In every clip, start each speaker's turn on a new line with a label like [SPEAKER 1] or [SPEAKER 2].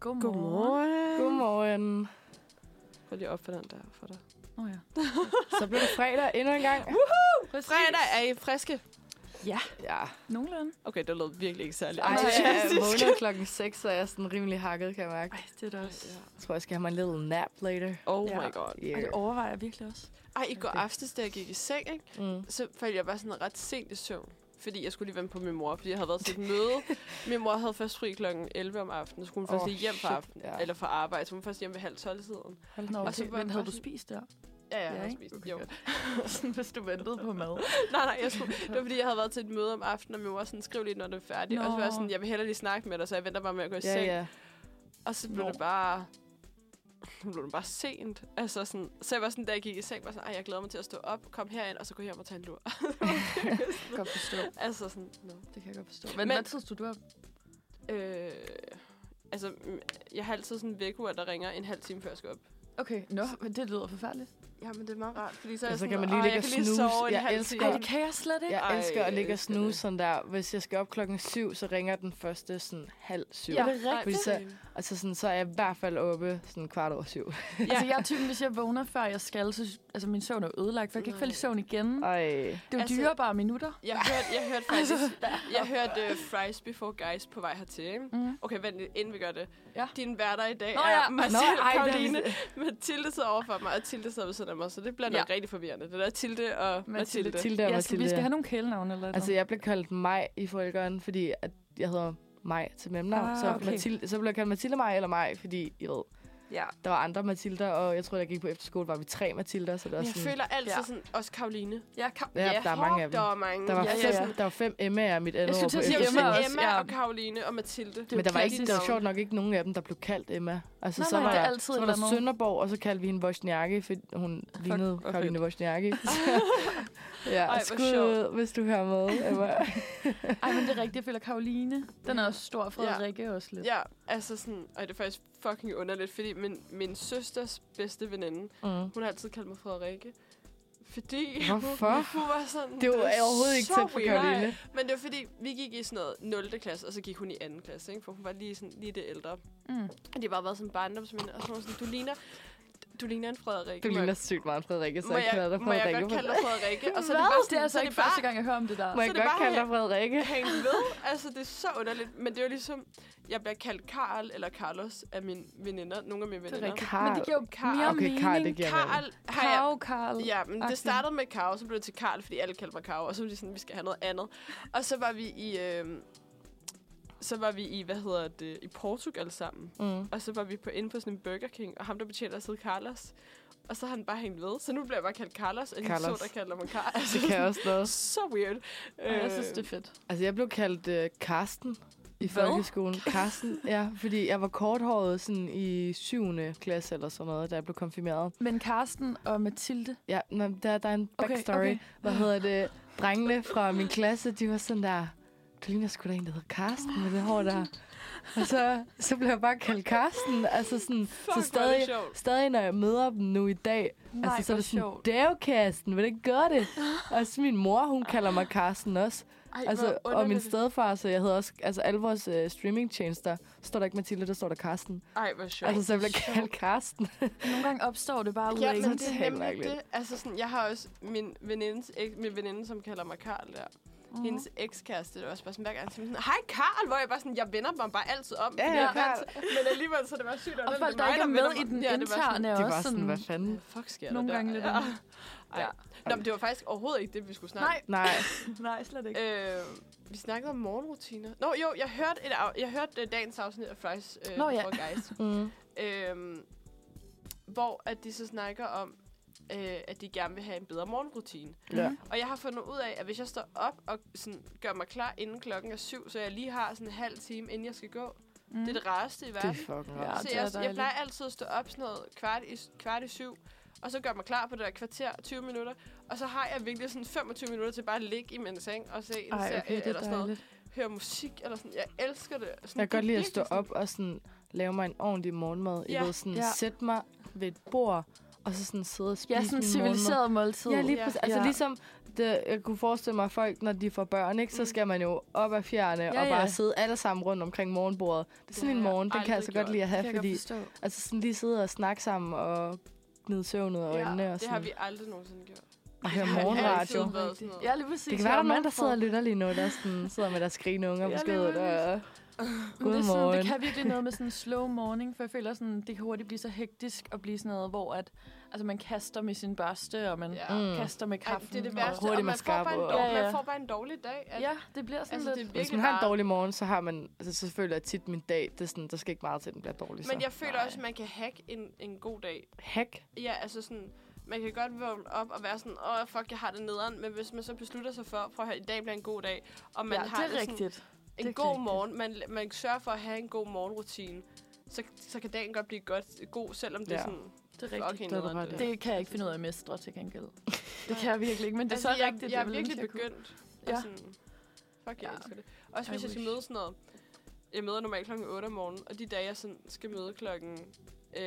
[SPEAKER 1] Godmorgen.
[SPEAKER 2] Godmorgen.
[SPEAKER 3] Godmorgen.
[SPEAKER 2] Prøv lige op for den der for dig.
[SPEAKER 1] Oh, ja.
[SPEAKER 3] Så blev det fredag endnu en gang.
[SPEAKER 1] Præcis.
[SPEAKER 2] Fredag, er I friske?
[SPEAKER 3] Ja.
[SPEAKER 1] Nogenlunde.
[SPEAKER 2] Okay, det lød virkelig ikke særlig
[SPEAKER 3] Ej, jeg er
[SPEAKER 2] entusiastisk.
[SPEAKER 3] vågnet klokken 6, så jeg er sådan rimelig hakket, kan jeg mærke.
[SPEAKER 4] Ej, det er da også...
[SPEAKER 2] Ja.
[SPEAKER 3] Jeg tror, jeg skal have mig en little nap later.
[SPEAKER 2] Oh
[SPEAKER 4] Ja.
[SPEAKER 2] my god.
[SPEAKER 4] Ja. Og det overvejer jeg virkelig også.
[SPEAKER 2] Ej, i går aftes, da jeg gik i seng, ikke?
[SPEAKER 3] Mm.
[SPEAKER 2] så faldt jeg bare sådan ret sent i søvn. Fordi jeg skulle lige vente på min mor, fordi jeg havde været til et møde. Min mor havde først fri kl. 11 om aftenen, så skulle hun først
[SPEAKER 3] Åh,
[SPEAKER 2] lige hjem fra,
[SPEAKER 3] shit,
[SPEAKER 2] aften,
[SPEAKER 3] ja.
[SPEAKER 2] eller fra arbejde, så hun først hjem ved halv 12 tiden.
[SPEAKER 4] Nå,
[SPEAKER 2] Og så
[SPEAKER 4] okay.
[SPEAKER 2] var
[SPEAKER 4] Men
[SPEAKER 2] det
[SPEAKER 4] havde
[SPEAKER 2] bare
[SPEAKER 4] du
[SPEAKER 2] sådan-
[SPEAKER 4] spist der?
[SPEAKER 2] Ja, ja, jeg
[SPEAKER 4] Ja,
[SPEAKER 2] havde
[SPEAKER 4] ikke?
[SPEAKER 2] spist.
[SPEAKER 4] Okay,
[SPEAKER 2] jo.
[SPEAKER 4] godt. Sådan, hvis du ventede på mad.
[SPEAKER 2] Nej, nej, jeg skulle, det var fordi, jeg havde været til et møde om aftenen, og min mor sådan, skriv lige, når det er færdigt. Og så var jeg
[SPEAKER 4] Nå.
[SPEAKER 2] sådan, jeg vil hellere lige snakke med dig, så jeg venter bare med at gå i
[SPEAKER 3] Ja,
[SPEAKER 2] seng.
[SPEAKER 3] ja.
[SPEAKER 2] Og så blev
[SPEAKER 4] Nå.
[SPEAKER 2] det bare... Nu blev det bare sent. Altså sådan, så jeg var sådan, da jeg gik i seng, var sådan, "Ej, jeg glæder mig til at stå op, kom herind, og så gå hjem og tage en lur.
[SPEAKER 4] Godt forstå.
[SPEAKER 2] altså sådan, no.
[SPEAKER 4] Det kan jeg godt forstå.
[SPEAKER 2] Men-
[SPEAKER 4] Men, hvad tid stod du op?
[SPEAKER 2] Øh, altså, mm, jeg har altid sådan en vækkeur, der ringer en halv time før jeg skal op.
[SPEAKER 4] Okay, nå, men det lyder forfærdeligt.
[SPEAKER 2] Ja, men det er meget rart, fordi så,
[SPEAKER 3] Ja,
[SPEAKER 2] er
[SPEAKER 3] så
[SPEAKER 2] jeg
[SPEAKER 3] kan
[SPEAKER 2] sådan,
[SPEAKER 3] man lige
[SPEAKER 2] "Åh,
[SPEAKER 3] ligge
[SPEAKER 2] jeg
[SPEAKER 3] og
[SPEAKER 2] kan lige
[SPEAKER 3] snuse.
[SPEAKER 2] sove en
[SPEAKER 3] Jeg
[SPEAKER 2] halv
[SPEAKER 3] elsker
[SPEAKER 2] time.
[SPEAKER 3] Ej,
[SPEAKER 4] Ej,
[SPEAKER 3] det
[SPEAKER 4] det kan jeg slet ikke.
[SPEAKER 3] Jeg
[SPEAKER 2] Ej,
[SPEAKER 3] elsker at ligge og
[SPEAKER 2] jeg elsker
[SPEAKER 3] snuse
[SPEAKER 2] det.
[SPEAKER 3] sådan der. Hvis jeg skal op klokken 7, så ringer den første sådan halv syv.
[SPEAKER 4] Ja.
[SPEAKER 3] Ja.
[SPEAKER 4] Er det
[SPEAKER 2] Nej,
[SPEAKER 3] rigtigt?
[SPEAKER 2] fordi så,
[SPEAKER 3] Altså sådan, så er jeg i hvert fald oppe sådan kvart over syv.
[SPEAKER 4] Ja. Altså, jeg er typen, hvis jeg vågner, før jeg skal, så altså, min søvn er ødelagt, for jeg kan ikke falde i søvn igen.
[SPEAKER 3] Ej.
[SPEAKER 4] Det er jo
[SPEAKER 2] Altså-
[SPEAKER 4] dyrebare minutter.
[SPEAKER 2] jeg hørte, jeg hørte faktisk, jeg hørte uh, Fries Before Guys på vej hertil. ikke?
[SPEAKER 4] Mm.
[SPEAKER 2] Okay, vent lige, inden vi gør det.
[SPEAKER 4] Ja.
[SPEAKER 2] Din værter i dag
[SPEAKER 4] Nå,
[SPEAKER 2] er
[SPEAKER 4] ja.
[SPEAKER 2] Marcel
[SPEAKER 3] Nå, ej, det er
[SPEAKER 2] Karoline. Mathilde sidder overfor mig, og Tilde sidder ved siden af mig, så det bliver noget rigtig forvirrende. Det der Tilde og Mathilde.
[SPEAKER 4] Mathilde.
[SPEAKER 2] Mathilde.
[SPEAKER 3] Tilda og
[SPEAKER 4] Jeg skal, vi
[SPEAKER 3] Mathilde.
[SPEAKER 4] skal have nogle kælenavne eller
[SPEAKER 3] Altså,
[SPEAKER 4] noget.
[SPEAKER 3] jeg blev kaldt Maj i folkeren, fordi at jeg hedder Maj til mellemnavn.
[SPEAKER 4] Ah,
[SPEAKER 3] Ah, så,
[SPEAKER 4] okay.
[SPEAKER 3] Mathilde, så blev jeg kaldt Mathilde Maj eller Maj, fordi I ved,
[SPEAKER 2] Ja.
[SPEAKER 3] der var andre Mathilder, og jeg tror, da jeg gik på efterskole, var vi tre Mathilder, så det var
[SPEAKER 2] Men jeg
[SPEAKER 3] sådan,
[SPEAKER 2] føler altid
[SPEAKER 4] Ja.
[SPEAKER 2] sådan, også Karoline.
[SPEAKER 4] Ja, ka-
[SPEAKER 3] Ja, der er mange af
[SPEAKER 2] Der
[SPEAKER 3] dem.
[SPEAKER 2] var mange.
[SPEAKER 3] der var,
[SPEAKER 4] Ja,
[SPEAKER 3] ja,
[SPEAKER 4] ja,
[SPEAKER 3] fem, ja,
[SPEAKER 4] ja.
[SPEAKER 3] der var fem Emma'er i mit andet år
[SPEAKER 4] skulle til
[SPEAKER 3] på
[SPEAKER 4] at sige,
[SPEAKER 2] Jamen,
[SPEAKER 4] Emma
[SPEAKER 2] Emma,
[SPEAKER 3] efterskole.
[SPEAKER 4] også,
[SPEAKER 2] Emma
[SPEAKER 4] ja.
[SPEAKER 2] og Karoline og Mathilde.
[SPEAKER 4] Det er jo
[SPEAKER 3] Men der var, ikke,
[SPEAKER 4] klassisk
[SPEAKER 3] der var
[SPEAKER 4] navn.
[SPEAKER 3] sjovt nok ikke nogen af dem, der blev kaldt Emma. Altså,
[SPEAKER 4] Nej,
[SPEAKER 3] så
[SPEAKER 4] nej,
[SPEAKER 3] var
[SPEAKER 4] det er
[SPEAKER 3] der,
[SPEAKER 4] altid
[SPEAKER 3] så var
[SPEAKER 4] et
[SPEAKER 3] der
[SPEAKER 4] eller andet.
[SPEAKER 3] Sønderborg, og så kaldte vi hende Vosniakke, fordi hun lignede
[SPEAKER 2] hvor
[SPEAKER 3] Karoline Vosniakke. ja,
[SPEAKER 2] Ej,
[SPEAKER 3] Ej,
[SPEAKER 2] hvor
[SPEAKER 3] skud ud, hvis du hører med, Emma.
[SPEAKER 4] Ej, men det er rigtigt. Jeg føler Karoline. Den er også stor. Frederikke er også lidt.
[SPEAKER 2] Ja, altså sådan, og det er faktisk fucking underligt, fordi min, min søsters bedste veninde,
[SPEAKER 3] mm.
[SPEAKER 2] hun har altid kaldt mig Frederikke. Fordi
[SPEAKER 3] Hvorfor?
[SPEAKER 2] Hun, hun var sådan,
[SPEAKER 3] Det var overhovedet ikke
[SPEAKER 2] så
[SPEAKER 3] tæt på
[SPEAKER 2] weird.
[SPEAKER 3] Karoline.
[SPEAKER 2] Men det var fordi, vi gik i sådan noget 0. klasse, og så gik hun i 2. klasse, ikke? for hun var lige, sådan, lige det ældre.
[SPEAKER 4] Mm.
[SPEAKER 2] Og det har bare været sådan barndomsminde, og så var hun sådan, du ligner, du ligner en Frederikke.
[SPEAKER 3] Du
[SPEAKER 2] Må jeg-
[SPEAKER 3] ligner sygt meget Frederikke, så
[SPEAKER 2] må
[SPEAKER 3] jeg
[SPEAKER 2] jeg,
[SPEAKER 3] kalder dig
[SPEAKER 2] må jeg
[SPEAKER 3] Frederikke.
[SPEAKER 2] godt
[SPEAKER 3] for
[SPEAKER 2] kalde dig Frederikke? Og så er det
[SPEAKER 4] Hvad?
[SPEAKER 2] bare sådan,
[SPEAKER 4] Det er altså
[SPEAKER 2] så
[SPEAKER 4] ikke
[SPEAKER 2] bare-
[SPEAKER 4] første gang, jeg hører om det der.
[SPEAKER 3] Må
[SPEAKER 2] Så
[SPEAKER 3] jeg
[SPEAKER 2] er det
[SPEAKER 3] godt
[SPEAKER 2] bare
[SPEAKER 3] kalde dig Frederikke?
[SPEAKER 2] hænge ved. Altså, det er så underligt. Men det er jo ligesom, jeg bliver kaldt Karl eller Carlos af mine veninder. Nogle af mine
[SPEAKER 4] Det er
[SPEAKER 2] veninder.
[SPEAKER 4] rigtigt.
[SPEAKER 3] Karl.
[SPEAKER 4] Men det giver jo
[SPEAKER 2] Karl.
[SPEAKER 4] mere
[SPEAKER 3] Okay,
[SPEAKER 4] mening.
[SPEAKER 3] Karl, det giver mening.
[SPEAKER 2] Karl har
[SPEAKER 4] Karl,
[SPEAKER 2] jeg...
[SPEAKER 4] Karl.
[SPEAKER 2] Ja, men
[SPEAKER 4] Agtig.
[SPEAKER 2] det startede med Karo, så blev det til Karl, fordi alle kaldte mig Karo. Og så var de sådan, vi skal have noget andet. Og så var vi i... Øh, så var vi i, hvad hedder det, i Portugal sammen.
[SPEAKER 3] Mm.
[SPEAKER 2] Og så var vi på inde på sådan en Burger King, og ham, der betjente os, hed Carlos. Og så har han bare hængt ved. Så nu bliver jeg bare kaldt Carlos, og hende
[SPEAKER 3] Carlos.
[SPEAKER 2] så, der kalder mig Carl. Altså,
[SPEAKER 3] Det kan jeg også noget.
[SPEAKER 2] så weird. Øh,
[SPEAKER 4] Ej, Jeg synes, det er fedt.
[SPEAKER 3] Altså, jeg blev kaldt øh, Karsten i
[SPEAKER 4] Hvad?
[SPEAKER 3] folkeskolen. Karsten, ja, fordi jeg var korthåret sådan i 7. klasse eller sådan noget, da jeg blev konfirmeret.
[SPEAKER 4] Men Karsten og Mathilde.
[SPEAKER 3] Ja, nå, der, der er en
[SPEAKER 4] Okay,
[SPEAKER 3] backstory. Okay,
[SPEAKER 4] okay.
[SPEAKER 3] okay. Hvad hedder det? Drengene fra min klasse, de var sådan der, du ligner sgu da en, der hedder Karsten med det hår der. Og så, så blev jeg bare kaldt Karsten. Altså sådan,
[SPEAKER 2] Fuck,
[SPEAKER 3] så
[SPEAKER 2] hvor er det
[SPEAKER 3] stadig,
[SPEAKER 2] sjovt.
[SPEAKER 3] stadig, når jeg møder dem nu i dag,
[SPEAKER 4] Nej,
[SPEAKER 3] altså, så er
[SPEAKER 4] hvor
[SPEAKER 3] det sådan,
[SPEAKER 4] sjovt.
[SPEAKER 3] det er jo Karsten, vil det ikke gøre det? Og så min mor, hun kalder mig Karsten også.
[SPEAKER 2] Ej,
[SPEAKER 3] Altså,
[SPEAKER 2] hvor
[SPEAKER 3] og min
[SPEAKER 2] underligt.
[SPEAKER 3] stedfar, så jeg hedder også... Altså, alle vores øh, streamingtjenester, står der ikke Mathilde, der står der Karsten.
[SPEAKER 2] Ej, hvor sjovt.
[SPEAKER 3] Altså, så jeg bliver kaldt Karsten.
[SPEAKER 4] Nogle gange opstår det bare ud
[SPEAKER 2] Ja,
[SPEAKER 4] af
[SPEAKER 2] men det
[SPEAKER 3] ingenting.
[SPEAKER 2] er nemlig
[SPEAKER 3] Mærkeligt.
[SPEAKER 2] det. Altså sådan, jeg har også min venindes, ek, min veninde, som kalder mig Karl der. Mm. Hendes ekskæreste, det var også bare sådan, hver gang, sådan, hej Karl, hvor jeg bare sådan, jeg vender mig bare altid om.
[SPEAKER 3] Ja,
[SPEAKER 2] fordi
[SPEAKER 3] ja.
[SPEAKER 2] jeg er vant til- Men alligevel, så er det var sygt,
[SPEAKER 4] Og
[SPEAKER 2] underligt,
[SPEAKER 4] folk,
[SPEAKER 2] det
[SPEAKER 4] der
[SPEAKER 2] mig,
[SPEAKER 4] ikke er med
[SPEAKER 2] vender
[SPEAKER 4] i
[SPEAKER 2] mig.
[SPEAKER 4] den
[SPEAKER 2] ja, det var
[SPEAKER 4] interne, er
[SPEAKER 3] Det var
[SPEAKER 4] også
[SPEAKER 3] sådan, hvad
[SPEAKER 4] sådan...
[SPEAKER 2] Sådan,
[SPEAKER 3] fanden?
[SPEAKER 2] "Hvad fuck sker
[SPEAKER 4] Nogle
[SPEAKER 2] der
[SPEAKER 4] gange
[SPEAKER 2] der?
[SPEAKER 4] lidt
[SPEAKER 2] Ja.
[SPEAKER 4] andet.
[SPEAKER 2] Ej. Nå, men det var faktisk overhovedet ikke det, vi skulle snakke
[SPEAKER 4] Nej,
[SPEAKER 3] Nej,
[SPEAKER 4] nej, slet ikke.
[SPEAKER 2] Øh, vi snakkede om morgenrutiner. Nå, jo, jeg hørte, et af, jeg hørte øh, dagens afsnit af Fries øh,
[SPEAKER 4] Nå, ja.
[SPEAKER 2] Before Guys.
[SPEAKER 3] mm.
[SPEAKER 2] øhm, hvor at de så snakker om, øh, at de gerne vil have en bedre morgenrutine.
[SPEAKER 3] ja.
[SPEAKER 2] Og jeg har fundet ud af, at hvis jeg står op og sådan, gør mig klar inden klokken er syv, så jeg lige har sådan en halv time, inden jeg skal gå. Mm.
[SPEAKER 4] Mm.
[SPEAKER 2] Det er det rareste i
[SPEAKER 3] det
[SPEAKER 2] verden.
[SPEAKER 3] er fucking
[SPEAKER 4] Ja.
[SPEAKER 3] ja.
[SPEAKER 2] så
[SPEAKER 4] Ah, det er
[SPEAKER 2] jeg, jeg
[SPEAKER 4] dejligt.
[SPEAKER 2] plejer altid at stå op sådan noget kvart i, kvart i syv, og så gør mig klar på det der kvarter, 20 minutter. Og så har jeg virkelig sådan 25 minutter til bare at ligge i min seng og se en
[SPEAKER 4] Ej,
[SPEAKER 2] serie
[SPEAKER 4] okay, det
[SPEAKER 2] eller
[SPEAKER 4] er
[SPEAKER 2] sådan noget.
[SPEAKER 4] dejligt.
[SPEAKER 2] Høre musik eller sådan. Jeg elsker det. Sådan,
[SPEAKER 3] Jeg
[SPEAKER 2] det er
[SPEAKER 3] kan godt lide at
[SPEAKER 2] virkelig
[SPEAKER 3] stå
[SPEAKER 2] sådan-
[SPEAKER 3] op og sådan, lave mig en ordentlig morgenmad. Ja.
[SPEAKER 2] Ja.
[SPEAKER 3] Jeg ved sådan,
[SPEAKER 4] Ja.
[SPEAKER 3] ja. sætte mig ved et bord og så sådan sidde og spise
[SPEAKER 4] Ja, sådan en
[SPEAKER 3] min morgenmad.
[SPEAKER 4] civiliseret måltid.
[SPEAKER 3] Ja, lige
[SPEAKER 2] Ja.
[SPEAKER 3] præcis. Altså
[SPEAKER 4] Ja.
[SPEAKER 3] ligesom, det, jeg kunne forestille mig, at folk, når de får børn, ikke, så
[SPEAKER 2] Mm.
[SPEAKER 3] skal man jo op af fjerne ja, og
[SPEAKER 4] ja.
[SPEAKER 3] bare sidde alle sammen rundt omkring morgenbordet. Det er sådan
[SPEAKER 2] Det
[SPEAKER 3] en
[SPEAKER 2] har jeg
[SPEAKER 3] morgen, den kan jeg
[SPEAKER 2] aldrig
[SPEAKER 3] så godt
[SPEAKER 2] gjort.
[SPEAKER 3] lide at have,
[SPEAKER 4] kan jeg
[SPEAKER 3] fordi
[SPEAKER 4] godt forstå.
[SPEAKER 3] altså sådan lige sidde og snakke sammen og gnide søvn ud af øjnene og
[SPEAKER 2] det
[SPEAKER 3] sådan,
[SPEAKER 2] har vi aldrig nogensinde gjort.
[SPEAKER 3] og høre
[SPEAKER 2] Det har
[SPEAKER 3] morgenradio.
[SPEAKER 2] altid været sådan noget.
[SPEAKER 4] Ja, lige præcis.
[SPEAKER 3] Det kan være, der er nogen, der sidder og lytter lige nu, der sådan, sidder med deres skrigende unger på
[SPEAKER 4] Ja, lige
[SPEAKER 3] skødet. Og...
[SPEAKER 4] Men det, er sådan,
[SPEAKER 3] Godmorgen.
[SPEAKER 4] det kan virkelig noget med sådan en slow morning, for jeg føler, sådan, det kan hurtigt blive så hektisk og blive sådan noget, hvor at, altså, man kaster med sin børste, og man
[SPEAKER 2] Ja.
[SPEAKER 4] ja.
[SPEAKER 3] Mm.
[SPEAKER 4] kaster med
[SPEAKER 2] Ej,
[SPEAKER 4] kaffen.
[SPEAKER 2] det er det
[SPEAKER 4] og-
[SPEAKER 2] værste,
[SPEAKER 3] hurtigt
[SPEAKER 2] og man får,
[SPEAKER 3] mascara
[SPEAKER 2] bare en
[SPEAKER 3] på, og-
[SPEAKER 2] dårlig,
[SPEAKER 4] Ja, ja.
[SPEAKER 2] man får bare en dårlig dag. At,
[SPEAKER 4] Ja, det bliver sådan
[SPEAKER 2] altså,
[SPEAKER 4] altså,
[SPEAKER 2] det
[SPEAKER 4] lidt...
[SPEAKER 2] er
[SPEAKER 3] Hvis
[SPEAKER 2] virkelig
[SPEAKER 3] man har en
[SPEAKER 2] bare-
[SPEAKER 3] dårlig morgen, så har man... Altså, selvfølgelig er tit min dag, det er sådan, der skal ikke meget til, den bliver dårlig.
[SPEAKER 2] Men
[SPEAKER 3] så.
[SPEAKER 2] jeg føler
[SPEAKER 4] Nej.
[SPEAKER 2] også, at man kan hacke en, en god dag.
[SPEAKER 3] Hack.
[SPEAKER 2] Ja, altså sådan, man kan godt vågne op og være sådan, åh, fuck, jeg har det nederen. Men hvis man så beslutter sig for, prøv at høre, i dag bliver en god dag. Og man
[SPEAKER 4] ja,
[SPEAKER 2] har
[SPEAKER 4] det er
[SPEAKER 2] sådan
[SPEAKER 4] rigtigt.
[SPEAKER 2] en
[SPEAKER 4] Det er
[SPEAKER 2] god
[SPEAKER 4] rigtigt.
[SPEAKER 2] morgen, man, man sørger for at have en god morgenrutine. Så, så kan dagen godt blive godt, god, selvom det er
[SPEAKER 3] Ja.
[SPEAKER 2] sådan,
[SPEAKER 4] Det er rigtigt.
[SPEAKER 2] fucking
[SPEAKER 3] Det er du
[SPEAKER 2] nederen.
[SPEAKER 3] ret i.
[SPEAKER 2] dag.
[SPEAKER 4] Det kan jeg ikke finde ud af at mestre til gengæld. Det
[SPEAKER 2] Nej.
[SPEAKER 4] kan jeg virkelig ikke, men det er
[SPEAKER 2] altså,
[SPEAKER 4] så
[SPEAKER 2] jeg,
[SPEAKER 4] rigtigt.
[SPEAKER 2] Jeg er
[SPEAKER 4] ville
[SPEAKER 2] virkelig
[SPEAKER 4] ønske, jeg kunne.
[SPEAKER 2] begyndt. Ja.
[SPEAKER 4] Ja.
[SPEAKER 2] Sådan, fuck, jeg
[SPEAKER 4] Ja.
[SPEAKER 2] elsker det.
[SPEAKER 4] I
[SPEAKER 2] Også hvis jeg skal
[SPEAKER 4] wish.
[SPEAKER 2] møde sådan noget. Jeg møder normalt klokken 8 om morgenen, og de dage, jeg sådan skal møde klokken, øh,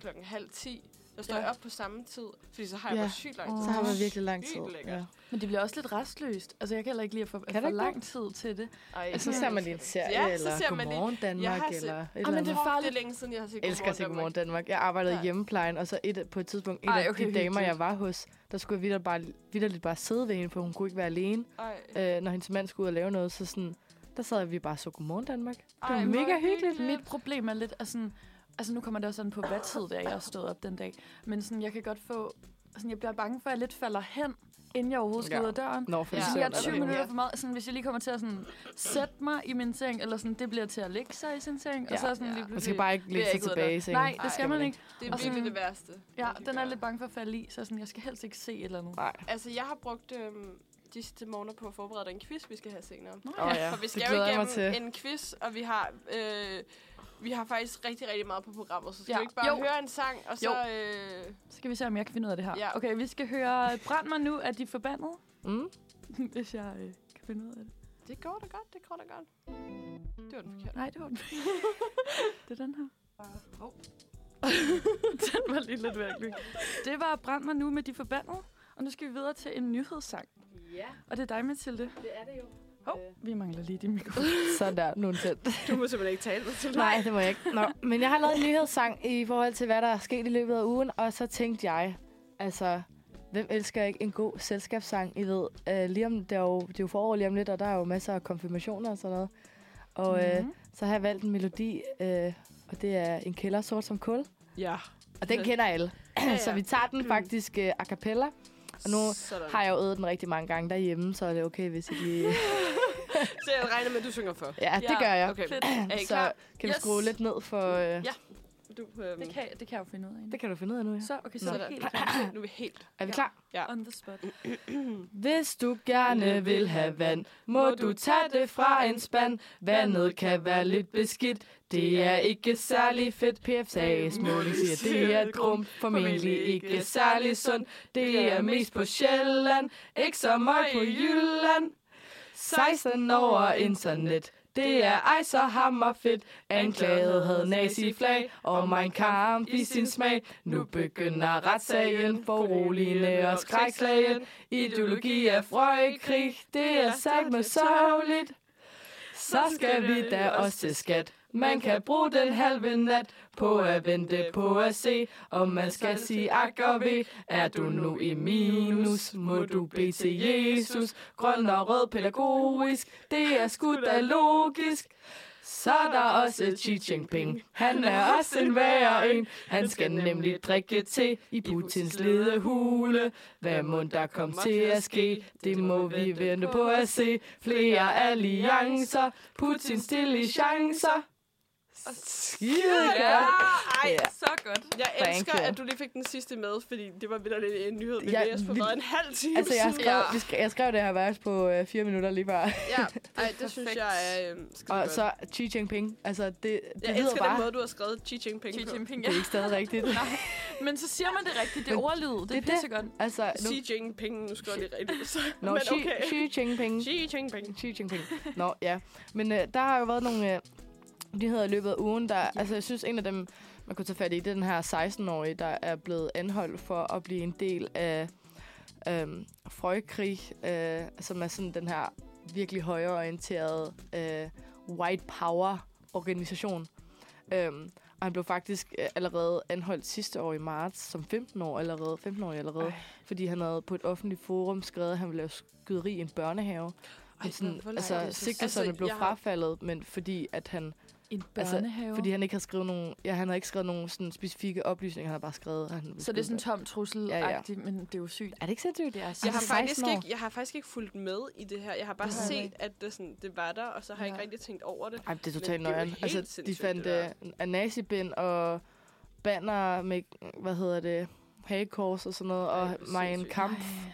[SPEAKER 2] klokken halv 10, der står
[SPEAKER 4] Ja.
[SPEAKER 2] jeg op på samme tid, fordi så har jeg
[SPEAKER 3] Ja.
[SPEAKER 2] bare sygt lang tid.
[SPEAKER 4] Åh.
[SPEAKER 3] Så har man virkelig lang
[SPEAKER 2] Sygt
[SPEAKER 3] tid.
[SPEAKER 2] lækkert.
[SPEAKER 4] Men det bliver også lidt restløst. Altså, jeg kan heller ikke lide at få
[SPEAKER 3] du
[SPEAKER 4] at for
[SPEAKER 3] ikke
[SPEAKER 4] lang tid til det.
[SPEAKER 2] Ej,
[SPEAKER 3] Og så ser man lige en serie,
[SPEAKER 2] Ja, så
[SPEAKER 3] ja, eller
[SPEAKER 2] ser man lige-
[SPEAKER 3] Godmorgen Danmark,
[SPEAKER 2] har set-
[SPEAKER 3] eller et
[SPEAKER 4] men
[SPEAKER 3] eller
[SPEAKER 4] det
[SPEAKER 3] andet.
[SPEAKER 4] er farligt.
[SPEAKER 2] Det er længe siden, jeg har set
[SPEAKER 3] Jeg elsker at se Godmorgen Danmark. Jeg arbejdede i
[SPEAKER 2] Ja.
[SPEAKER 3] hjemmeplejen, og så et, på et tidspunkt, en
[SPEAKER 4] Ej,
[SPEAKER 3] af
[SPEAKER 4] okay,
[SPEAKER 3] de damer,
[SPEAKER 4] hyggeligt.
[SPEAKER 3] jeg var hos, der skulle jeg vidderligt bare, vidderligt bare sidde ved hende, for hun kunne ikke være alene,
[SPEAKER 2] Ej,
[SPEAKER 3] øh, når hendes mand skulle ud og lave noget. Så sådan, der sad vi bare og så Godmorgen Danmark. Det var
[SPEAKER 2] Ej, hvor
[SPEAKER 3] mega hyggeligt.
[SPEAKER 2] hyggeligt.
[SPEAKER 4] Mit problem er lidt, at sådan, altså nu kommer det også sådan på, hvad tid det er, jeg har stået op den dag. Men sådan, jeg kan godt få, sådan, jeg bliver bange for, at jeg lidt falder hen, inden jeg overhovedet skal
[SPEAKER 3] Ja.
[SPEAKER 4] ud af døren.
[SPEAKER 3] Nå, for
[SPEAKER 2] Ja.
[SPEAKER 3] ja.
[SPEAKER 4] Sådan, jeg er 20
[SPEAKER 2] Ja.
[SPEAKER 4] minutter for meget. Sådan, hvis jeg lige kommer til at sådan, sætte mig i min seng, eller sådan, det bliver til at lægge sig i sin seng, og
[SPEAKER 3] Ja.
[SPEAKER 4] så er sådan
[SPEAKER 2] Ja.
[SPEAKER 4] lige
[SPEAKER 3] Man
[SPEAKER 4] pludselig...
[SPEAKER 3] skal bare ikke lægge
[SPEAKER 2] jeg
[SPEAKER 3] sig
[SPEAKER 2] ikke ud af
[SPEAKER 3] tilbage i
[SPEAKER 2] døren.
[SPEAKER 3] sengen.
[SPEAKER 4] Nej,
[SPEAKER 2] Ej,
[SPEAKER 4] det skal man ikke.
[SPEAKER 2] det er
[SPEAKER 4] og
[SPEAKER 2] virkelig
[SPEAKER 4] sådan-
[SPEAKER 2] det værste.
[SPEAKER 4] Ja,
[SPEAKER 2] man kan
[SPEAKER 4] den er
[SPEAKER 2] gøre.
[SPEAKER 4] lidt bange for at falde i, så sådan, jeg skal helst ikke se et eller andet.
[SPEAKER 3] Nej.
[SPEAKER 2] Altså, jeg har brugt øhm, de sidste måneder på at forberede den quiz, vi skal have senere.
[SPEAKER 4] Nå,
[SPEAKER 3] Åh ja,
[SPEAKER 2] For vi
[SPEAKER 3] det
[SPEAKER 2] skal jo
[SPEAKER 3] glæder jeg mig til.
[SPEAKER 2] igennem en quiz, og vi har, øh, vi har faktisk rigtig, rigtig meget på programmet. Så skal
[SPEAKER 4] Ja.
[SPEAKER 2] vi ikke bare
[SPEAKER 4] Jo.
[SPEAKER 2] høre en sang, og så... Øh,
[SPEAKER 4] Så skal vi se, om jeg kan finde ud af det her.
[SPEAKER 2] Ja.
[SPEAKER 4] Okay, vi skal høre Brænd mig nu, at de forbandet,
[SPEAKER 3] Mm?
[SPEAKER 4] hvis jeg øh, kan finde ud af det.
[SPEAKER 2] det går da godt, det går da godt. Det var den forkerte.
[SPEAKER 4] Nej, det var den. det er den her. den var lige lidt virkelig. Det var Brænd mig nu med de forbandet, og nu skal vi videre til en nyhedssang.
[SPEAKER 3] Ja,
[SPEAKER 4] Og det er dig, Mathilde.
[SPEAKER 3] det er det jo.
[SPEAKER 4] Hov, vi mangler lige din mikrofon.
[SPEAKER 3] Sådan der, nu er den tændt.
[SPEAKER 2] Du må simpelthen ikke tale dig til
[SPEAKER 3] Nej, det må jeg ikke. Nå. Men jeg har lavet en nyhedssang i forhold til, hvad der er sket i løbet af ugen, og så tænkte jeg, altså, hvem elsker ikke en god selskabssang? I ved, øh, lige om, det, er jo, det er jo forår lige om lidt, og der er jo masser af konfirmationer og sådan noget. Og øh,
[SPEAKER 4] Mhm.
[SPEAKER 3] så har jeg valgt en melodi, øh, og det er En kælder sort som kul.
[SPEAKER 2] Ja.
[SPEAKER 3] Og den kender alle.
[SPEAKER 2] ja. Mm.
[SPEAKER 3] så vi tager den faktisk øh, a cappella. Og nu
[SPEAKER 2] Sådan.
[SPEAKER 3] har jeg jo øvet den rigtig mange gange derhjemme, så er det okay, hvis I lige...
[SPEAKER 2] Så jeg regner med, at du synger for.
[SPEAKER 3] Ja, det gør jeg.
[SPEAKER 2] Okay.
[SPEAKER 4] Fedt.
[SPEAKER 2] Er I
[SPEAKER 3] Så
[SPEAKER 2] klar?
[SPEAKER 3] kan vi
[SPEAKER 2] Yes.
[SPEAKER 3] skrue lidt ned for... Øh,
[SPEAKER 2] Ja. Du, øhm,
[SPEAKER 4] Det kan, det kan jeg jo finde ud af.
[SPEAKER 3] Det kan du finde ud af nu, ja.
[SPEAKER 4] Så, okay, så
[SPEAKER 2] Nå.
[SPEAKER 4] er det helt
[SPEAKER 2] nu er vi helt...
[SPEAKER 3] Er vi klar?
[SPEAKER 4] on the spot.
[SPEAKER 3] Hvis du gerne vil have vand, må du tage det fra en spand. Vandet kan være lidt beskidt, det er ikke særlig fedt. PFA's måling siger, det er et grum, formentlig ikke særlig sundt. Det er mest på Sjælland, ikke så meget på Jylland. 16 over internet, det er ej så hammerfedt. Anklaget havde naziflag og Mein Kampf i sin smag. Nu begynder retssagen, foruroligende og skrækslagen. Ideologi er frøjkrig, det er satme sørgeligt. Så skal vi da også til skat. Man kan bruge den halve nat på at vente på at se, om man skal sige ak og ved. Er du nu i minus, må du bede til Jesus. Grøn og rød pædagogisk, det er skudt af logisk. Så er der også Xi Jinping. Han er også en værre en. Han skal nemlig drikke te i Putins ledehule. Hvad må der komme til at ske? Det må vi vente på at se. Flere alliancer. Putin stille i chancer. Skide
[SPEAKER 2] Ja,
[SPEAKER 3] godt.
[SPEAKER 2] ej,
[SPEAKER 3] Ja.
[SPEAKER 4] Så godt.
[SPEAKER 2] Jeg
[SPEAKER 3] Thank
[SPEAKER 2] elsker,
[SPEAKER 3] you.
[SPEAKER 2] at du lige fik den sidste med, fordi det var vitterligt en nyhed, vi
[SPEAKER 3] Jeg
[SPEAKER 2] læste for
[SPEAKER 3] vil-
[SPEAKER 2] været en halv time
[SPEAKER 3] Altså, jeg
[SPEAKER 2] siden.
[SPEAKER 3] skrev, vi skrev, jeg skrev det her vers på øh, fire minutter lige før.
[SPEAKER 2] Ja, ej, det synes
[SPEAKER 4] Perfekt.
[SPEAKER 2] jeg er øh, skide
[SPEAKER 3] Og
[SPEAKER 2] godt.
[SPEAKER 3] så Xi Jinping. Altså, det, det
[SPEAKER 2] jeg
[SPEAKER 3] lyder
[SPEAKER 2] elsker den
[SPEAKER 3] bare...
[SPEAKER 2] måde, du har skrevet Xi Jinping
[SPEAKER 4] Xi
[SPEAKER 2] på.
[SPEAKER 4] Jinping,
[SPEAKER 3] Det
[SPEAKER 4] ja.
[SPEAKER 3] er ikke stadig rigtigt.
[SPEAKER 4] Men så siger man det rigtigt. Det er
[SPEAKER 3] Men
[SPEAKER 4] ordlyd. Det,
[SPEAKER 3] det
[SPEAKER 4] det
[SPEAKER 3] er
[SPEAKER 4] er
[SPEAKER 3] det.
[SPEAKER 4] pissegodt.
[SPEAKER 3] Altså, nu,
[SPEAKER 2] Xi Jinping, nu skriver jeg det rigtigt. Så,
[SPEAKER 3] Nå,
[SPEAKER 2] men
[SPEAKER 3] Xi,
[SPEAKER 2] okay.
[SPEAKER 3] Xi Jinping.
[SPEAKER 2] Xi Jinping.
[SPEAKER 3] Xi Jinping. Nå, ja. Men øh, der har jo været nogle, øh, nyheder i løbet af ugen. Der, altså, jeg synes, en af dem, man kunne tage fat i, det er den her 16-årige, der er blevet anholdt for at blive en del af øhm, Frøkrig, øh, som er sådan den her virkelig højreorienterede øh, white power organisation. Øhm, og han blev faktisk øh, allerede anholdt sidste år i marts, som 15 år allerede, 15 år allerede, Ej. fordi han havde på et offentligt forum skrevet, at han ville lave skyderi i en børnehave. Ej, sådan, altså, sigtelserne blev
[SPEAKER 2] jeg har-
[SPEAKER 3] frafaldet, men fordi at han
[SPEAKER 4] En
[SPEAKER 3] altså,
[SPEAKER 4] børnehave.
[SPEAKER 3] fordi han ikke har skrevet nogen, ja, han har ikke skrevet nogen sådan specifikke oplysninger, han har bare skrevet. at Han ville
[SPEAKER 4] så det er sådan
[SPEAKER 3] skyde
[SPEAKER 4] tom trussel
[SPEAKER 3] Ja, ja.
[SPEAKER 4] ja, ja. men det er jo sygt.
[SPEAKER 3] folk. Er det ikke sindssygt?
[SPEAKER 4] Det er
[SPEAKER 2] Jeg
[SPEAKER 4] sygt.
[SPEAKER 2] har,
[SPEAKER 3] Altså, 16
[SPEAKER 2] faktisk
[SPEAKER 3] år.
[SPEAKER 2] ikke, jeg har faktisk ikke fulgt med i det her. Jeg har bare
[SPEAKER 4] Det har jeg
[SPEAKER 2] set, at det, sådan, det var der, og så har jeg
[SPEAKER 4] Ja.
[SPEAKER 2] ikke rigtig tænkt over det.
[SPEAKER 3] Ej, det er
[SPEAKER 2] Men
[SPEAKER 3] totalt
[SPEAKER 2] det er jo
[SPEAKER 3] nøjeren.
[SPEAKER 2] helt
[SPEAKER 3] Altså, de
[SPEAKER 2] sindssygt,
[SPEAKER 3] fandt
[SPEAKER 2] det
[SPEAKER 3] uh, nazibind og banner med, hvad hedder det, hagekors og sådan noget,
[SPEAKER 2] Ej,
[SPEAKER 3] og
[SPEAKER 2] hvor
[SPEAKER 3] Mein
[SPEAKER 2] sindssygt.
[SPEAKER 3] Kampf.
[SPEAKER 4] Ej.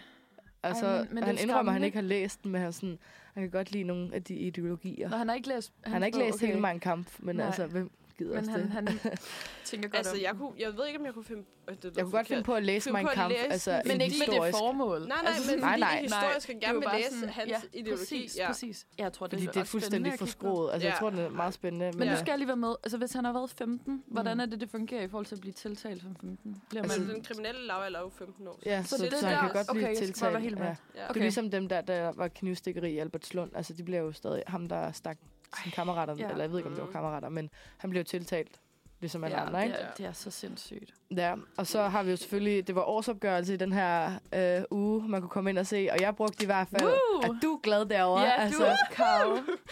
[SPEAKER 3] Altså,
[SPEAKER 4] Ej, men- men det er
[SPEAKER 3] og han
[SPEAKER 4] jo
[SPEAKER 3] indrømmer, at han
[SPEAKER 4] skræmmende.
[SPEAKER 3] ikke har læst den, men han, sådan, han kan godt lide nogle af de ideologier.
[SPEAKER 4] Nå, han har ikke læst...
[SPEAKER 3] han har ikke
[SPEAKER 4] åh,
[SPEAKER 3] læst hele Mein Kampf, men
[SPEAKER 4] Nej.
[SPEAKER 3] altså, hvem gider
[SPEAKER 4] Men
[SPEAKER 3] også
[SPEAKER 4] han,
[SPEAKER 3] det?
[SPEAKER 4] han tænker godt
[SPEAKER 2] Altså,
[SPEAKER 4] om.
[SPEAKER 2] jeg, kunne, jeg ved ikke, om jeg kunne finde... øh, Det lyder
[SPEAKER 3] Jeg kunne godt finde
[SPEAKER 2] forkert.
[SPEAKER 3] på at læse
[SPEAKER 2] Finde
[SPEAKER 3] Mein
[SPEAKER 2] på at
[SPEAKER 3] Kampf,
[SPEAKER 2] læse
[SPEAKER 3] altså
[SPEAKER 2] den,
[SPEAKER 3] en
[SPEAKER 4] men ikke med det
[SPEAKER 3] historisk-
[SPEAKER 4] formål.
[SPEAKER 2] Nej, nej, altså, men
[SPEAKER 4] sådan-
[SPEAKER 2] nej,
[SPEAKER 3] nej,
[SPEAKER 2] nej,
[SPEAKER 3] nej.
[SPEAKER 2] historisk,
[SPEAKER 4] Det
[SPEAKER 2] og
[SPEAKER 4] er
[SPEAKER 2] gerne
[SPEAKER 4] jo
[SPEAKER 2] vil
[SPEAKER 4] bare
[SPEAKER 2] læse hans ideologi.
[SPEAKER 4] Præcis,
[SPEAKER 2] ja.
[SPEAKER 4] præcis. Jeg tror, det,
[SPEAKER 3] Fordi det er
[SPEAKER 4] ret spændende
[SPEAKER 3] fuldstændig
[SPEAKER 4] at kigge på.
[SPEAKER 3] forskroet. Altså, jeg
[SPEAKER 2] Ja.
[SPEAKER 3] tror, det er meget spændende.
[SPEAKER 4] Men
[SPEAKER 2] Ja.
[SPEAKER 4] du skal alligevel med. Altså, hvis han har været 15, hvordan
[SPEAKER 3] Mm.
[SPEAKER 4] er det, det fungerer i forhold til at blive tiltalt som 15? Bliver man...
[SPEAKER 2] Altså,
[SPEAKER 3] Altså,
[SPEAKER 2] den kriminelle lavalder er jo 15 år.
[SPEAKER 3] Ja, så,
[SPEAKER 4] Så
[SPEAKER 3] så,
[SPEAKER 4] det
[SPEAKER 3] så,
[SPEAKER 4] er
[SPEAKER 3] han
[SPEAKER 4] der-
[SPEAKER 3] kan godt blive
[SPEAKER 4] okay, jeg skal bare
[SPEAKER 3] tiltalt.
[SPEAKER 4] være helt med.
[SPEAKER 3] Ja.
[SPEAKER 2] Ja.
[SPEAKER 3] Okay. Det er ligesom dem der, der var knivstikkeri i Albertslund. Altså, de blev jo stadig ham, der stak sine kammerater,
[SPEAKER 4] ja. Mm.
[SPEAKER 3] ja. eller jeg ved ikke, om det var
[SPEAKER 2] Mhm.
[SPEAKER 3] kammerater, men han blev jo tiltalt, ligesom alle
[SPEAKER 4] ja,
[SPEAKER 3] andre, ikke?
[SPEAKER 4] Det er, det er så sindssygt.
[SPEAKER 3] Ja, og så har vi jo selvfølgelig, det var årsopgørelse i den her øh, uge, man kunne komme ind og se, og jeg brugte i hvert fald,
[SPEAKER 4] Woo!
[SPEAKER 3] at du er glad derovre.
[SPEAKER 4] Ja, du er
[SPEAKER 3] Karo.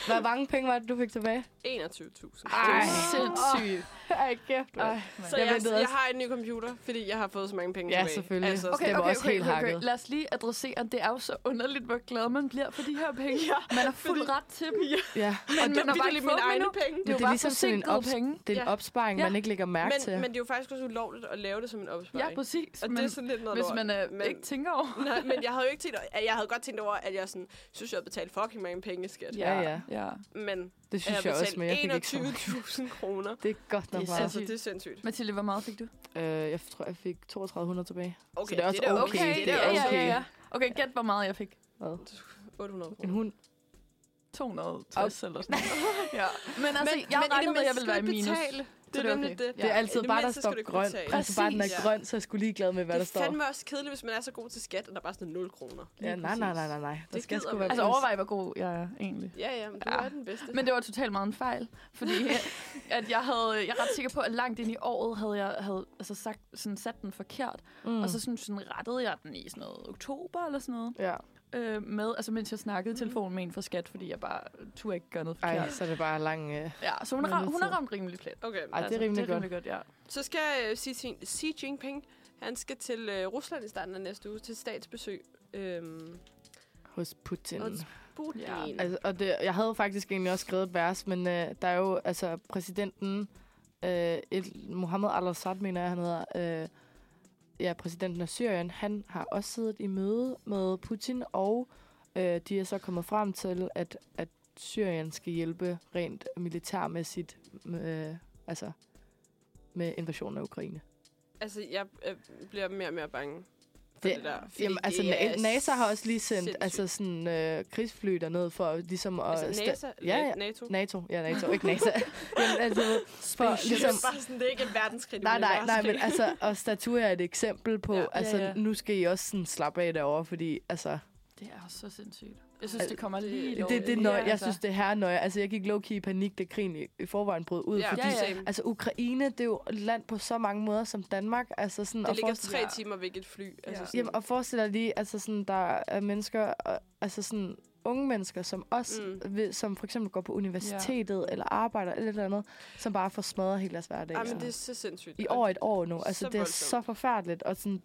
[SPEAKER 3] Hvor mange penge var det, du fik tilbage?
[SPEAKER 2] 21.000.
[SPEAKER 4] Det er
[SPEAKER 3] Ej.
[SPEAKER 4] sindssygt.
[SPEAKER 3] Ej, kæft, mand.
[SPEAKER 2] Så
[SPEAKER 3] Jeg
[SPEAKER 2] jeg, jeg,
[SPEAKER 3] ventede også-
[SPEAKER 2] har en ny computer, fordi jeg har fået så mange penge
[SPEAKER 3] Ja,
[SPEAKER 2] tilbage.
[SPEAKER 3] selvfølgelig.
[SPEAKER 2] Altså,
[SPEAKER 3] Okay.
[SPEAKER 2] okay.
[SPEAKER 3] Det var også helt hakket.
[SPEAKER 4] Lad os lige adressere, at det er jo så underligt, hvor glad man bliver for de her penge.
[SPEAKER 2] Ja,
[SPEAKER 4] man har fuld ret til dem.
[SPEAKER 3] Ja.
[SPEAKER 4] Men
[SPEAKER 2] Men
[SPEAKER 4] man har
[SPEAKER 2] det er
[SPEAKER 4] bare
[SPEAKER 2] vitterligt
[SPEAKER 4] ikke fået
[SPEAKER 2] mine
[SPEAKER 4] dem
[SPEAKER 2] egne
[SPEAKER 4] endnu.
[SPEAKER 2] penge.
[SPEAKER 4] Det er jo
[SPEAKER 3] det er
[SPEAKER 4] bare
[SPEAKER 3] ligesom sådan en
[SPEAKER 4] forsinkede
[SPEAKER 3] ops-
[SPEAKER 4] penge.
[SPEAKER 3] Det er en
[SPEAKER 2] Ja.
[SPEAKER 3] opsparing,
[SPEAKER 4] Ja.
[SPEAKER 3] man ikke lægger mærke
[SPEAKER 2] Men,
[SPEAKER 3] til.
[SPEAKER 2] men det er jo faktisk også ulovligt at lave det som en
[SPEAKER 4] Ja,
[SPEAKER 2] opsparing.
[SPEAKER 4] præcis.
[SPEAKER 2] og
[SPEAKER 4] men
[SPEAKER 2] det er sådan lidt noget
[SPEAKER 4] hvis
[SPEAKER 2] lort.
[SPEAKER 4] man øh,
[SPEAKER 2] Men-
[SPEAKER 4] ikke tænker over
[SPEAKER 2] Nej, men jeg havde jo ikke tænkt, at jeg havde godt tænkt over, at jeg sådan, synes, jeg havde betalt fucking mange penge i skat.
[SPEAKER 3] Ja, ja.
[SPEAKER 4] ja.
[SPEAKER 2] Men
[SPEAKER 3] det
[SPEAKER 2] at
[SPEAKER 3] synes jeg også, men jeg fik ikke så meget.
[SPEAKER 2] 21.000 kroner.
[SPEAKER 3] Det er godt nok
[SPEAKER 4] Det er
[SPEAKER 3] meget.
[SPEAKER 2] Altså, det er sindssygt.
[SPEAKER 4] Mathilde, hvor meget fik du?
[SPEAKER 3] Øh, jeg tror, jeg fik 3200 tilbage.
[SPEAKER 2] Okay,
[SPEAKER 3] det er også
[SPEAKER 2] da
[SPEAKER 3] okay.
[SPEAKER 2] Det er da
[SPEAKER 3] ja,
[SPEAKER 2] også
[SPEAKER 3] okay.
[SPEAKER 4] Okay, gæt, hvor meget jeg fik.
[SPEAKER 3] Hvad?
[SPEAKER 2] 800
[SPEAKER 3] En
[SPEAKER 2] kroner.
[SPEAKER 3] hund.
[SPEAKER 4] 260 eller sådan noget. ja. Men altså, men, jeg
[SPEAKER 2] Men- men i det
[SPEAKER 4] regnede med, at jeg
[SPEAKER 2] mindste
[SPEAKER 4] ville være i
[SPEAKER 2] skal du
[SPEAKER 4] minus.
[SPEAKER 2] betale.
[SPEAKER 4] Så
[SPEAKER 2] Det er nemlig det.
[SPEAKER 3] Det er altid
[SPEAKER 2] det
[SPEAKER 3] bare, der
[SPEAKER 2] mindste
[SPEAKER 3] står
[SPEAKER 2] skal du ikke
[SPEAKER 3] grøn.
[SPEAKER 2] betale.
[SPEAKER 3] Altså bare, den er
[SPEAKER 2] Præcis.
[SPEAKER 3] grøn, så er jeg skulle lige glad med, hvad
[SPEAKER 2] Det
[SPEAKER 3] der
[SPEAKER 2] er
[SPEAKER 3] står.
[SPEAKER 2] fandme også kedeligt, hvis man er så god til skat, og der er bare sådan 0 kroner.
[SPEAKER 3] Ja, nej, nej, nej, nej, nej. Der
[SPEAKER 2] Det
[SPEAKER 3] skal
[SPEAKER 2] gider
[SPEAKER 3] sgu
[SPEAKER 2] man
[SPEAKER 3] være
[SPEAKER 2] ikke.
[SPEAKER 4] Altså
[SPEAKER 3] plads.
[SPEAKER 4] overvej, hvor god jeg er egentlig.
[SPEAKER 2] Ja, ja, men du
[SPEAKER 4] Ja.
[SPEAKER 2] er den bedste.
[SPEAKER 4] Men det var totalt meget en fejl, fordi at jeg havde, jeg er ret sikker på, at langt ind i året havde jeg havde, altså sagt, sådan sat den forkert, mm.
[SPEAKER 2] Altså,
[SPEAKER 3] Mm.
[SPEAKER 4] og så sådan, sådan rettede jeg den i sådan noget oktober eller sådan noget,
[SPEAKER 3] Ja.
[SPEAKER 4] øh, med, altså mens jeg snakkede i telefonen med en fra skat, fordi jeg bare turde ikke gøre noget
[SPEAKER 3] Ej,
[SPEAKER 4] forkert.
[SPEAKER 3] så er det bare lang... Øh.
[SPEAKER 4] Ja, så hun,
[SPEAKER 3] Men
[SPEAKER 4] har,
[SPEAKER 3] det
[SPEAKER 4] hun har
[SPEAKER 3] sidder.
[SPEAKER 4] ramt rimelig plet.
[SPEAKER 2] Okay,
[SPEAKER 3] Ej, det er rimelig
[SPEAKER 4] Altså, det er
[SPEAKER 3] godt.
[SPEAKER 4] rimelig godt, ja.
[SPEAKER 2] så skal øh, Xi, Jin- Xi Jinping, han skal til øh, Rusland i starten af næste uge til statsbesøg. Øhm,
[SPEAKER 3] Hos Putin.
[SPEAKER 2] Hos Putin.
[SPEAKER 4] Ja.
[SPEAKER 2] Ja.
[SPEAKER 3] Altså, og det, jeg havde faktisk egentlig også skrevet et vers, men øh, der er jo altså præsidenten, øh, et, Mohammed al-Assad mener jeg, han hedder, øh, ja, præsidenten af Syrien, han har også siddet i møde med Putin, og øh, de er så kommet frem til, at, at Syrien skal hjælpe rent militærmæssigt, øh, altså med invasionen af Ukraine.
[SPEAKER 2] Altså, jeg øh, bliver mere og mere bange for det,
[SPEAKER 3] Det-
[SPEAKER 2] det der. fordi
[SPEAKER 3] Jamen, altså,
[SPEAKER 2] det er
[SPEAKER 3] Na- NASA har også lige sendt
[SPEAKER 2] sindssygt.
[SPEAKER 3] altså, sådan, øh, krigsfly derned for ligesom at...
[SPEAKER 2] Altså,
[SPEAKER 3] sta-
[SPEAKER 2] NASA?
[SPEAKER 3] Ja, ja.
[SPEAKER 2] NATO?
[SPEAKER 3] NATO. Ja, NATO. Ikke NASA. Jamen, altså, for,
[SPEAKER 2] Det
[SPEAKER 3] ligesom,
[SPEAKER 2] er bare sådan, det er ikke en verdenskrig. det
[SPEAKER 3] nej,
[SPEAKER 2] bliver en
[SPEAKER 3] nej, nej, men
[SPEAKER 2] verdenskrig.
[SPEAKER 3] altså, og statue er et eksempel på,
[SPEAKER 2] Ja.
[SPEAKER 3] ja.
[SPEAKER 2] Ja,
[SPEAKER 3] altså,
[SPEAKER 4] ja.
[SPEAKER 3] nu skal I også sådan slappe af derovre, fordi, altså,
[SPEAKER 4] Det er også så sindssygt. Jeg synes,
[SPEAKER 3] Altså,
[SPEAKER 4] det kommer lige
[SPEAKER 2] Jo,
[SPEAKER 3] det, det, det er nøje, jeg
[SPEAKER 4] altså.
[SPEAKER 3] synes, det er her nøje. Altså, jeg gik low-key i panik, da krigen i, i forvejen brød ud,
[SPEAKER 2] ja,
[SPEAKER 3] fordi,
[SPEAKER 2] ja,
[SPEAKER 4] fordi-
[SPEAKER 2] ja.
[SPEAKER 3] altså, Ukraine, det er jo et land på så mange måder som Danmark, altså sådan,
[SPEAKER 2] Det
[SPEAKER 3] og,
[SPEAKER 2] ligger
[SPEAKER 3] for,
[SPEAKER 2] tre
[SPEAKER 4] Ja.
[SPEAKER 2] timer væk et fly. Altså,
[SPEAKER 4] Ja.
[SPEAKER 2] sådan,
[SPEAKER 3] jamen, og forestil dig lige, altså sådan, der er mennesker, og, altså sådan, unge mennesker, som os,
[SPEAKER 2] Mm.
[SPEAKER 3] mm. ved, som for eksempel går på universitetet, ja. eller arbejder, eller et eller andet, som bare får smadret hele deres hverdag.
[SPEAKER 2] Jamen,
[SPEAKER 3] altså. og-
[SPEAKER 2] det er så sindssygt.
[SPEAKER 3] i
[SPEAKER 2] Og
[SPEAKER 3] over et år nu. Altså,
[SPEAKER 2] Så
[SPEAKER 3] det er
[SPEAKER 2] voldsomt.
[SPEAKER 3] så forfærdeligt. Og sådan,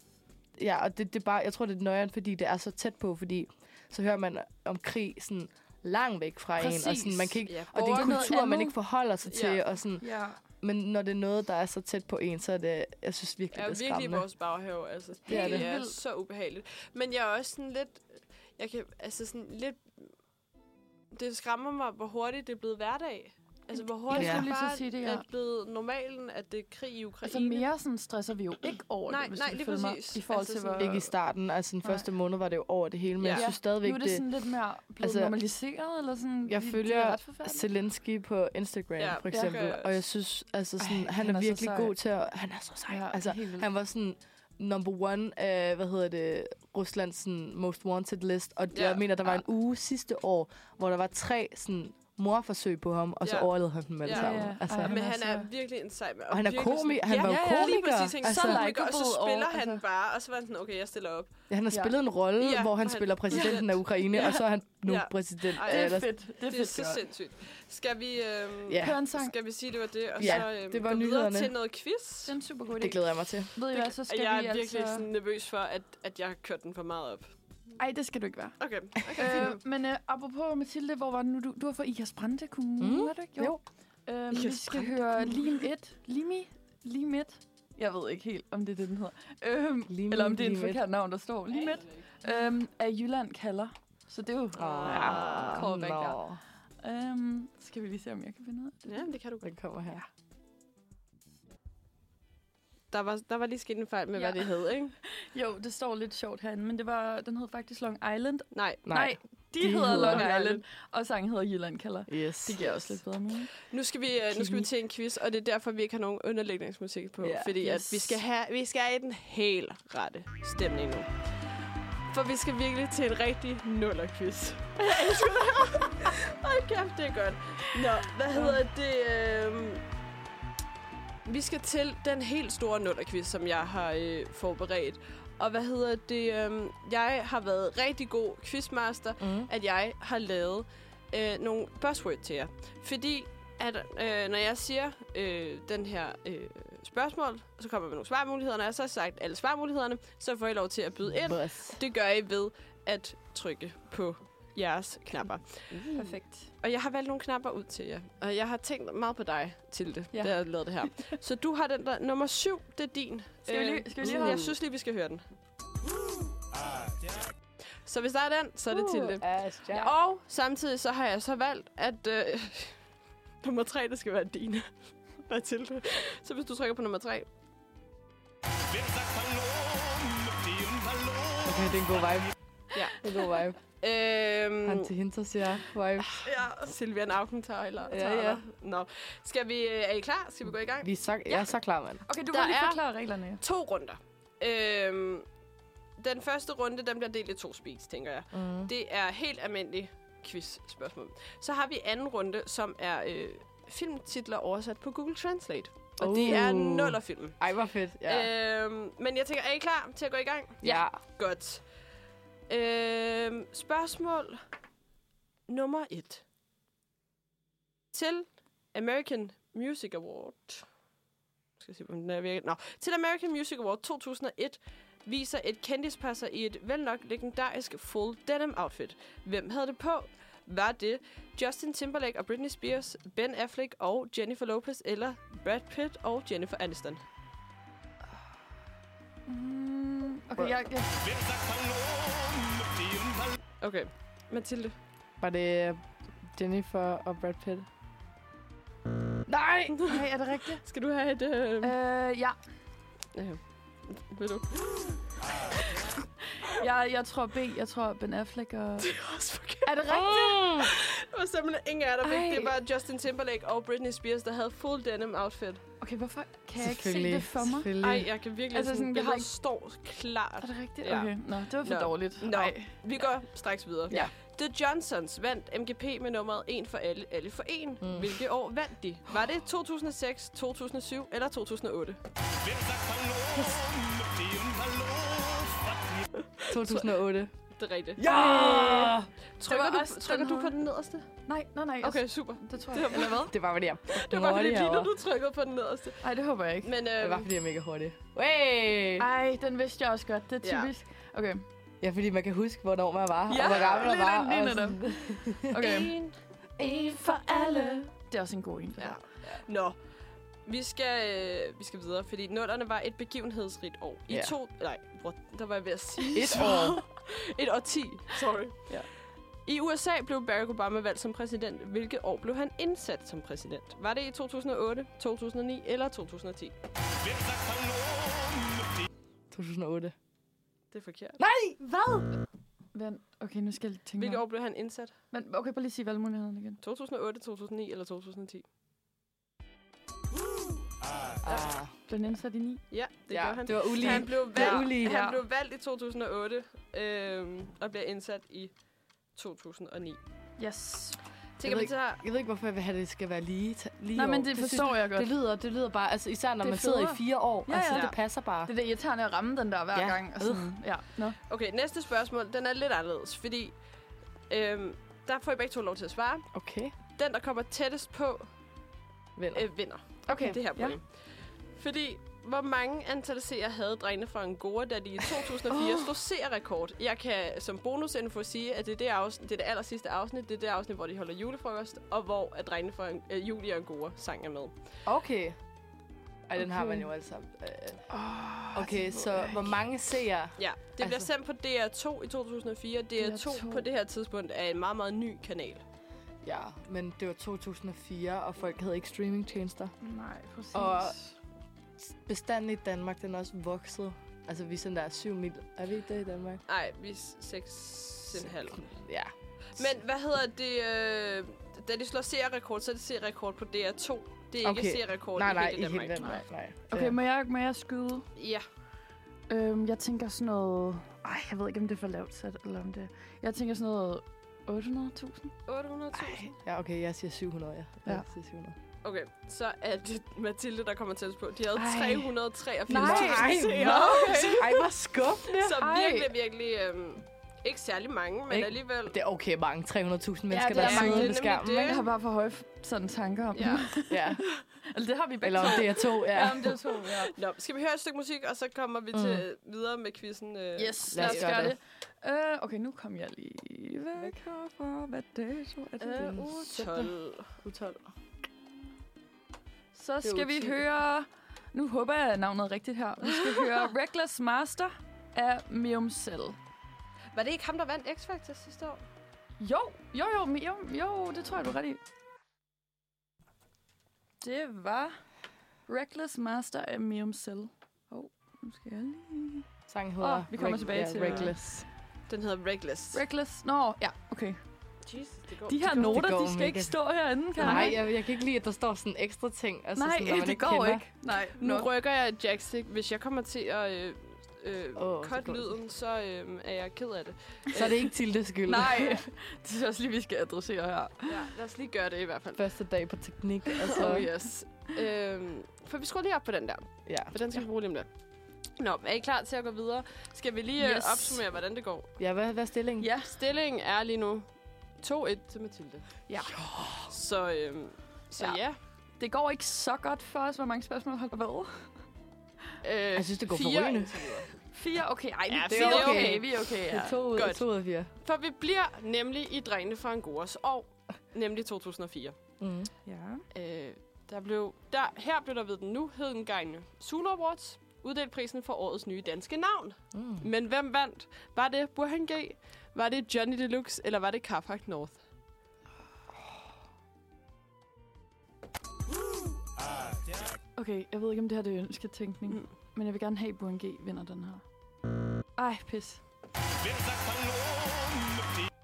[SPEAKER 3] ja, og det, det er bare, jeg tror, det er nøjeren, fordi det er så tæt på, fordi så hører man om krig sådan langt væk fra en, og sådan, man kan ikke,
[SPEAKER 2] Ja,
[SPEAKER 3] og det er
[SPEAKER 4] borger
[SPEAKER 3] en
[SPEAKER 4] noget
[SPEAKER 3] kultur, man
[SPEAKER 4] andet.
[SPEAKER 3] ikke forholder sig til,
[SPEAKER 2] Ja.
[SPEAKER 3] og sådan,
[SPEAKER 4] Ja.
[SPEAKER 3] men når det er noget, der er så tæt på en, så er det, jeg synes virkelig,
[SPEAKER 2] er
[SPEAKER 3] det er
[SPEAKER 2] virkelig i
[SPEAKER 3] skræmmende.
[SPEAKER 2] vores baghave. Altså, det,
[SPEAKER 3] er
[SPEAKER 2] det er,
[SPEAKER 3] det.
[SPEAKER 2] er så ubehageligt. Men jeg er også sådan lidt... Jeg kan, altså sådan lidt... Det skræmmer mig, hvor hurtigt det er blevet hverdag. Altså, hvor hurtigt
[SPEAKER 4] Jeg
[SPEAKER 2] ja.
[SPEAKER 4] skulle lige til at sige det, ja.
[SPEAKER 2] er blevet normalen, at det er krig i Ukraine?
[SPEAKER 4] Altså mere sådan stresser vi jo ikke over
[SPEAKER 2] Nej,
[SPEAKER 4] det, hvis
[SPEAKER 2] nej,
[SPEAKER 4] vi
[SPEAKER 2] lige
[SPEAKER 4] filmer,
[SPEAKER 2] præcis.
[SPEAKER 4] i forhold
[SPEAKER 2] Altså
[SPEAKER 4] til,
[SPEAKER 2] sådan-
[SPEAKER 4] hvor...
[SPEAKER 3] Ikke i starten, altså den
[SPEAKER 4] Nej.
[SPEAKER 3] første måned var det jo over det hele, men
[SPEAKER 2] Ja.
[SPEAKER 3] jeg synes stadigvæk,
[SPEAKER 4] Nu er det
[SPEAKER 3] det,
[SPEAKER 4] sådan lidt mere blevet altså,
[SPEAKER 3] altså,
[SPEAKER 4] normaliseret, eller sådan...
[SPEAKER 3] jeg
[SPEAKER 4] det- Det
[SPEAKER 3] følger altså,
[SPEAKER 4] er ret forfærdeligt.
[SPEAKER 3] Zelensky på Instagram,
[SPEAKER 2] Ja,
[SPEAKER 3] ja, for
[SPEAKER 2] det
[SPEAKER 3] eksempel.
[SPEAKER 2] gør jeg
[SPEAKER 3] og jeg
[SPEAKER 2] også.
[SPEAKER 3] synes, altså sådan,
[SPEAKER 4] Ej,
[SPEAKER 3] han,
[SPEAKER 4] han
[SPEAKER 3] er,
[SPEAKER 4] er så
[SPEAKER 3] virkelig
[SPEAKER 4] sej.
[SPEAKER 3] god til at... Han er så sej. Ja, altså,
[SPEAKER 4] helt vildt.
[SPEAKER 3] han var sådan number one af, hvad hedder det, Ruslands sådan, most wanted list. Og
[SPEAKER 2] Ja.
[SPEAKER 3] ja, jeg mener, der var
[SPEAKER 4] Ja.
[SPEAKER 3] en uge sidste år, hvor der var tre sådan, morforsøg på ham, og så
[SPEAKER 2] Ja.
[SPEAKER 3] overlevede han dem alle
[SPEAKER 2] Ja.
[SPEAKER 3] sammen.
[SPEAKER 4] Ja, ja.
[SPEAKER 3] Altså,
[SPEAKER 4] Ej,
[SPEAKER 2] Men
[SPEAKER 4] Han er
[SPEAKER 2] han er
[SPEAKER 4] så-
[SPEAKER 2] virkelig en sej mand.
[SPEAKER 3] Og han er
[SPEAKER 2] virkelig sådan-
[SPEAKER 3] komi- han var jo
[SPEAKER 2] Lige
[SPEAKER 3] komiker.
[SPEAKER 2] præcis, han altså,
[SPEAKER 3] Altså-
[SPEAKER 2] så komiker, og så
[SPEAKER 4] likeable og-
[SPEAKER 2] spiller han
[SPEAKER 4] altså-
[SPEAKER 2] bare, og så var han sådan, okay, jeg stiller op.
[SPEAKER 3] han har
[SPEAKER 4] Ja.
[SPEAKER 3] spillet en rolle,
[SPEAKER 2] Ja,
[SPEAKER 3] hvor han,
[SPEAKER 2] hvor han-
[SPEAKER 3] spiller præsidenten af Ukraine,
[SPEAKER 4] Ja.
[SPEAKER 3] og så er han nu
[SPEAKER 2] Ja.
[SPEAKER 3] præsident.
[SPEAKER 2] Ej,
[SPEAKER 3] af-
[SPEAKER 2] det
[SPEAKER 4] det
[SPEAKER 3] eller-
[SPEAKER 4] er fedt. Det er
[SPEAKER 2] Det er så
[SPEAKER 4] fedt.
[SPEAKER 2] sindssygt. Skal vi, øhm,
[SPEAKER 3] Ja.
[SPEAKER 4] Hør en sang.
[SPEAKER 2] skal vi sige, det var det, og
[SPEAKER 3] Ja,
[SPEAKER 2] så øhm,
[SPEAKER 3] det var
[SPEAKER 2] gå videre
[SPEAKER 3] nyhederne.
[SPEAKER 2] til noget quiz?
[SPEAKER 4] Det er en super god idé.
[SPEAKER 3] Det glæder jeg mig til.
[SPEAKER 4] Ved I hvad, så
[SPEAKER 2] Og
[SPEAKER 4] skal
[SPEAKER 2] jeg
[SPEAKER 4] vi
[SPEAKER 2] er virkelig
[SPEAKER 4] altså...
[SPEAKER 2] sådan nervøs for, at, at jeg har kørt den for meget op.
[SPEAKER 4] Ej, det skal du ikke være.
[SPEAKER 2] Okay.
[SPEAKER 4] øh, men øh, apropos Mathilde, hvor var det nu? Du, du var fra Ikast Brande Kommune,
[SPEAKER 3] Mm,
[SPEAKER 4] var du ikke?
[SPEAKER 3] jo.
[SPEAKER 4] Øhm,
[SPEAKER 2] Ikast
[SPEAKER 4] vi skal
[SPEAKER 2] Brande
[SPEAKER 4] høre
[SPEAKER 2] Kommune.
[SPEAKER 4] Lim 1. Limi? Lim 1? Jeg ved ikke helt, om det er det, den hedder. Øhm,
[SPEAKER 3] Lige
[SPEAKER 4] eller om det er
[SPEAKER 3] lige
[SPEAKER 4] en
[SPEAKER 3] med-
[SPEAKER 4] forkert navn, der står. Lim 1. Øhm, af Jylland kalder. Så det er jo...
[SPEAKER 3] Ah,
[SPEAKER 4] callback
[SPEAKER 3] nå.
[SPEAKER 4] der. Øhm, skal vi lige se, om jeg kan finde ud af det.
[SPEAKER 2] Ja, det kan du godt.
[SPEAKER 3] Den kommer her.
[SPEAKER 2] Der var, der var lige sket en fejl med,
[SPEAKER 4] Ja.
[SPEAKER 2] hvad det hed, ikke?
[SPEAKER 4] Jo, det står lidt sjovt herinde, men det var, den hed faktisk Long Island.
[SPEAKER 2] Nej.
[SPEAKER 4] Nej, Nej de, de hedder Long Island, og sangen hedder Jylland kalder.
[SPEAKER 3] Yes.
[SPEAKER 4] Det giver også lidt bedre mening.
[SPEAKER 2] Nu skal, vi, øh, nu skal vi til en quiz, og det er derfor, vi ikke har nogen underlægningsmusik på.
[SPEAKER 4] Ja,
[SPEAKER 2] fordi at
[SPEAKER 4] yes.
[SPEAKER 2] vi skal, have, vi skal have i den helt rette stemning nu. For vi skal virkelig til en rigtig nullerquiz. Jeg elsker det. Hold kæft, det er godt. Nå, hvad hedder det? øhm, Vi skal til den helt store nullerquiz, som jeg har øh, forberedt. Og hvad hedder det? øhm, Jeg har været rigtig god quizmaster
[SPEAKER 3] Mm.
[SPEAKER 2] at jeg har lavet øh, nogle buzzword til jer. Fordi at øh, når jeg siger øh, den her øh, spørgsmål, så kommer jeg med nogle svarmuligheder. Når jeg så har sagt alle svarmulighederne, så får I lov til at byde ind.
[SPEAKER 3] Buzz.
[SPEAKER 2] Det gør I ved at trykke på jeres knapper.
[SPEAKER 4] Perfekt.
[SPEAKER 2] Og jeg har valgt nogle knapper ud til jer. Og jeg har tænkt meget på dig, Tilde, ja.
[SPEAKER 4] Ja.
[SPEAKER 2] da jeg lavede det her. Så du har den der. Nummer syv, det er din.
[SPEAKER 4] Skal vi
[SPEAKER 2] Øh,
[SPEAKER 4] lige- skal vi lige
[SPEAKER 2] Jeg
[SPEAKER 4] høre den?
[SPEAKER 2] synes lige, vi skal høre den. Så hvis der er den, så er det
[SPEAKER 4] Uh.
[SPEAKER 2] Tilde.
[SPEAKER 3] Uh, Ja.
[SPEAKER 2] Ja. Og samtidig så har jeg så valgt, at øh, nummer tre, det skal være din. Der er til. Så hvis du trykker på nummer tre.
[SPEAKER 3] Okay, det er en god vibe.
[SPEAKER 2] Ja.
[SPEAKER 3] Det er en god vibe. Han
[SPEAKER 2] Øhm,
[SPEAKER 3] til hende, så siger jeg vibe.
[SPEAKER 2] ja, Silvian Aukentar, eller
[SPEAKER 3] Ja, ja.
[SPEAKER 2] Nå. Skal vi, øh, er I klar? Skal vi gå i gang?
[SPEAKER 3] Vi er så, jeg er så klar, mand.
[SPEAKER 4] Okay, du
[SPEAKER 2] Der
[SPEAKER 4] kan lige
[SPEAKER 2] er-
[SPEAKER 4] forklare reglerne. jo.
[SPEAKER 2] To runder. Øhm, den første runde, den bliver delt i to speaks, tænker jeg.
[SPEAKER 3] Mm.
[SPEAKER 2] Det er helt almindelige quiz-spørgsmål. Så har vi anden runde, som er øh, filmtitler oversat på Google Translate. Og oh. det er
[SPEAKER 3] Oh.
[SPEAKER 2] nullerfilm.
[SPEAKER 3] Ej, hvor fedt. Ja. Øh,
[SPEAKER 2] Ja. Øhm, men jeg tænker, er I klar til at gå i gang?
[SPEAKER 3] ja.
[SPEAKER 2] Godt. Øhm, spørgsmål nummer et. Til American Music Award. Jeg skal se, om den er virket. Nå. Til American Music Award 2001 viser et kendispasser i et vel nok legendarisk full denim outfit. Hvem havde det på? Var det Justin Timberlake og Britney Spears, Ben Affleck og Jennifer Lopez, eller Brad Pitt og Jennifer Aniston?
[SPEAKER 4] Mm, okay, jeg, jeg,
[SPEAKER 2] Okay, Mathilde.
[SPEAKER 3] Var det øh, Jennifer og Brad Pitt? Nej!
[SPEAKER 4] okay, er det rigtigt?
[SPEAKER 2] Skal du have et... Øh...
[SPEAKER 4] Øh, ja,
[SPEAKER 2] Øh, ved du?
[SPEAKER 4] jeg, jeg tror B. Jeg tror Ben Affleck og...
[SPEAKER 2] Det er også forkert.
[SPEAKER 4] Er det rigtigt?
[SPEAKER 3] Mm.
[SPEAKER 2] Det var simpelthen ingen af jer, der fik.
[SPEAKER 4] Ej.
[SPEAKER 2] Det var Justin Timberlake og Britney Spears, der havde full denim outfit.
[SPEAKER 4] Okay, hvorfor kan jeg ikke se det for mig?
[SPEAKER 3] Mm.
[SPEAKER 2] Ej, jeg kan virkelig...
[SPEAKER 4] Altså,
[SPEAKER 2] Altså, sådan,
[SPEAKER 4] sådan, jeg
[SPEAKER 2] billedet
[SPEAKER 4] har
[SPEAKER 2] jeg
[SPEAKER 4] ikke-
[SPEAKER 2] står klart.
[SPEAKER 4] Er det rigtigt?
[SPEAKER 2] Ja.
[SPEAKER 4] Okay, nå, det var for
[SPEAKER 2] Nå.
[SPEAKER 4] dårligt.
[SPEAKER 2] Nå,
[SPEAKER 4] Ej.
[SPEAKER 2] vi går straks videre.
[SPEAKER 4] Ja.
[SPEAKER 2] The Johnsons vandt MGP med nummeret En for alle, alle for en. Mm. Hvilke år vandt de? Var det 2006, 2007 eller 2008?
[SPEAKER 3] 2008.
[SPEAKER 2] Det er rigtigt.
[SPEAKER 3] Ja! Ah!
[SPEAKER 2] Trykker,
[SPEAKER 4] Det var
[SPEAKER 2] du,
[SPEAKER 4] også
[SPEAKER 2] trykker
[SPEAKER 4] den
[SPEAKER 2] du på
[SPEAKER 4] hed-
[SPEAKER 2] den nederste?
[SPEAKER 4] Nej, nej, nej. jeg-
[SPEAKER 2] Okay, super.
[SPEAKER 4] Det tror
[SPEAKER 2] Det
[SPEAKER 4] jeg.
[SPEAKER 2] var-
[SPEAKER 4] Eller hvad?
[SPEAKER 3] Det var, fordi jeg
[SPEAKER 2] Det var fordi, lige nu du trykkede på den nederste.
[SPEAKER 4] Nej, det håber jeg ikke.
[SPEAKER 2] Men øh,
[SPEAKER 3] Det var, fordi jeg er mega hurtig. Hey!
[SPEAKER 4] Ej, den vidste jeg også godt. Det er
[SPEAKER 2] Ja.
[SPEAKER 4] typisk. Okay,
[SPEAKER 3] Ja, fordi man kan huske, hvornår man var,
[SPEAKER 4] Ja,
[SPEAKER 3] og hvor gammel man
[SPEAKER 4] lige
[SPEAKER 3] var. Altså,
[SPEAKER 4] den- lige netop.
[SPEAKER 3] og sådan-
[SPEAKER 4] okay.
[SPEAKER 2] en
[SPEAKER 4] En for alle. Det er også en god en. det
[SPEAKER 2] Ja.
[SPEAKER 4] der.
[SPEAKER 2] Nå, vi skal, øh, vi skal videre, fordi nullerne var et begivenhedsrigt år. I
[SPEAKER 3] Ja.
[SPEAKER 2] to... Nej, what, der var jeg ved at sige.
[SPEAKER 3] Et år.
[SPEAKER 2] et årti, sorry.
[SPEAKER 3] Ja.
[SPEAKER 2] I USA blev Barack Obama valgt som præsident. Hvilket år blev han indsat som præsident? Var det i 2008, 2009 eller 2010?
[SPEAKER 3] 2008.
[SPEAKER 2] Det er forkert.
[SPEAKER 3] Nej!
[SPEAKER 4] Vent, okay, nu skal jeg tænke
[SPEAKER 2] Hvilket
[SPEAKER 4] mig
[SPEAKER 2] år
[SPEAKER 4] om.
[SPEAKER 2] blev han indsat?
[SPEAKER 4] Men okay, bare lige sige valgmuligheden igen.
[SPEAKER 2] 2008, 2009 eller 2010?
[SPEAKER 3] Ah,
[SPEAKER 4] Blev den indsat i 9?
[SPEAKER 2] Ja, det
[SPEAKER 3] ja,
[SPEAKER 2] gør han.
[SPEAKER 3] det var ulige.
[SPEAKER 2] Han blev
[SPEAKER 3] Det er
[SPEAKER 2] valgt,
[SPEAKER 3] ulige
[SPEAKER 2] han
[SPEAKER 3] her.
[SPEAKER 2] blev valgt i 2008 øhm, og blev indsat i 2009.
[SPEAKER 4] Yes.
[SPEAKER 2] Tænker
[SPEAKER 3] ved
[SPEAKER 2] man
[SPEAKER 3] ikke-
[SPEAKER 2] så her,
[SPEAKER 3] Jeg ved ikke, hvorfor jeg vil have, at det skal være lige, ta- lige
[SPEAKER 4] Nej,
[SPEAKER 3] år.
[SPEAKER 4] men det
[SPEAKER 3] synes-
[SPEAKER 4] forstår jeg godt.
[SPEAKER 3] Det lyder, det lyder bare, altså især når
[SPEAKER 4] Det er
[SPEAKER 3] man sidder i
[SPEAKER 4] federe.
[SPEAKER 3] fire år,
[SPEAKER 4] Ja,
[SPEAKER 3] ja, altså
[SPEAKER 4] ja.
[SPEAKER 3] det passer bare.
[SPEAKER 4] Det er det irriterende at ramme den der hver
[SPEAKER 3] Ja.
[SPEAKER 4] gang. Og sådan, ja. Nå.
[SPEAKER 2] Okay, næste spørgsmål, den er lidt anderledes, fordi øhm, der får I begge to lov til at svare.
[SPEAKER 3] Okay,
[SPEAKER 2] Den, der kommer tættest på,
[SPEAKER 3] venner.
[SPEAKER 2] øh, vinder
[SPEAKER 4] Okay.
[SPEAKER 2] det her problem. Fordi, hvor mange antal seere havde drengene fra Angora, da de i 2004 oh. slog seerrekord? Jeg kan som bonusinfo sige, at det er det, afsnit, det, er det aller sidste afsnit. Det er det afsnit, hvor de holder julefrokost, og hvor at drengene fra øh, Julie og Angora sang er med.
[SPEAKER 3] Øh, Okay. Ej, den har
[SPEAKER 4] Okay.
[SPEAKER 3] man jo altså. Øh,
[SPEAKER 4] Oh,
[SPEAKER 3] Okay, så hvor mange seere?
[SPEAKER 2] Ja, det altså, bliver
[SPEAKER 3] Altså-
[SPEAKER 2] sendt på DR2 i 2004. DR2
[SPEAKER 4] DR2.
[SPEAKER 2] på det her tidspunkt er en meget, meget ny kanal.
[SPEAKER 3] Ja, men det var 2004, og folk havde ikke streamingtjenester.
[SPEAKER 4] Nej, præcis.
[SPEAKER 3] Og- Bestanden i Danmark, den er også vokset. Altså, vi er sådan der 7 mil. Er vi ikke det i Danmark?
[SPEAKER 2] Nej, vi er 6,5.
[SPEAKER 3] Ja.
[SPEAKER 2] Men hvad hedder det? Øh, da de slår seerrekord, så er det seerrekord på DR2. Det er okay.
[SPEAKER 3] Okay.
[SPEAKER 2] ikke seerrekord
[SPEAKER 3] nej,
[SPEAKER 2] i
[SPEAKER 3] nej,
[SPEAKER 2] hele Danmark.
[SPEAKER 3] i hele Danmark. Nej.
[SPEAKER 4] Okay, må jeg, må jeg skyde?
[SPEAKER 2] Ja,
[SPEAKER 4] Øhm, jeg tænker sådan noget... Ej, jeg ved ikke, om det er for lavt sat, eller om det... Jeg tænker sådan noget 800.000.
[SPEAKER 2] 800.000.
[SPEAKER 3] Ja, okay, jeg siger 700, ja.
[SPEAKER 4] Ja.
[SPEAKER 3] Jeg siger 700.
[SPEAKER 2] Okay, så er det Mathilde, der kommer tættest på. De havde
[SPEAKER 3] Ej.
[SPEAKER 2] 383.000 seere.
[SPEAKER 3] hvor- Ej, hvor skuffende.
[SPEAKER 2] Så
[SPEAKER 4] Ej.
[SPEAKER 2] virkelig, virkelig... Øh, ikke særlig mange, men
[SPEAKER 3] Ikke?
[SPEAKER 2] alligevel...
[SPEAKER 3] Det er okay mange 300.000 mennesker,
[SPEAKER 4] det
[SPEAKER 3] ja,
[SPEAKER 4] er
[SPEAKER 3] der
[SPEAKER 4] mange,
[SPEAKER 3] sidder
[SPEAKER 2] det er
[SPEAKER 3] ved
[SPEAKER 2] nemlig
[SPEAKER 3] skærmen.
[SPEAKER 2] det.
[SPEAKER 3] Det.
[SPEAKER 4] Jeg har bare for høje sådan tanker om.
[SPEAKER 2] Ja.
[SPEAKER 3] Ja.
[SPEAKER 4] Eller det har vi begge
[SPEAKER 3] Eller om
[SPEAKER 4] to.
[SPEAKER 3] det er to, ja.
[SPEAKER 4] Ja, om det er to, ja.
[SPEAKER 2] Nå, skal vi høre et stykke musik, og så kommer vi
[SPEAKER 3] Mm.
[SPEAKER 2] til videre med quizzen. Øh,
[SPEAKER 4] Yes,
[SPEAKER 3] Lad os gøre det.
[SPEAKER 4] Øh, okay, nu kom jeg lige væk herfra. Hvad dato er det?
[SPEAKER 2] Øh,
[SPEAKER 4] den
[SPEAKER 2] uge
[SPEAKER 4] syttende?
[SPEAKER 2] 12.
[SPEAKER 3] U 12.
[SPEAKER 4] Så
[SPEAKER 2] Det er
[SPEAKER 4] skal
[SPEAKER 2] jo
[SPEAKER 4] vi
[SPEAKER 2] tidligt.
[SPEAKER 4] høre... Nu håber jeg, at navnet er rigtigt her. Vi skal høre Reckless Master af Mium Cell.
[SPEAKER 2] Var det ikke ham, der vandt X-Factor sidste år?
[SPEAKER 4] Jo, jo, jo, mi- jo, jo, det tror jeg, du er ret i. Det var Reckless Master af Mium Cell. Åh, oh, nu skal jeg lige...
[SPEAKER 3] Sangen hedder
[SPEAKER 4] Åh, vi kommer tilbage
[SPEAKER 3] ja,
[SPEAKER 4] til-
[SPEAKER 3] Reckless.
[SPEAKER 2] Den hedder Reckless.
[SPEAKER 4] Reckless... Nå, ja, okay.
[SPEAKER 2] Jesus, det går.
[SPEAKER 4] De her
[SPEAKER 3] det går- det
[SPEAKER 4] noter,
[SPEAKER 3] går
[SPEAKER 4] de skal
[SPEAKER 3] mega-
[SPEAKER 4] ikke stå herinde, kan
[SPEAKER 3] Nej,
[SPEAKER 4] man?
[SPEAKER 3] jeg, jeg kan ikke lide, at der står sådan ekstra ting. Altså,
[SPEAKER 4] Nej, øh,
[SPEAKER 3] sådan, når man
[SPEAKER 4] det
[SPEAKER 3] ikke
[SPEAKER 4] går
[SPEAKER 3] kender.
[SPEAKER 4] ikke. Nej,
[SPEAKER 2] nu
[SPEAKER 4] nå.
[SPEAKER 2] rykker jeg jackstick. Hvis jeg kommer til at øh, øh,
[SPEAKER 3] Åh,
[SPEAKER 2] oh,
[SPEAKER 3] så
[SPEAKER 2] cut
[SPEAKER 3] går det.
[SPEAKER 2] lyden, så øh, er jeg ked af det.
[SPEAKER 3] Så er det ikke Tildes skyld.
[SPEAKER 4] Nej, det synes jeg også lige, vi skal adressere her.
[SPEAKER 2] Øh, Ja, lad os lige gøre det i hvert fald.
[SPEAKER 3] Første dag på teknik, altså.
[SPEAKER 2] Oh yes. Øhm, for vi skruer lige op på den der,
[SPEAKER 3] Ja,
[SPEAKER 2] for den skal vi bruge lige om lidt. Nå, er I klar til at gå videre? Skal vi lige yes.
[SPEAKER 4] Yes.
[SPEAKER 2] opsummere, hvordan det går?
[SPEAKER 3] ja hvad, hvad er stillingen?
[SPEAKER 4] Ja.
[SPEAKER 2] Stillingen er lige nu 2-1 til Mathilde.
[SPEAKER 4] Ja.
[SPEAKER 2] Så, øhm, så
[SPEAKER 4] Ja.
[SPEAKER 2] ja.
[SPEAKER 4] Det går ikke så godt for os, hvor mange spørgsmål har der været.
[SPEAKER 2] Øh,
[SPEAKER 3] Jeg synes, det går
[SPEAKER 2] fire
[SPEAKER 3] forrygende.
[SPEAKER 2] indtil videre.
[SPEAKER 4] Fire, okay, ej,
[SPEAKER 2] Ja,
[SPEAKER 4] vi
[SPEAKER 2] det er
[SPEAKER 4] vi
[SPEAKER 2] okay.
[SPEAKER 4] vi er okay,
[SPEAKER 3] Det
[SPEAKER 4] ja.
[SPEAKER 3] er to ud,
[SPEAKER 2] Godt.
[SPEAKER 3] to ud af fire.
[SPEAKER 2] For vi bliver nemlig i Drengene fra Angoras år, nemlig 2004.
[SPEAKER 3] Mm.
[SPEAKER 4] ja.
[SPEAKER 2] Øh, der blev, der, her blev der ved den nu hedengangne Zulu Awards uddelt prisen for årets nye danske navn.
[SPEAKER 3] Mm.
[SPEAKER 2] Men hvem vandt? Var det Burhan G? Var det Johnny Deluxe? Eller var det Carpark North?
[SPEAKER 4] Okay, jeg ved ikke, om det her det er ønsketænkning,
[SPEAKER 2] Mm.
[SPEAKER 4] mm. men jeg vil gerne have, at Burhan G vinder den her. Ej, pis.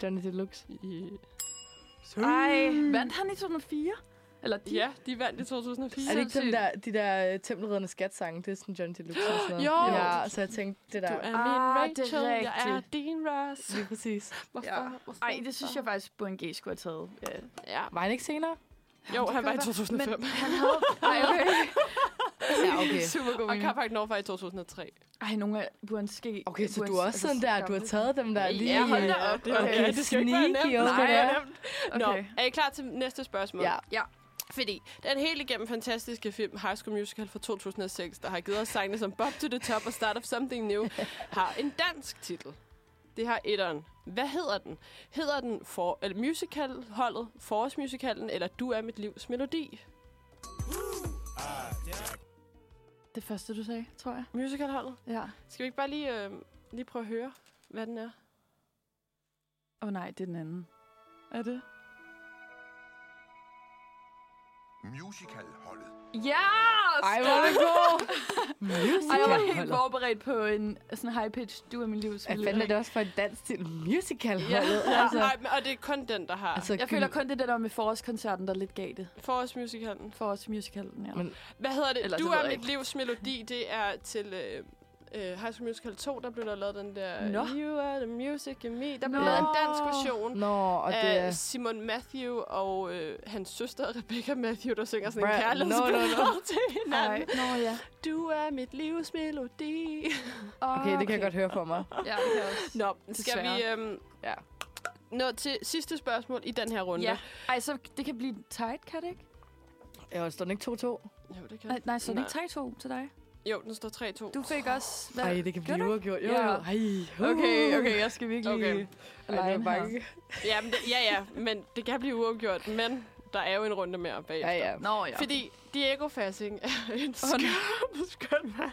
[SPEAKER 3] Johnny Deluxe.
[SPEAKER 4] Ej, vandt han i 2004? Eller de?
[SPEAKER 2] Ja, de vandt i 2004.
[SPEAKER 3] Er det ikke den
[SPEAKER 4] Sindssygt.
[SPEAKER 3] der, de der øh, tempelridderne skatsange? Det er sådan Johnny Deluxe og sådan noget.
[SPEAKER 2] Jo!
[SPEAKER 3] Ja, så jeg tænkte, det
[SPEAKER 2] Du
[SPEAKER 3] der.
[SPEAKER 2] er min
[SPEAKER 4] Ah, det er
[SPEAKER 2] Rachel, jeg er
[SPEAKER 4] rigtigt.
[SPEAKER 2] din Ross.
[SPEAKER 3] Lige præcis.
[SPEAKER 2] Hvorfor?
[SPEAKER 4] Ja.
[SPEAKER 2] Hvorfor?
[SPEAKER 4] Ej, det synes jeg faktisk, Burhan G skulle have taget. Ja.
[SPEAKER 2] Ja.
[SPEAKER 3] Var han ikke senere?
[SPEAKER 2] Jo, han var i
[SPEAKER 4] godt være.
[SPEAKER 2] 2005.
[SPEAKER 4] Han havde... Ej, okay.
[SPEAKER 3] Ja, okay.
[SPEAKER 4] Super god
[SPEAKER 2] Og
[SPEAKER 4] mening.
[SPEAKER 2] Carpark North var i 2003
[SPEAKER 4] Ej, nogle af Burhan G. altså,
[SPEAKER 3] Okay, så
[SPEAKER 4] Burhan-
[SPEAKER 3] du er også sådan der, du har taget dem der lige...
[SPEAKER 2] Ja, hold da op.
[SPEAKER 3] øh, Okay,
[SPEAKER 2] det skal jo ikke være
[SPEAKER 3] sneaky
[SPEAKER 2] nemt.
[SPEAKER 3] over
[SPEAKER 2] Nej,
[SPEAKER 3] der.
[SPEAKER 2] det er nemt.
[SPEAKER 4] Okay.
[SPEAKER 2] Nå, er I klar til næste spørgsmål?
[SPEAKER 3] Ja.
[SPEAKER 4] Ja.
[SPEAKER 2] Fordi den helt igennem fantastiske film High School Musical fra 2006, der har givet os sangene som Bob to the Top og Start of Something New, har en dansk titel. Det har etteren. Hvad hedder den? Hedder den for, eller musicalholdet, forårsmusicalen, eller Du er mit livs melodi?
[SPEAKER 4] Det første, du sagde, tror jeg.
[SPEAKER 2] Musicalholdet.
[SPEAKER 4] Ja.
[SPEAKER 2] Skal vi ikke bare lige, øh, lige prøve at høre, hvad den er?
[SPEAKER 4] Åh oh, nej, det er den anden. Er det?
[SPEAKER 1] Musicalholdet.
[SPEAKER 4] Ja!
[SPEAKER 3] Ej, hvor er det god! Musical.
[SPEAKER 4] Ej, jeg var helt forberedt på en øh, sådan high-pitch, du er min livs
[SPEAKER 3] Hvad fanden er det også for en dansk til musical
[SPEAKER 4] Ja.
[SPEAKER 3] holdet?
[SPEAKER 2] Altså.
[SPEAKER 3] Altså,
[SPEAKER 2] Nej, men, og det er kun den, der har altså.
[SPEAKER 3] altså,
[SPEAKER 4] Jeg føler kun det er det der med forårskoncerten, der lidt gav det.
[SPEAKER 2] forårsmusicalen.
[SPEAKER 4] Forårsmusicalen, ja.
[SPEAKER 3] Men-
[SPEAKER 4] Men,
[SPEAKER 2] Hvad hedder det?
[SPEAKER 4] Eller
[SPEAKER 2] Eller,
[SPEAKER 4] det
[SPEAKER 2] du
[SPEAKER 4] ved
[SPEAKER 2] er
[SPEAKER 4] jeg
[SPEAKER 2] mit
[SPEAKER 4] ikke.
[SPEAKER 2] livs melodi. Det er til øh, øh, High School Musical 2, der blev der lavet den der...
[SPEAKER 4] Nå.
[SPEAKER 2] You are the music in me. Der blev
[SPEAKER 4] Nå. Mm.
[SPEAKER 2] lavet en dansk version.
[SPEAKER 3] Nå, og det
[SPEAKER 4] Øh,
[SPEAKER 2] af
[SPEAKER 3] er...
[SPEAKER 2] Simon Matthew og øh, hans søster Rebecca Matthew, der synger sådan en
[SPEAKER 3] Bruh,
[SPEAKER 2] kærlighedsbillede
[SPEAKER 3] no, no,
[SPEAKER 2] til hinanden.
[SPEAKER 4] Nå ja.
[SPEAKER 2] Du er mit livs melodi.
[SPEAKER 4] Oh,
[SPEAKER 3] Okay, det kan jeg godt høre for mig.
[SPEAKER 4] Ja, det kan jeg også.
[SPEAKER 2] Nå, skal vi
[SPEAKER 4] Desværre.
[SPEAKER 2] øhm,
[SPEAKER 3] Ja.
[SPEAKER 2] nå til sidste spørgsmål i den her runde?
[SPEAKER 4] Ja. Ej, så det kan blive tight, kan det ikke?
[SPEAKER 3] Jeg står den ikke 2-2.
[SPEAKER 2] Jo, det kan.
[SPEAKER 4] Nej, nej så er det
[SPEAKER 2] Nej.
[SPEAKER 4] ikke tight to til dig.
[SPEAKER 2] Jo, den står 3-2.
[SPEAKER 4] Du fik også... Hvad?
[SPEAKER 3] Ej, det kan
[SPEAKER 4] Gør
[SPEAKER 3] blive
[SPEAKER 4] du
[SPEAKER 3] uafgjort. Jo,
[SPEAKER 4] Ja.
[SPEAKER 3] jo. Ej, uh.
[SPEAKER 4] Okay, okay, jeg skal virkelig...
[SPEAKER 2] Okay.
[SPEAKER 4] Okay.
[SPEAKER 3] Ej, det var
[SPEAKER 4] Alene
[SPEAKER 3] bange.
[SPEAKER 2] Ja, men det, ja, ja, men det kan blive uafgjort, men der er jo en runde mere bagefter.
[SPEAKER 3] Ja, ja.
[SPEAKER 4] Nå ja.
[SPEAKER 2] Fordi Diego Fassing er en skøn, skøn mand,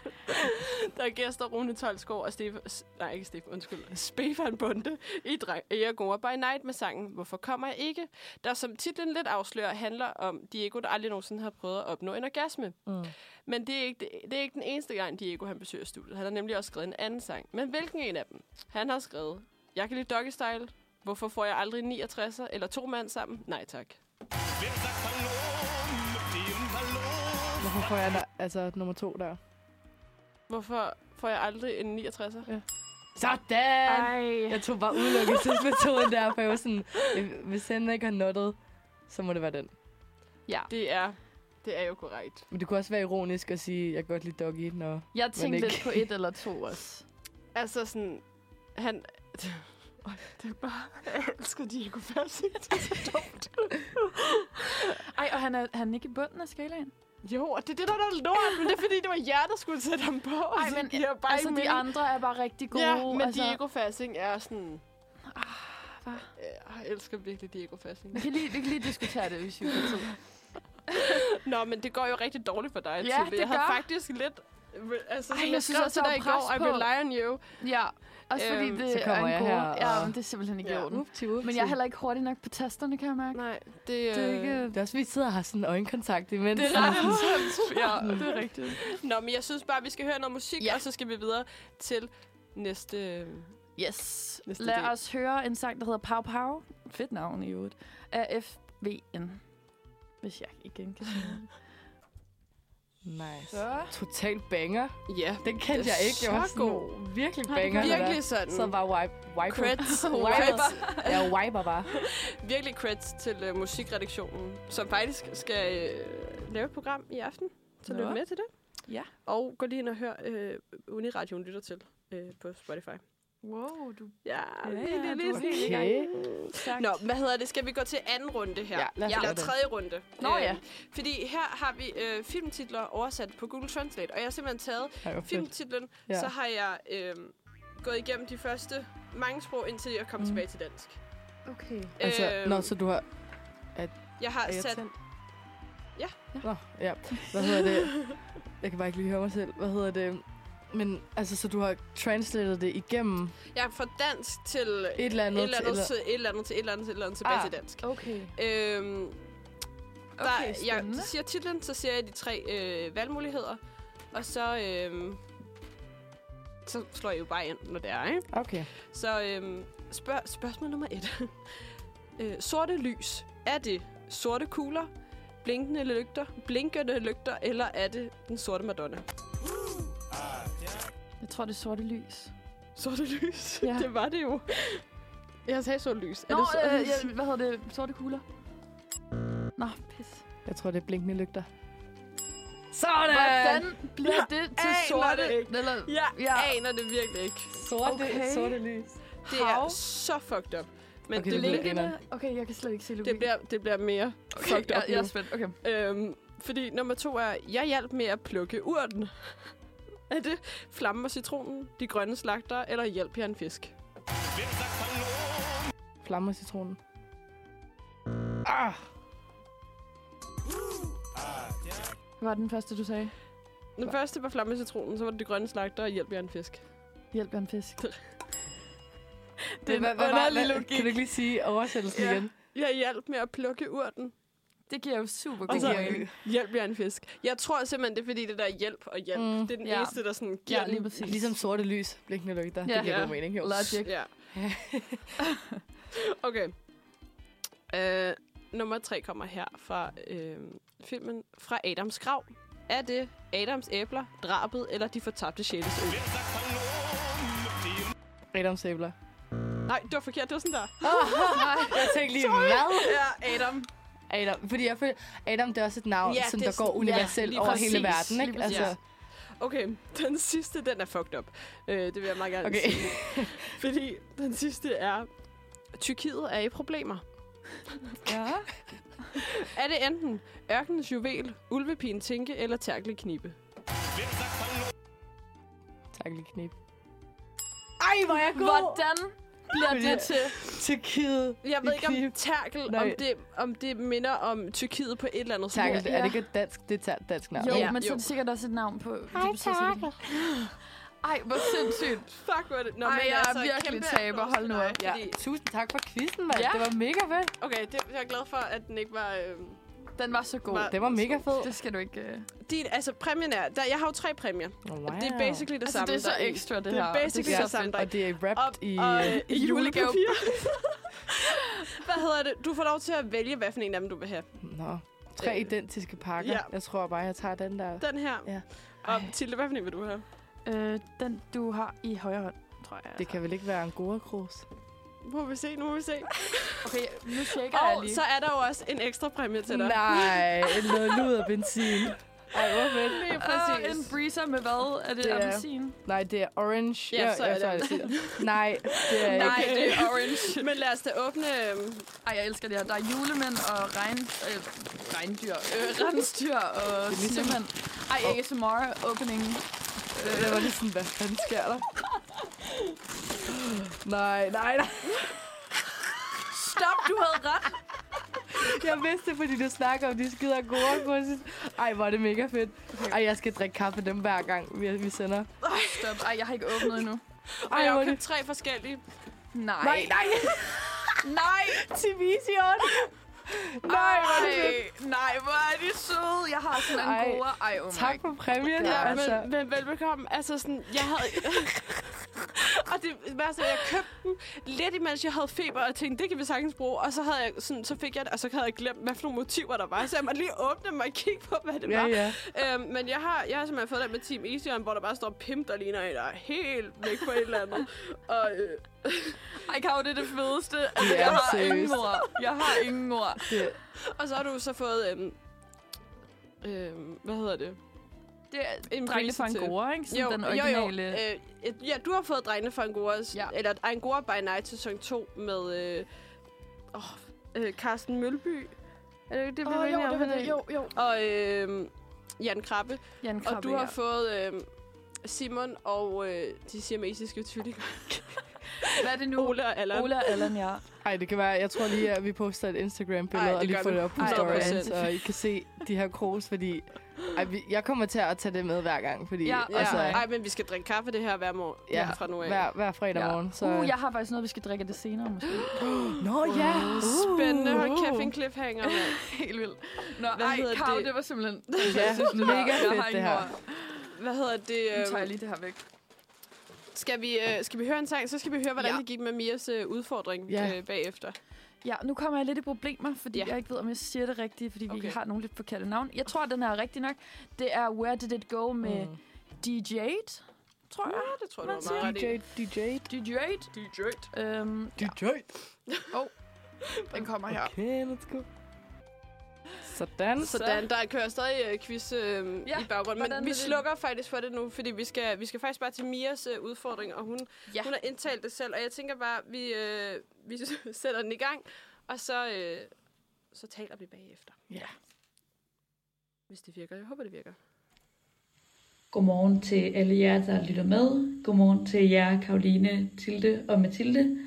[SPEAKER 2] der gæster Rune Tolskov og Stefan, nej ikke Stefan, undskyld, Stefan Bunde i Dre- Eregora by Night med sangen Hvorfor kommer jeg ikke? Der som titlen lidt afslører, handler om Diego, der aldrig nogensinde har prøvet at opnå en orgasme.
[SPEAKER 3] Mm.
[SPEAKER 2] Men det er, ikke, det, det er ikke den eneste gang, Diego han besøger studiet. Han har nemlig også skrevet en anden sang. Men hvilken en af dem? Han har skrevet, jeg kan lide doggy style, hvorfor får jeg aldrig 69'er eller to mand sammen? Nej tak.
[SPEAKER 3] Hvorfor får jeg der, altså nummer to der?
[SPEAKER 2] Hvorfor får jeg aldrig en 69'er?
[SPEAKER 3] Sådan!
[SPEAKER 4] Ej.
[SPEAKER 3] Jeg tog bare udelukkelsesmetoden der, for jeg var sådan, øh, hvis den ikke har nottet, så må det være den.
[SPEAKER 2] Det er, det er jo korrekt.
[SPEAKER 3] Men det kunne også være ironisk at sige, jeg kan godt lide doggy, når...
[SPEAKER 4] Jeg tænkte
[SPEAKER 3] ikke-
[SPEAKER 4] lidt på et eller to også.
[SPEAKER 2] Altså sådan, han... Øj, Det er bare... Jeg elsker Diego Fassing.
[SPEAKER 4] Ej, og han er, han er ikke i bunden af skalaen.
[SPEAKER 2] Jo, og det er det, der er lort, men det er fordi, det var jer, der skulle sætte ham på.
[SPEAKER 4] Ej,
[SPEAKER 2] Så
[SPEAKER 4] men
[SPEAKER 2] det giver bare
[SPEAKER 4] altså,
[SPEAKER 2] ikke
[SPEAKER 4] de
[SPEAKER 2] mening.
[SPEAKER 4] andre er bare rigtig gode.
[SPEAKER 2] Ja, men
[SPEAKER 4] altså,
[SPEAKER 2] Diego Fassing er sådan... Ah,
[SPEAKER 4] hvad?
[SPEAKER 2] Jeg elsker virkelig Diego Fassing.
[SPEAKER 4] Vi kan, lige, vi kan lige diskutere det, hvis vi får tid.
[SPEAKER 2] Nå, men det går jo rigtig dårligt for dig,
[SPEAKER 4] Ja,
[SPEAKER 2] Tilde.
[SPEAKER 4] det
[SPEAKER 2] Jeg havde
[SPEAKER 4] gør.
[SPEAKER 2] faktisk lidt... Altså,
[SPEAKER 4] Ej,
[SPEAKER 2] som jeg,
[SPEAKER 4] jeg
[SPEAKER 2] jeg
[SPEAKER 4] synes
[SPEAKER 2] skrev
[SPEAKER 4] også,
[SPEAKER 2] til
[SPEAKER 4] der
[SPEAKER 2] dig
[SPEAKER 4] er
[SPEAKER 2] i går,
[SPEAKER 4] pres
[SPEAKER 2] I
[SPEAKER 4] på.
[SPEAKER 2] rely on you.
[SPEAKER 4] Ja, også fordi
[SPEAKER 2] Øhm,
[SPEAKER 4] det
[SPEAKER 3] så kommer
[SPEAKER 4] er en
[SPEAKER 3] jeg
[SPEAKER 4] god...
[SPEAKER 3] her, og-
[SPEAKER 4] Ja, men det er simpelthen ikke i
[SPEAKER 2] Ja.
[SPEAKER 4] orden.
[SPEAKER 3] Upti, upti.
[SPEAKER 4] Men jeg er heller ikke hurtig nok på tasterne, kan jeg mærke.
[SPEAKER 2] Nej, det, øh,
[SPEAKER 4] Det er ikke...
[SPEAKER 3] Det er også, vi sidder og har sådan en øjenkontakt imens.
[SPEAKER 2] Det er ret intenst. Ja,
[SPEAKER 4] Det er rigtigt.
[SPEAKER 2] Nå, men jeg synes bare, vi skal høre noget musik,
[SPEAKER 4] Ja.
[SPEAKER 2] ja. og så skal vi videre til næste... øh,
[SPEAKER 4] Yes.
[SPEAKER 2] Næste
[SPEAKER 4] Lad
[SPEAKER 2] del.
[SPEAKER 4] os høre en sang, der hedder Pow Pow. Fedt navn i øvrigt. Af FVN. Hvis jeg igen kan sige det.
[SPEAKER 3] Nice.
[SPEAKER 4] Så.
[SPEAKER 3] Total banger.
[SPEAKER 2] Ja,
[SPEAKER 3] Den kendte
[SPEAKER 2] Det er
[SPEAKER 3] jeg ikke. Jeg var
[SPEAKER 2] så
[SPEAKER 3] sådan,
[SPEAKER 2] god.
[SPEAKER 3] virkelig
[SPEAKER 4] Ej, det
[SPEAKER 3] banger.
[SPEAKER 4] var
[SPEAKER 3] det der.
[SPEAKER 2] virkelig sådan.
[SPEAKER 3] Så var wipe, wiper.
[SPEAKER 2] creds,
[SPEAKER 3] Wipers.
[SPEAKER 2] creds,
[SPEAKER 3] Ja, wiper bare.
[SPEAKER 2] virkelig creds til uh, musikredaktionen, som faktisk skal uh, lave et program i aften. Så
[SPEAKER 4] Nå.
[SPEAKER 2] lyt med til det.
[SPEAKER 4] Ja.
[SPEAKER 2] Og gå lige ind og hør uh, Uniradioen lytter til uh, på Spotify.
[SPEAKER 4] Wow, du
[SPEAKER 2] Ja,
[SPEAKER 4] Ja,
[SPEAKER 2] det
[SPEAKER 4] ja,
[SPEAKER 2] er
[SPEAKER 4] du er
[SPEAKER 2] lidt sådan i
[SPEAKER 3] helt
[SPEAKER 2] gang.
[SPEAKER 3] okay.
[SPEAKER 4] sagt.
[SPEAKER 2] Nå, hvad hedder det? Skal vi gå til anden runde her?
[SPEAKER 3] Ja, lad os
[SPEAKER 2] Eller
[SPEAKER 3] gøre det.
[SPEAKER 2] tredje runde. Øhm,
[SPEAKER 4] Nå ja.
[SPEAKER 2] Fordi her har vi øh, filmtitler oversat på Google Translate, og jeg har simpelthen taget
[SPEAKER 3] Ej, hvor fedt.
[SPEAKER 2] filmtitlen,
[SPEAKER 3] Ja.
[SPEAKER 2] ja. så har jeg øh, gået igennem de første mange sprog, indtil jeg kom
[SPEAKER 3] Mm.
[SPEAKER 2] mm. tilbage til dansk.
[SPEAKER 4] Okay.
[SPEAKER 3] Altså,
[SPEAKER 2] Øhm,
[SPEAKER 3] nå, så du har...
[SPEAKER 2] Jeg har
[SPEAKER 3] er jeg
[SPEAKER 2] sat...
[SPEAKER 3] tændt?
[SPEAKER 2] Ja.
[SPEAKER 3] Nå, ja. Hvad hedder det? Jeg kan bare ikke lige høre mig selv. Hvad hedder det? Men altså, så du har translated det igennem
[SPEAKER 2] Jeg er fra dansk til
[SPEAKER 3] et eller andet,
[SPEAKER 2] et eller andet
[SPEAKER 3] til
[SPEAKER 2] til et eller andet til et eller andet til et eller andet tilbage
[SPEAKER 3] Ah.
[SPEAKER 2] til dansk.
[SPEAKER 4] Okay.
[SPEAKER 2] Øhm,
[SPEAKER 4] Okay,
[SPEAKER 2] der, jeg
[SPEAKER 4] spændende.
[SPEAKER 2] siger titlen, så siger jeg de tre øh, valgmuligheder, og så... Øh, så slår jeg jo bare ind, når det er, ikke?
[SPEAKER 3] eller... Okay.
[SPEAKER 2] Så øhm, spørg- spørgsmål nummer et. øh, sorte lys. Er det sorte kugler, blinkende lygter, blinkende lygter, eller er det den sorte Madonna?
[SPEAKER 4] Jeg tror, det er sorte lys.
[SPEAKER 2] Sorte lys?
[SPEAKER 4] Ja.
[SPEAKER 2] Ja. det var det jo. Jeg sagde sorte lys.
[SPEAKER 4] Nå,
[SPEAKER 2] er det så-
[SPEAKER 4] øh, ja, hvad hedder det? Sorte kugler. Nå, pis.
[SPEAKER 3] Jeg tror, det er blinkende lygter.
[SPEAKER 4] Hvordan
[SPEAKER 3] Sådan!
[SPEAKER 4] bliver det til
[SPEAKER 2] aner
[SPEAKER 4] sorte?
[SPEAKER 2] det ikke.
[SPEAKER 4] Eller,
[SPEAKER 2] Jeg
[SPEAKER 4] Ja.
[SPEAKER 2] ja. aner det virkelig ikke.
[SPEAKER 3] Sorte,
[SPEAKER 4] Okay.
[SPEAKER 3] sorte lys.
[SPEAKER 2] Det
[SPEAKER 4] Hav.
[SPEAKER 2] er så fucked up. Men
[SPEAKER 3] Okay,
[SPEAKER 2] okay,
[SPEAKER 3] det
[SPEAKER 2] det,
[SPEAKER 3] lyder
[SPEAKER 2] det,
[SPEAKER 3] ikke-
[SPEAKER 4] Blinkende? Okay, jeg kan slet ikke se logikken.
[SPEAKER 2] det, bliver, det bliver mere okay,
[SPEAKER 4] okay,
[SPEAKER 2] fucked up
[SPEAKER 4] jeg, jeg
[SPEAKER 2] nu.
[SPEAKER 4] er spændt. Okay.
[SPEAKER 2] Øhm, fordi nummer to er, jeg hjalp med at plukke urten. er det flammen og citronen, de grønne slagter, eller hjælp jeg en fisk?
[SPEAKER 3] Flamme og citronen.
[SPEAKER 2] Ah,
[SPEAKER 4] Hvad var den første, du sagde?
[SPEAKER 2] Den første var flamme og citronen, så var det de grønne slagter, og hjælp jeg en fisk.
[SPEAKER 4] Hjælp, jeg er en fisk.
[SPEAKER 2] Det er en
[SPEAKER 3] Hvad- hvad var-
[SPEAKER 2] underlig
[SPEAKER 3] hvad-
[SPEAKER 2] logik.
[SPEAKER 3] Kan du ikke lige sige oversættelsen
[SPEAKER 2] Ja.
[SPEAKER 3] igen?
[SPEAKER 2] Jeg hjalp med at plukke urten.
[SPEAKER 4] Det giver jo super
[SPEAKER 2] Og
[SPEAKER 4] god
[SPEAKER 2] så-
[SPEAKER 4] mening.
[SPEAKER 2] Hjælp jer en fisk. Jeg tror simpelthen, det er fordi, det der hjælp og hjælp,
[SPEAKER 3] Mm.
[SPEAKER 2] mm, det er den
[SPEAKER 4] Ja.
[SPEAKER 2] ja. eneste, der sådan giver
[SPEAKER 4] Ja, lige
[SPEAKER 2] den.
[SPEAKER 4] præcis.
[SPEAKER 3] Ligesom sorte lys, blinkende lygter.
[SPEAKER 4] Ja.
[SPEAKER 3] Det giver
[SPEAKER 2] Ja.
[SPEAKER 3] god mening. Jo.
[SPEAKER 4] Logic.
[SPEAKER 2] Ja. okay. Øh, nummer tre kommer her fra øh, filmen Fra Adams Grav. Er det Adams æbler, drabet eller de fortabte sjæles ø?
[SPEAKER 3] Adam Sabler.
[SPEAKER 2] Nej, det var forkert. Det var sådan der.
[SPEAKER 3] Jeg tænkte lige, hvad?
[SPEAKER 2] Ja, Adam.
[SPEAKER 3] Adam, fordi jeg føler, Adam det er også et navn,
[SPEAKER 2] Ja,
[SPEAKER 3] ja, som
[SPEAKER 2] det er
[SPEAKER 3] der går
[SPEAKER 2] sådan-
[SPEAKER 3] universelt
[SPEAKER 2] lige
[SPEAKER 3] ja, over
[SPEAKER 2] præcis,
[SPEAKER 3] hele verden. Ikke?
[SPEAKER 4] lige præcis.
[SPEAKER 3] Altså,
[SPEAKER 2] Okay, den sidste, den er fucked up. Øh, det vil jeg meget gerne
[SPEAKER 3] Okay.
[SPEAKER 2] okay. sige. Fordi den sidste er... Tyrkiet er i problemer.
[SPEAKER 4] Ja.
[SPEAKER 2] Er det enten ørkenens juvel, ulvepigen tinke eller tærkelig knibe?
[SPEAKER 3] tak lige knip. Ej, hvor er jeg god!
[SPEAKER 4] Hvordan bliver
[SPEAKER 3] Fordi-
[SPEAKER 4] det til?
[SPEAKER 3] Tyrkiet.
[SPEAKER 2] Jeg ved
[SPEAKER 3] I
[SPEAKER 2] ikke, om
[SPEAKER 3] knibe.
[SPEAKER 2] tærkel,
[SPEAKER 3] Nej.
[SPEAKER 2] om det, om det minder om Tyrkiet på et eller andet
[SPEAKER 3] Tak,
[SPEAKER 2] sprog.
[SPEAKER 3] ja. er det ikke et dansk? Det er et dansk navn.
[SPEAKER 4] Jo,
[SPEAKER 2] Ja.
[SPEAKER 4] men så er
[SPEAKER 2] Jo.
[SPEAKER 4] det sikkert også et navn på... Hej, tak. Ej, hvor sindssygt.
[SPEAKER 2] Fuck, hvor er det. Nå,
[SPEAKER 4] Ej,
[SPEAKER 2] men
[SPEAKER 4] jeg er
[SPEAKER 2] altså,
[SPEAKER 4] virkelig
[SPEAKER 2] kæmpe
[SPEAKER 4] taber.
[SPEAKER 2] applaus
[SPEAKER 4] Hold
[SPEAKER 2] til
[SPEAKER 4] nu
[SPEAKER 2] dig,
[SPEAKER 4] op.
[SPEAKER 3] Ja.
[SPEAKER 2] fordi-
[SPEAKER 3] Tusind tak for quizzen, mand.
[SPEAKER 4] Ja.
[SPEAKER 3] Ja. Det var mega fedt.
[SPEAKER 2] Okay, det, jeg er glad for, at den ikke var... Øh,
[SPEAKER 4] Den var så god.
[SPEAKER 2] Var-
[SPEAKER 3] Det var mega fedt.
[SPEAKER 4] Det skal du ikke... øh.
[SPEAKER 2] din, altså, præmien er... Der, jeg har jo tre præmier.
[SPEAKER 3] Wow.
[SPEAKER 2] Wow. Det er basically det
[SPEAKER 4] Altså,
[SPEAKER 2] samme.
[SPEAKER 4] det er så
[SPEAKER 2] deri.
[SPEAKER 4] ekstra, det,
[SPEAKER 2] Det
[SPEAKER 4] her.
[SPEAKER 2] er basically
[SPEAKER 3] det er
[SPEAKER 2] det samme. Der.
[SPEAKER 3] Og det er wrapped
[SPEAKER 2] Op,
[SPEAKER 3] i...
[SPEAKER 2] og,
[SPEAKER 3] øh,
[SPEAKER 2] øh, i
[SPEAKER 4] i
[SPEAKER 2] julegavepapir. Hvad hedder det? Du får lov til at vælge, hvad for en af dem, du vil have.
[SPEAKER 3] Nå, tre
[SPEAKER 2] øh,
[SPEAKER 3] identiske pakker.
[SPEAKER 2] ja.
[SPEAKER 3] Jeg tror bare, jeg tager den der.
[SPEAKER 2] Den her.
[SPEAKER 3] Ja.
[SPEAKER 2] Og
[SPEAKER 4] Ej.
[SPEAKER 2] Tilde, hvad for en vil du have?
[SPEAKER 4] Øh, den, du har i højre hånd, tror jeg.
[SPEAKER 3] Det kan vel ikke være en god krus?
[SPEAKER 2] Nu må vi se, nu må vi se.
[SPEAKER 4] Okay, nu shaker jeg
[SPEAKER 2] Og
[SPEAKER 4] lige.
[SPEAKER 2] så er der jo også en ekstra præmie til dig.
[SPEAKER 3] Nej, noget luder benzin. Ej, hvor fedt.
[SPEAKER 2] det er
[SPEAKER 4] Åh,
[SPEAKER 2] præcis.
[SPEAKER 4] en breezer med hvad? Er det,
[SPEAKER 3] Det er-
[SPEAKER 4] appelsin?
[SPEAKER 3] Nej, det er orange.
[SPEAKER 2] Ja, så er
[SPEAKER 3] jeg,
[SPEAKER 2] det-
[SPEAKER 3] det. Nej, det er
[SPEAKER 4] Nej,
[SPEAKER 3] ikke.
[SPEAKER 4] det er orange.
[SPEAKER 2] Men lad os da åbne... øhm,
[SPEAKER 4] Ej, jeg elsker det her. Der er julemænd og regn, øh, regndyr, øh, rensdyr og
[SPEAKER 3] ligesom-
[SPEAKER 4] snemænd. Ej, ASMR opening. Øh,
[SPEAKER 3] Det var lige sådan, hvad fanden sker der? Nej, nej, nej.
[SPEAKER 4] Stop, du havde ret.
[SPEAKER 3] Jeg vidste, fordi du snakker om de skider gode kurser. Ej, hvor er det mega fedt. Ej, jeg skal drikke kaffe dem hver gang, vi, vi sender.
[SPEAKER 4] Stop. Ej, jeg har ikke åbnet endnu.
[SPEAKER 2] Og
[SPEAKER 3] Ej,
[SPEAKER 2] jeg har
[SPEAKER 3] hvor er
[SPEAKER 2] købt
[SPEAKER 3] det...
[SPEAKER 2] tre forskellige.
[SPEAKER 4] Nej.
[SPEAKER 3] Nej, nej.
[SPEAKER 4] Nej.
[SPEAKER 3] Division. Nej, hvor er det fedt.
[SPEAKER 4] Nej, hvor er de søde. Jeg har sådan en
[SPEAKER 3] Ej.
[SPEAKER 4] god. Ej, oh my
[SPEAKER 3] Tak for præmien.
[SPEAKER 4] Ja,
[SPEAKER 3] Ja,
[SPEAKER 2] Ja,
[SPEAKER 3] altså.
[SPEAKER 2] men, men velbekomme. Altså sådan, jeg havde... og det værste, er, at jeg købte den lidt imens jeg havde feber, og tænkte, det kan vi sagtens bruge. Og så, havde jeg sådan, så fik jeg det, og så havde jeg glemt, hvad for nogle motiver der var. Så jeg måtte lige åbne dem og kigge på, hvad det
[SPEAKER 3] Ja,
[SPEAKER 2] var.
[SPEAKER 3] ja.
[SPEAKER 2] Øhm, men jeg har, jeg har simpelthen fået den med Team Easyon, hvor der bare står pimp, der ligner en, der er helt væk på et eller andet. Og øh,
[SPEAKER 4] Ej, Kav, det er det fedeste.
[SPEAKER 3] Ja,
[SPEAKER 4] jeg har
[SPEAKER 3] seriøst.
[SPEAKER 4] ingen ord. Jeg har ingen ord.
[SPEAKER 3] Det,
[SPEAKER 2] Og så har du så fået, øhm, øhm, hvad hedder det?
[SPEAKER 4] Det er
[SPEAKER 2] En
[SPEAKER 4] drengene
[SPEAKER 2] breezer
[SPEAKER 4] fra
[SPEAKER 2] til.
[SPEAKER 4] Angora, ikke? Sådan den originale.
[SPEAKER 2] Jo, jo. Øh, et- ja, du har fået Drengene fra Angoras,
[SPEAKER 4] Ja.
[SPEAKER 2] ja. eller Angora by Night sæson 2 med øh, åh, øh, Carsten Mølby. Er det ikke det, vi var enige om? Han er-
[SPEAKER 4] jo.
[SPEAKER 2] Og øh, Jan Krabbe.
[SPEAKER 4] Jan
[SPEAKER 2] Og du har fået øh, Simon og øh, de siamesiske tvillinger.
[SPEAKER 4] Hvad er det nu?
[SPEAKER 2] Ole og Allan.
[SPEAKER 4] Ola Allan, ja.
[SPEAKER 3] Ej, det kan være, jeg tror lige, at vi poster et Instagram-billede,
[SPEAKER 2] Ej,
[SPEAKER 3] og
[SPEAKER 2] det
[SPEAKER 3] lige
[SPEAKER 2] gør
[SPEAKER 3] får
[SPEAKER 2] vi.
[SPEAKER 3] det op på
[SPEAKER 4] Ej,
[SPEAKER 3] storyen,
[SPEAKER 2] 100%.
[SPEAKER 3] så I kan se de her kros, fordi ej, vi, jeg kommer til at tage det med hver gang, fordi
[SPEAKER 4] Ja,
[SPEAKER 3] ja,
[SPEAKER 2] Ja,
[SPEAKER 3] altså,
[SPEAKER 2] Ej, men vi skal drikke kaffe det her hver morgen
[SPEAKER 3] Ja,
[SPEAKER 2] ja. fra nu af.
[SPEAKER 3] hver, hver fredag
[SPEAKER 4] Ja.
[SPEAKER 3] morgen. Så.
[SPEAKER 4] Uh, jeg har faktisk noget, vi skal drikke af det senere, måske.
[SPEAKER 3] Nå ja!
[SPEAKER 2] Spændende.
[SPEAKER 3] Uh,
[SPEAKER 2] Hold kæft, en cliffhanger, mand.
[SPEAKER 4] Helt vildt. Nå,
[SPEAKER 2] Hvad
[SPEAKER 4] ej,
[SPEAKER 2] hedder
[SPEAKER 4] Kav, det?
[SPEAKER 2] det?
[SPEAKER 4] var simpelthen...
[SPEAKER 3] Ja, mega
[SPEAKER 4] jeg har
[SPEAKER 3] fedt det
[SPEAKER 4] ingen
[SPEAKER 3] her.
[SPEAKER 4] ord. Øhm.
[SPEAKER 2] Hvad hedder
[SPEAKER 4] Nu tager
[SPEAKER 2] det?
[SPEAKER 4] jeg
[SPEAKER 2] Øh,
[SPEAKER 4] lige det her væk.
[SPEAKER 2] skal, vi, øh, skal vi høre en sang, så skal vi høre, hvordan
[SPEAKER 4] Ja.
[SPEAKER 2] ja. det gik med Mias øh, udfordring
[SPEAKER 3] Ja.
[SPEAKER 2] ja. øh, bagefter.
[SPEAKER 4] Ja, nu kommer jeg lidt i problemer, fordi ja.
[SPEAKER 2] Ja.
[SPEAKER 4] jeg ikke ved, om jeg siger det rigtigt, fordi okay. vi
[SPEAKER 2] Okay.
[SPEAKER 4] har nogle lidt forkerte navne. Jeg tror, den er rigtig nok. Det er Where Did It Go med mm. Uh.
[SPEAKER 3] Mm.
[SPEAKER 4] DJ'd, tror jeg.
[SPEAKER 2] Ja, det tror jeg,
[SPEAKER 4] Man
[SPEAKER 2] du var meget ret i.
[SPEAKER 3] DJ, DJ,
[SPEAKER 4] DJ'd.
[SPEAKER 2] DJ.
[SPEAKER 4] Øhm, ja,
[SPEAKER 3] DJ.
[SPEAKER 4] den kommer her.
[SPEAKER 3] Okay, let's go. Sådan.
[SPEAKER 2] Sådan, der kører stadig øh, quiz øh,
[SPEAKER 4] Ja,
[SPEAKER 2] ja, i baggrunden.
[SPEAKER 4] hvordan
[SPEAKER 2] Men vi
[SPEAKER 4] vil det-
[SPEAKER 2] slukker faktisk for det nu, fordi vi skal, vi skal faktisk bare til Mias øh, udfordring, og hun,
[SPEAKER 4] Ja.
[SPEAKER 2] ja. hun har indtalt det selv. Og jeg tænker bare, vi, øh, vi sætter den i gang, og så, øh, så taler vi bagefter.
[SPEAKER 3] Ja.
[SPEAKER 2] Hvis det virker. Jeg håber, det virker.
[SPEAKER 1] Godmorgen til alle jer, der lytter med. Godmorgen til jer, Karoline, Tilde og Mathilde.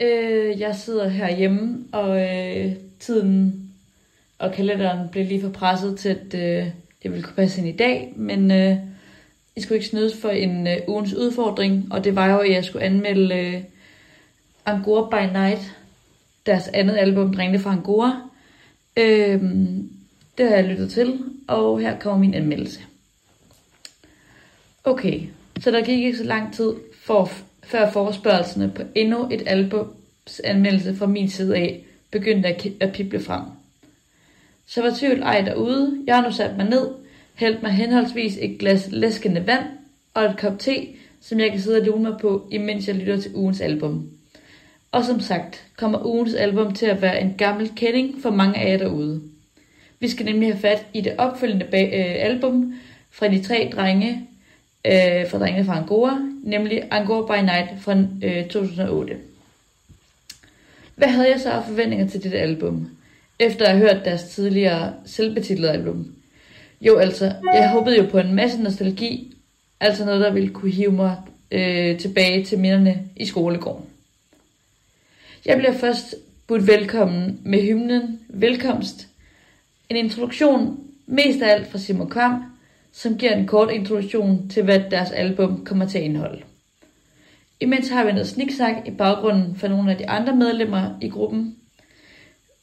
[SPEAKER 1] Øh, jeg sidder herhjemme, og øh, tiden og kalenderen blev lige for presset til, at øh, det ville kunne passe ind i dag. Men øh, I skulle ikke snydes for en øh, ugens udfordring, og det var jo, at jeg skulle anmelde øh, Angora by Night, deres andet album, Drengene fra Angora. Øhm, det har jeg lyttet til, og her kommer min anmeldelse. Okay, så der gik ikke så lang tid for, før forespørgelserne på endnu et albums anmeldelse fra min side af begyndte at, ki- at pible frem. Så var tvivl ej derude. Jeg har nu sat mig ned, hældt mig henholdsvis et glas læskende vand og et kop te, som jeg kan sidde og lune mig på, imens jeg lytter til ugens album. Og som sagt, kommer ugens album til at være en gammel kending for mange af jer derude. Vi skal nemlig have fat i det opfølgende bag, øh, album fra de tre drenge øh, fra drengene fra Angora, nemlig Angora by Night fra øh, 2008. Hvad havde jeg så af forventninger til dette album, efter at have hørt deres tidligere selvbetitlede album? Jo, altså, jeg håbede jo på en masse nostalgi, altså noget, der ville kunne hive mig øh, tilbage til minderne i skolegården. Jeg bliver først budt velkommen med hymnen Velkomst, en introduktion mest af alt fra Simon Kvam, som giver en kort introduktion til, hvad deres album kommer til at indeholde. Imens har vi noget sniksnak i baggrunden for nogle af de andre medlemmer i gruppen.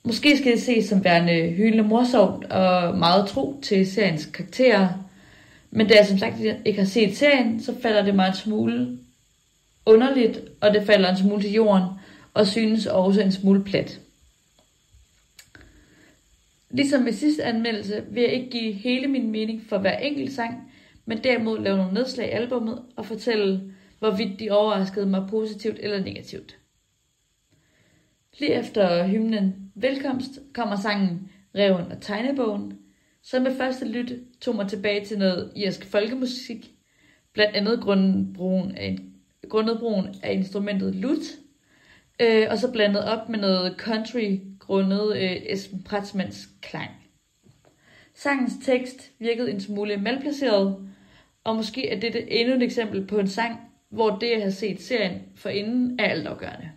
[SPEAKER 1] Måske skal det ses som værende hyldende morsomt og meget tro til seriens karakterer, men da jeg som sagt ikke har set serien, så falder det mig en smule underligt, og det falder en smule til jorden, og synes også en smule plat. Ligesom med sidste anmeldelse vil jeg ikke give hele min mening for hver enkelt sang, men derimod lave nogle nedslag i albummet og fortælle, hvorvidt de overraskede mig positivt eller negativt. Lige efter hymnen Velkomst kommer sangen Reven og Tegnebogen, som med første lyt tog mig tilbage til noget irsk folkemusik, blandt andet grundet brugen af, grundet brugen af instrumentet lut, øh, og så blandet op med noget country grundet øh, Esben Pretzmans klang. Sangens tekst virkede en smule malplaceret, og måske er dette endnu et eksempel på en sang, hvor det, jeg har set serien forinden, er altafgørende.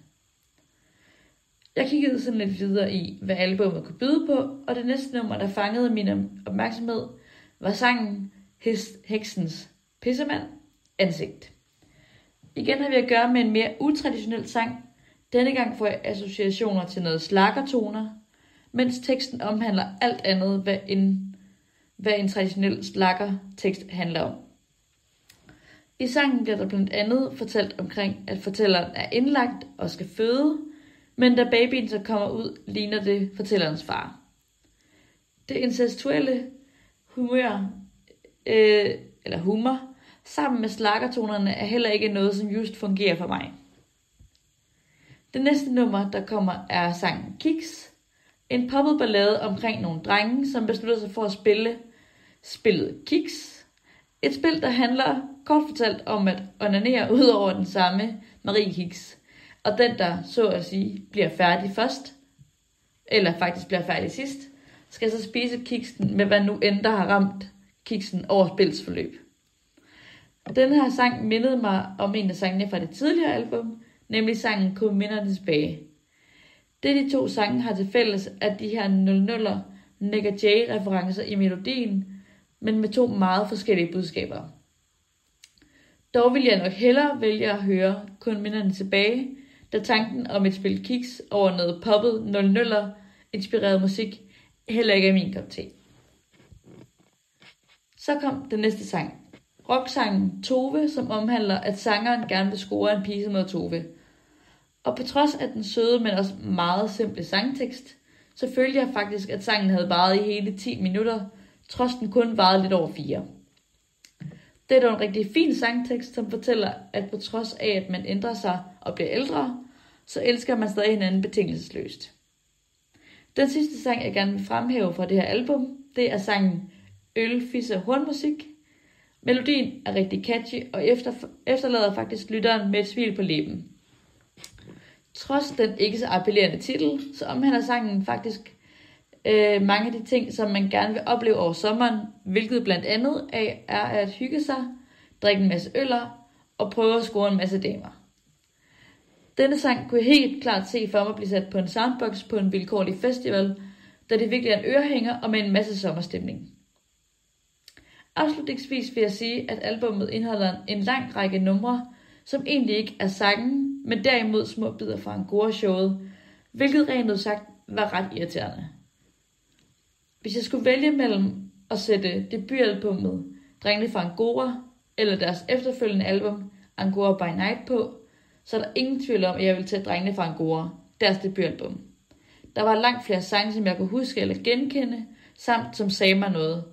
[SPEAKER 1] Jeg kiggede sådan lidt videre i, hvad albumet kunne byde på, og det næste nummer, der fangede min op- opmærksomhed, var sangen His Heksens Pissemand Ansigt. Igen har vi at gøre med en mere utraditionel sang, denne gang får jeg associationer til noget slakkertoner, mens teksten omhandler alt andet, hvad en, hvad en traditionel slakkertekst handler om. I sangen bliver der blandt andet fortalt omkring, at fortælleren er indlagt og skal føde, men da babyen så kommer ud, ligner det fortællerens far. Det incestuelle humør, øh, eller humor, sammen med slakkertonerne er heller ikke noget, som just fungerer for mig. Det næste nummer, der kommer, er sangen Kiks. En poppet ballade omkring nogle drenge, som beslutter sig for at spille spillet Kiks. Et spil, der handler kort fortalt om at onanere ud over den samme Marie Kiks. Og den, der så at sige bliver færdig først, eller faktisk bliver færdig sidst, skal så spise kiksen med hvad nu end der har ramt kiksen over spils forløb. Den her sang mindede mig om en af sangene fra det tidligere album, nemlig sangen Kom minderne tilbage. Det de to sange har til fælles, er de her 00'er Nick J-referencer i melodien, men med to meget forskellige budskaber. Dog vil jeg nok hellere vælge at høre kun minderne tilbage, da tanken om et spil kiks over noget poppet 00'er inspireret musik heller ikke er min kop te. Så kom den næste sang, rocksangen Tove, som omhandler, at sangeren gerne vil score en pige mod Tove. Og på trods af den søde, men også meget simple sangtekst, så følte jeg faktisk, at sangen havde varet i hele 10 minutter, trods den kun varede lidt over 4. Det er dog en rigtig fin sangtekst, som fortæller, at på trods af, at man ændrer sig og bliver ældre, så elsker man stadig hinanden betingelsesløst. Den sidste sang, jeg gerne vil fremhæve fra det her album, det er sangen Øl, Fisse og Hornmusik, Melodien er rigtig catchy og efter, efterlader faktisk lytteren med et smil på læben. Trods den ikke så appellerende titel, så omhandler sangen faktisk øh, mange af de ting, som man gerne vil opleve over sommeren, hvilket blandt andet af, er at hygge sig, drikke en masse øller og prøve at score en masse damer. Denne sang kunne jeg helt klart se for mig at blive sat på en soundbox på en vilkårlig festival, da det virkelig er en ørehænger og med en masse sommerstemning. Afslutningsvis vil jeg sige, at albummet indeholder en lang række numre, som egentlig ikke er sange, men derimod små bidder fra Angora-showet, hvilket rent ud sagt var ret irriterende. Hvis jeg skulle vælge mellem at sætte debutalbummet Drengene fra Angora eller deres efterfølgende album Angora by Night på, så er der ingen tvivl om, at jeg ville tage Drengene fra Angora, deres debutalbum. Der var langt flere sange, som jeg kunne huske eller genkende, samt som sagde mig noget.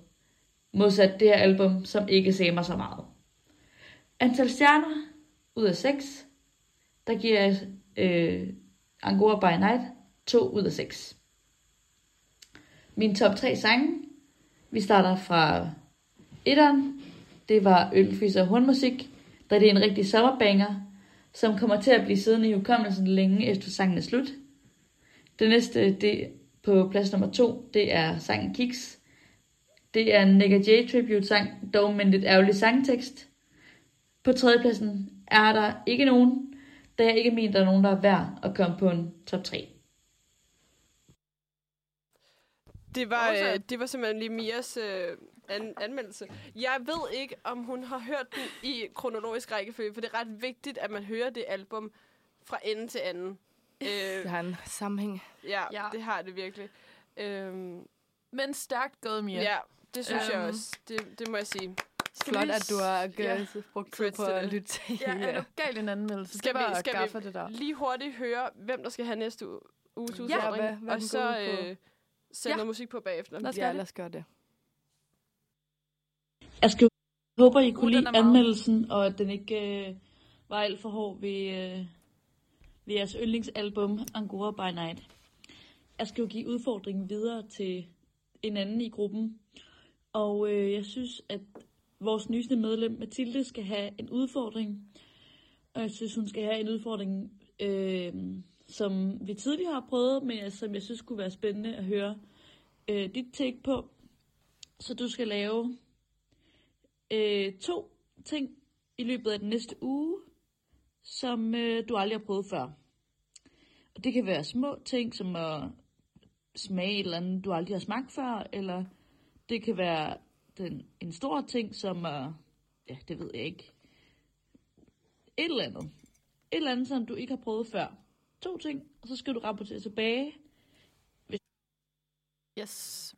[SPEAKER 1] Modsat det her album, som ikke sagde mig så meget. Antal stjerner ud af 6, der giver jeg øh, Angora by Night 2 ud af 6. Min top 3 sange, vi starter fra etteren. Det var Ølfis og Hornmusik, da det er en rigtig sommerbanger, som kommer til at blive siddende i hukommelsen længe efter sangen er slut. Det næste det på plads nummer to, det er sangen Kiks. Det er en Nick J tribute sang, dog med en lidt ærgerlig sangtekst. På tredjepladsen er der ikke nogen, da jeg ikke mener, der er nogen, der er værd at komme på en top 3.
[SPEAKER 2] Det var,
[SPEAKER 4] Årsag.
[SPEAKER 2] øh, det var simpelthen lige Mias øh, an- anmeldelse. Jeg ved ikke, om hun har hørt den i kronologisk rækkefølge, for det er ret vigtigt, at man hører det album fra ende til anden. Øh,
[SPEAKER 3] Jeg har en sammenhæng.
[SPEAKER 2] ja, ja,
[SPEAKER 4] Ja.
[SPEAKER 2] det har det virkelig. Øhm,
[SPEAKER 4] Men stærkt gået, Mia.
[SPEAKER 2] yeah. Ja, det synes jeg
[SPEAKER 4] Øhm.
[SPEAKER 2] også. Det, det må jeg sige.
[SPEAKER 4] Skal vi
[SPEAKER 3] Flot,
[SPEAKER 4] lige
[SPEAKER 3] at du har
[SPEAKER 4] s- Ja,
[SPEAKER 3] g- brugt tid
[SPEAKER 2] Credits
[SPEAKER 3] på
[SPEAKER 2] til
[SPEAKER 3] at
[SPEAKER 2] det.
[SPEAKER 3] lytte til
[SPEAKER 4] ja er
[SPEAKER 3] ja.
[SPEAKER 4] du gal i en anmeldelse?
[SPEAKER 2] Skal
[SPEAKER 4] Skal
[SPEAKER 2] vi-
[SPEAKER 4] vi,
[SPEAKER 2] skal vi-
[SPEAKER 4] gaffe det der?
[SPEAKER 2] Lige hurtigt høre, hvem der skal have næste u- uges
[SPEAKER 3] Ja,
[SPEAKER 2] udfordring,
[SPEAKER 3] hvad- hvad
[SPEAKER 2] og
[SPEAKER 3] den
[SPEAKER 2] så
[SPEAKER 3] går ud på.
[SPEAKER 2] øh, sætte
[SPEAKER 4] Ja.
[SPEAKER 2] noget musik på bagefter.
[SPEAKER 4] Lad os
[SPEAKER 3] Ja,
[SPEAKER 4] gøre
[SPEAKER 3] lad
[SPEAKER 4] det.
[SPEAKER 3] os gøre det.
[SPEAKER 1] Jeg skal, håber, I kunne
[SPEAKER 4] Uh, den
[SPEAKER 1] lide
[SPEAKER 4] er meget.
[SPEAKER 1] anmeldelsen, og at den ikke øh, var alt for hård ved, øh, ved jeres yndlingsalbum Angora by Night. Jeg skal jo give udfordringen videre til en anden i gruppen, og øh, jeg synes, at vores nyeste medlem, Mathilde, skal have en udfordring. Og jeg synes, hun skal have en udfordring, øh, som vi tidligere har prøvet, men øh, som jeg synes kunne være spændende at høre øh, dit take på. Så du skal lave øh, to ting i løbet af den næste uge, som øh, du aldrig har prøvet før. Og det kan være små ting, som at smage et eller andet, du aldrig har smagt før, eller det kan være den, en stor ting, som at, ja, det ved jeg ikke, et eller andet. Et eller andet, som du ikke har prøvet før. To ting, og så skal du rapportere tilbage,
[SPEAKER 4] Yes.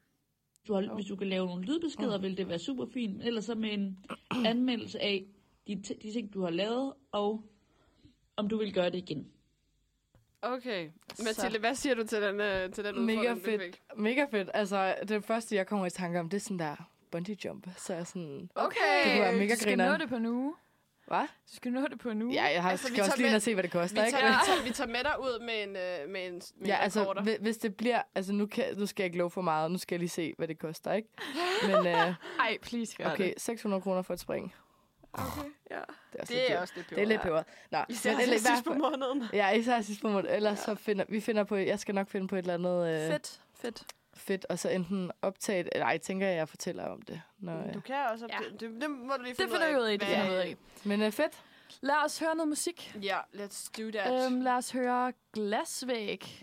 [SPEAKER 1] du har, hvis du kan lave nogle lydbeskeder, vil det være super fint. Men Ellers så med en anmeldelse af de, t- de ting, du har lavet, og om du vil gøre det igen.
[SPEAKER 2] Okay.
[SPEAKER 4] Så.
[SPEAKER 2] Mathilde, hvad siger du til den, øh, til den
[SPEAKER 3] Mega
[SPEAKER 2] udfordring, du fik?
[SPEAKER 3] fedt. Mega fedt. Altså, det første, jeg kommer i tanke om, det er sådan der bungee jump. Så er jeg sådan,
[SPEAKER 4] Okay,
[SPEAKER 3] Det kunne være mega
[SPEAKER 4] du skal
[SPEAKER 3] grineren.
[SPEAKER 4] nå det på en uge.
[SPEAKER 3] hvad?
[SPEAKER 4] Du skal nå det på en uge.
[SPEAKER 3] Ja, jeg har,
[SPEAKER 2] Altså,
[SPEAKER 3] altså,
[SPEAKER 2] vi
[SPEAKER 3] skal også
[SPEAKER 2] tager
[SPEAKER 3] lige ind
[SPEAKER 2] med-
[SPEAKER 3] og se, hvad det
[SPEAKER 2] Vi
[SPEAKER 3] koster,
[SPEAKER 2] tager, vi,
[SPEAKER 3] ikke?
[SPEAKER 2] tager, vi tager med dig ud med en, øh, med en, med
[SPEAKER 3] Ja,
[SPEAKER 2] en
[SPEAKER 3] altså,
[SPEAKER 2] rekorder.
[SPEAKER 3] hvi- hvis det bliver... Altså, nu, kan, nu skal jeg ikke love for meget. Nu skal jeg lige se, hvad det koster, ikke? Men øh,
[SPEAKER 4] Ej, please gør
[SPEAKER 3] okay,
[SPEAKER 4] det.
[SPEAKER 3] 600 kroner for et spring.
[SPEAKER 2] Okay, ja.
[SPEAKER 3] Det er også lidt
[SPEAKER 2] Det er
[SPEAKER 3] dyrt.
[SPEAKER 2] også lidt peber.
[SPEAKER 3] det er lidt peber. Nå,
[SPEAKER 2] Især
[SPEAKER 3] men det er lidt- i hvert
[SPEAKER 2] sidst på
[SPEAKER 3] fald-
[SPEAKER 2] måneden.
[SPEAKER 3] Ja, især sidst på måned. Ellers ja. så finder vi finder på... Jeg skal nok finde på et eller andet øh, fedt.
[SPEAKER 4] Fedt, fedt.
[SPEAKER 3] fedt, og så enten optage... et- Eller ej, tænker jeg, jeg fortæller om det. Nå, øh.
[SPEAKER 2] Mm, Du kan også...
[SPEAKER 4] Ja.
[SPEAKER 2] Ja. Det, det, det må du lige
[SPEAKER 4] Det
[SPEAKER 2] finde
[SPEAKER 4] finder vi ud af, det
[SPEAKER 2] hvad-
[SPEAKER 4] finder vi ud af.
[SPEAKER 3] Men øh, fedt.
[SPEAKER 4] Lad os høre noget musik.
[SPEAKER 2] Ja, let's do that.
[SPEAKER 4] Øhm, lad os høre Glasvæg